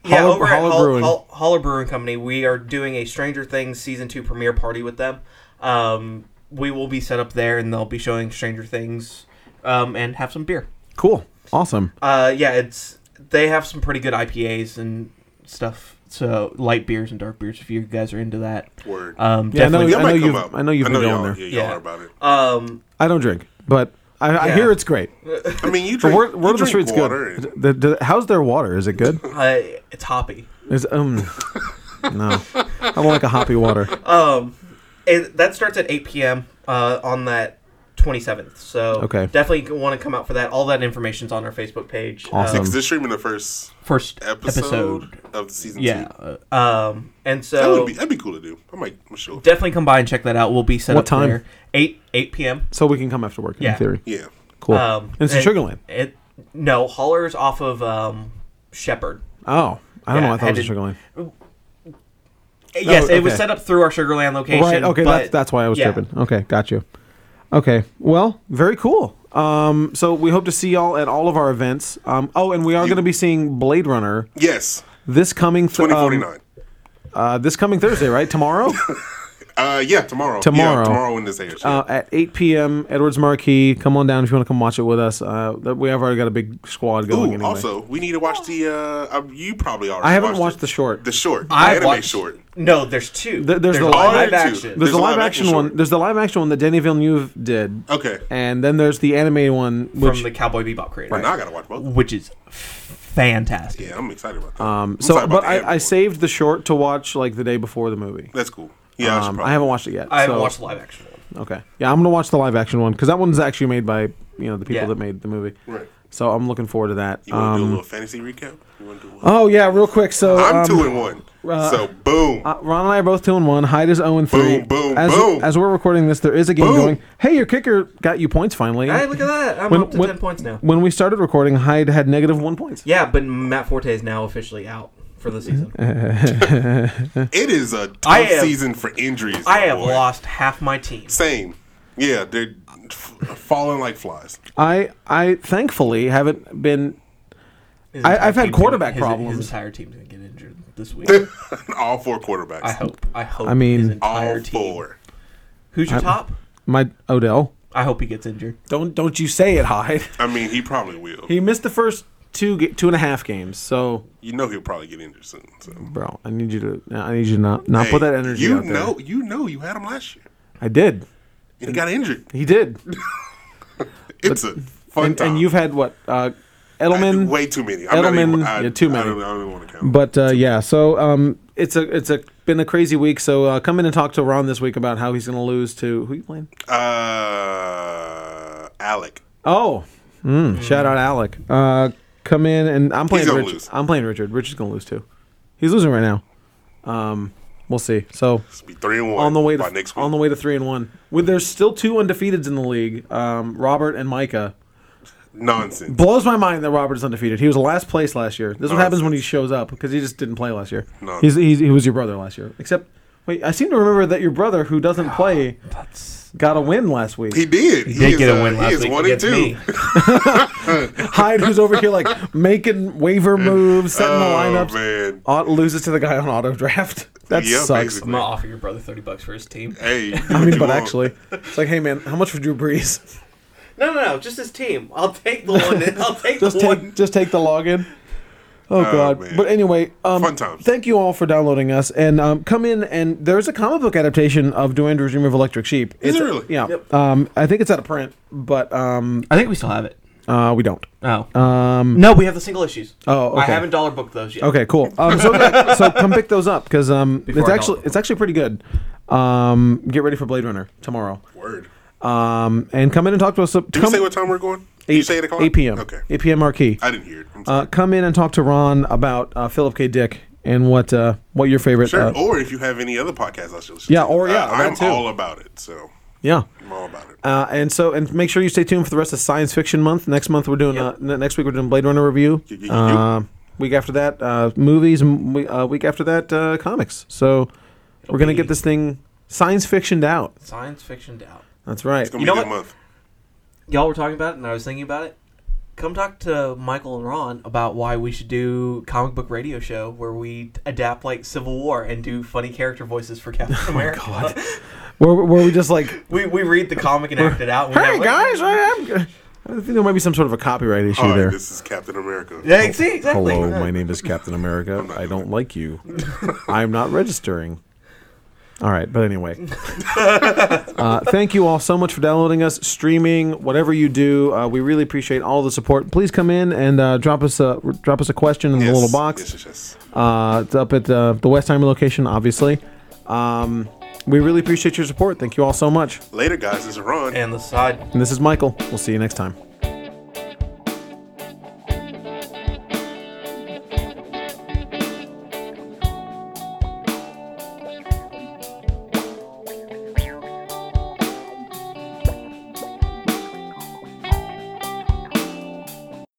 Speaker 3: yeah,
Speaker 1: Holler-
Speaker 3: over at
Speaker 1: Holler
Speaker 3: Holler
Speaker 1: Brewing.
Speaker 3: Holler, Holler Brewing Company, we are doing a Stranger Things season two premiere party with them. Um, we will be set up there, and they'll be showing Stranger Things, um, and have some beer.
Speaker 1: Cool. Awesome.
Speaker 3: Uh, yeah, it's they have some pretty good IPAs and stuff. So light beers and dark beers, if you guys are into that.
Speaker 2: Word.
Speaker 3: Um,
Speaker 1: Yeah, I know-
Speaker 3: definitely.
Speaker 2: That might
Speaker 1: you've-
Speaker 2: come up.
Speaker 1: I know you've been
Speaker 2: y'all,
Speaker 1: going there.
Speaker 2: Yeah, y'all
Speaker 3: Yeah.
Speaker 2: are about it.
Speaker 3: Um,
Speaker 1: I don't drink, but I, I
Speaker 3: Yeah.
Speaker 1: hear it's great.
Speaker 2: I mean, you
Speaker 1: The
Speaker 2: drink,
Speaker 1: word,
Speaker 2: you
Speaker 1: word on the
Speaker 2: drink
Speaker 1: street's
Speaker 2: water.
Speaker 1: good. Um, The- the- how's their water? Is it good?
Speaker 3: Uh, it's hoppy.
Speaker 1: Is um, no, I don't like a hoppy water.
Speaker 3: It, that starts at 8 p.m. Uh, on that 27th. So
Speaker 1: Okay.
Speaker 3: definitely want to come out for that. All that information's on our Facebook page.
Speaker 1: Awesome.
Speaker 2: Is this streaming the first
Speaker 3: Uh, first
Speaker 2: episode,
Speaker 3: episode.
Speaker 2: of the season
Speaker 3: Yeah.
Speaker 2: two?
Speaker 3: uh, Um, and
Speaker 2: That
Speaker 3: so
Speaker 2: would be that'd be cool to do. I might I'm sure.
Speaker 3: definitely come by and check that out. We'll be set
Speaker 1: What
Speaker 3: up
Speaker 1: time?
Speaker 3: there. 8 8 p.m.
Speaker 1: So we can come after work in
Speaker 3: Yeah.
Speaker 1: theory.
Speaker 2: Yeah.
Speaker 1: Cool.
Speaker 3: Um,
Speaker 1: it's in
Speaker 3: and-
Speaker 1: Sugarland.
Speaker 3: It no haulers off of um, Shepherd.
Speaker 1: Oh, I don't know.
Speaker 3: yeah,
Speaker 1: I thought it was
Speaker 3: I did-
Speaker 1: Sugarland.
Speaker 3: yes, it was
Speaker 1: Oh, okay.
Speaker 3: set up through our Sugarland location.
Speaker 1: Right. Okay.
Speaker 3: but-
Speaker 1: that's that's why I was
Speaker 3: yeah.
Speaker 1: tripping. Okay. Got you. Okay. Well, very cool. Um, so we hope to see y'all at all of our events. Um, oh, and we are going to be seeing Blade Runner
Speaker 2: Yes.
Speaker 1: this coming th-
Speaker 2: Twenty
Speaker 1: um,
Speaker 2: forty nine.
Speaker 1: uh, this coming Thursday, right? Tomorrow
Speaker 2: uh, yeah, tomorrow.
Speaker 1: Tomorrow.
Speaker 2: Yeah, tomorrow when this airs.
Speaker 1: uh, at 8 p.m. Edwards Marquee. Come on down if you want to come watch it with us. Uh, th- we have already got a big squad
Speaker 2: Ooh,
Speaker 1: going. anyway.
Speaker 2: also, we need to watch the. Uh, um, you probably already.
Speaker 1: I haven't watched,
Speaker 2: watched, it.
Speaker 1: the short.
Speaker 2: The short. The
Speaker 3: I
Speaker 2: anime
Speaker 3: watched-
Speaker 2: short.
Speaker 3: No, there's two.
Speaker 1: There- there's the
Speaker 3: live,
Speaker 2: live-
Speaker 3: action.
Speaker 1: there's,
Speaker 2: There's
Speaker 1: the
Speaker 2: a
Speaker 1: live action one.
Speaker 2: short.
Speaker 1: There's the live action one that Danny Villeneuve did,
Speaker 2: Okay.
Speaker 1: and then there's the anime one,
Speaker 3: from
Speaker 1: which
Speaker 3: the Cowboy Bebop creator,
Speaker 2: Now I gotta watch both.
Speaker 3: which is fantastic.
Speaker 2: Yeah, I'm excited about that.
Speaker 1: Um,
Speaker 2: I'm
Speaker 1: so,
Speaker 2: excited
Speaker 1: but
Speaker 2: about the
Speaker 1: I, I
Speaker 2: anime.
Speaker 1: saved the short to watch like the day before the movie.
Speaker 2: that's cool. Yeah, I should
Speaker 1: Um, I
Speaker 2: probably-
Speaker 1: haven't watched it yet.
Speaker 3: I haven't
Speaker 1: so-
Speaker 3: watched the live action one.
Speaker 1: Okay, yeah, I'm gonna watch the live action one because that one's actually made by you know the people
Speaker 3: Yeah.
Speaker 1: that made the movie.
Speaker 2: Right.
Speaker 1: So I'm looking forward to that.
Speaker 2: You want to do a
Speaker 1: Um,
Speaker 2: little fantasy recap? You want to do? One?
Speaker 1: oh yeah, real quick. So
Speaker 2: I'm
Speaker 1: um,
Speaker 2: two and one.
Speaker 1: uh,
Speaker 2: so boom.
Speaker 1: uh, Ron and I are both two and one. Hyde is zero and three.
Speaker 2: Boom, boom,
Speaker 1: as,
Speaker 2: boom.
Speaker 1: As we're recording this, there is a game
Speaker 2: Boom.
Speaker 1: going. Hey, your kicker got you points finally.
Speaker 3: Hey, look at that! I'm
Speaker 1: When-
Speaker 3: up to
Speaker 1: when-
Speaker 3: ten points now.
Speaker 1: When we started recording, Hyde had negative one points.
Speaker 3: Yeah, but Matt Forte is now officially out for the season.
Speaker 1: Mm-hmm.
Speaker 2: it is a tough
Speaker 3: I have-
Speaker 2: season for injuries. my
Speaker 3: I have
Speaker 2: boy.
Speaker 3: lost half my team.
Speaker 2: Same. Yeah, they're f- falling like flies.
Speaker 1: I I thankfully haven't been.
Speaker 3: His
Speaker 1: I-
Speaker 3: entire
Speaker 1: I've had
Speaker 3: team's gonna-
Speaker 1: quarterback
Speaker 3: his-
Speaker 1: problems.
Speaker 3: His entire team's gonna get injured this week.
Speaker 2: All four quarterbacks.
Speaker 3: I hope. I hope.
Speaker 1: I mean-
Speaker 3: his
Speaker 2: All
Speaker 3: entire team.
Speaker 2: four.
Speaker 3: Who's your top?
Speaker 1: My Odell.
Speaker 3: I hope he gets injured.
Speaker 1: Don't don't you say it, Hyde.
Speaker 2: I mean, he probably will.
Speaker 1: He missed the first two ga- two and a half games. So,
Speaker 2: you know he'll probably get injured soon. So.
Speaker 1: bro, I need you to I need you to not not
Speaker 2: Hey,
Speaker 1: put that energy
Speaker 2: You
Speaker 1: out there.
Speaker 2: know, you know, you had him last year.
Speaker 1: I did.
Speaker 2: And he got injured.
Speaker 1: He did.
Speaker 2: It's a fun
Speaker 1: and,
Speaker 2: time.
Speaker 1: and you've had what uh,
Speaker 2: I do
Speaker 1: Edelman.
Speaker 2: way too many. I'm not even-
Speaker 1: Edelman,
Speaker 2: I,
Speaker 1: yeah, too many.
Speaker 2: I don't, I don't even want to count.
Speaker 1: But uh, yeah, so um, it's a it's a been a crazy week. So uh, come in and talk to Ron this week about how he's going to lose to who you playing?
Speaker 2: uh, Alec.
Speaker 1: Oh, mm, shout out Alec. Uh, come in and I'm playing.
Speaker 2: gonna
Speaker 1: Rich-
Speaker 2: lose.
Speaker 1: I'm playing Richard. Richard's going to lose too. He's losing right now. Um, we'll see. So
Speaker 2: It's be three and one
Speaker 1: on the way to
Speaker 2: by next week.
Speaker 1: on the way to three and one. With there's still two undefeateds in the league. Um, Robert and Micah
Speaker 2: Nonsense.
Speaker 1: blows my mind that Robert's undefeated. He was last place last year. This is what happens when he shows up because he just didn't play last year.
Speaker 2: No.
Speaker 1: He's, he's, he was your brother last year. Except wait, I seem to remember that your brother who doesn't play
Speaker 3: That's
Speaker 1: got a win last week.
Speaker 2: He did. He, is, uh, He is one and
Speaker 3: against
Speaker 2: two.
Speaker 3: me.
Speaker 1: Hyde, who's over here like making waiver moves, setting
Speaker 2: Oh
Speaker 1: the lineups.
Speaker 2: man.
Speaker 1: Aut- loses to the guy on auto draft. That
Speaker 2: Yeah,
Speaker 1: sucks.
Speaker 2: basically.
Speaker 3: I'm gonna offer your brother thirty bucks for his team.
Speaker 2: Hey.
Speaker 1: I mean, but actually, it's like, hey man, how much for Drew Brees?
Speaker 3: No, no, no, just his team. I'll take the one. I'll take
Speaker 1: Just
Speaker 3: the one.
Speaker 1: take, just take the login. Oh, god!
Speaker 2: man.
Speaker 1: But anyway, um,
Speaker 2: Fun times.
Speaker 1: Thank you all for downloading us, and um, come in and there's a comic book adaptation of Duandra's Dream of Electric Sheep. It's-
Speaker 2: Is there really?
Speaker 1: Yeah.
Speaker 3: Yep.
Speaker 1: Um, I think it's out of print, but um,
Speaker 3: I think we still have it.
Speaker 1: uh, we don't.
Speaker 3: Oh
Speaker 1: Um,
Speaker 3: no, we have the single issues.
Speaker 1: Oh,
Speaker 3: I
Speaker 1: okay.
Speaker 3: haven't dollar booked those yet.
Speaker 1: okay, cool. Um, so, yeah, so come pick those up because um,
Speaker 3: Before
Speaker 1: it's
Speaker 3: I
Speaker 1: actually
Speaker 3: download.
Speaker 1: it's actually pretty good. Um, get ready for Blade Runner tomorrow.
Speaker 2: Word.
Speaker 1: Um, and come in and talk to us. Did
Speaker 2: Did you say what time we're going? Did you say eight o'clock?
Speaker 1: 8 p.m.
Speaker 2: Okay.
Speaker 1: 8 p.m. Marquee.
Speaker 2: I didn't hear it. I'm sorry.
Speaker 1: Uh, come in and talk to Ron about uh, Philip K. Dick and what uh, what your favorite.
Speaker 2: sure.
Speaker 1: uh,
Speaker 2: or if you have any other podcasts, I should listen
Speaker 1: Yeah,
Speaker 2: to.
Speaker 1: or yeah,
Speaker 2: I,
Speaker 1: that
Speaker 2: I'm
Speaker 1: too.
Speaker 2: all about it. So
Speaker 1: yeah.
Speaker 2: I'm all about it.
Speaker 1: Uh, and so, and make sure you stay tuned for the rest of Science Fiction Month. Next month, we're doing
Speaker 3: Yep.
Speaker 1: uh, n- next week we're doing Blade Runner review.
Speaker 2: Yeah, yeah, yeah.
Speaker 1: Uh, week after that, uh, movies. And we, uh, week after that, uh, comics. So we're gonna
Speaker 3: be-
Speaker 1: get this thing science fictioned out.
Speaker 3: Science fiction doubt.
Speaker 1: That's right.
Speaker 2: It's gonna
Speaker 3: You
Speaker 2: be a
Speaker 3: know
Speaker 2: good
Speaker 3: what?
Speaker 2: month.
Speaker 3: Y'all were talking about it, and I was thinking about it. Come talk to Michael and Ron about why we should do comic book radio show where we adapt like Civil War and do funny character voices for Captain America.
Speaker 1: Where, where we just like,
Speaker 3: we we read the comic and act it out. and we
Speaker 1: hey
Speaker 3: have-
Speaker 1: guys, I, am I think there might be some sort of a copyright issue
Speaker 2: All right,
Speaker 1: there.
Speaker 2: this is Captain America.
Speaker 3: Yeah, see, exactly.
Speaker 1: Hello, my name is Captain America. I don't like you. I'm not registering. All right, but anyway, uh, thank you all so much for downloading us, streaming, whatever you do. Uh, we really appreciate all the support. Please come in and uh, drop us a drop us a question in the
Speaker 2: Yes,
Speaker 1: little box.
Speaker 2: yes, yes, yes.
Speaker 1: Uh, it's up at uh, the Westheimer location, obviously. Um, we really appreciate your support. Thank you all so much.
Speaker 2: Later, guys. This is Ron.
Speaker 3: And the side
Speaker 1: And this is Michael. We'll see you next time.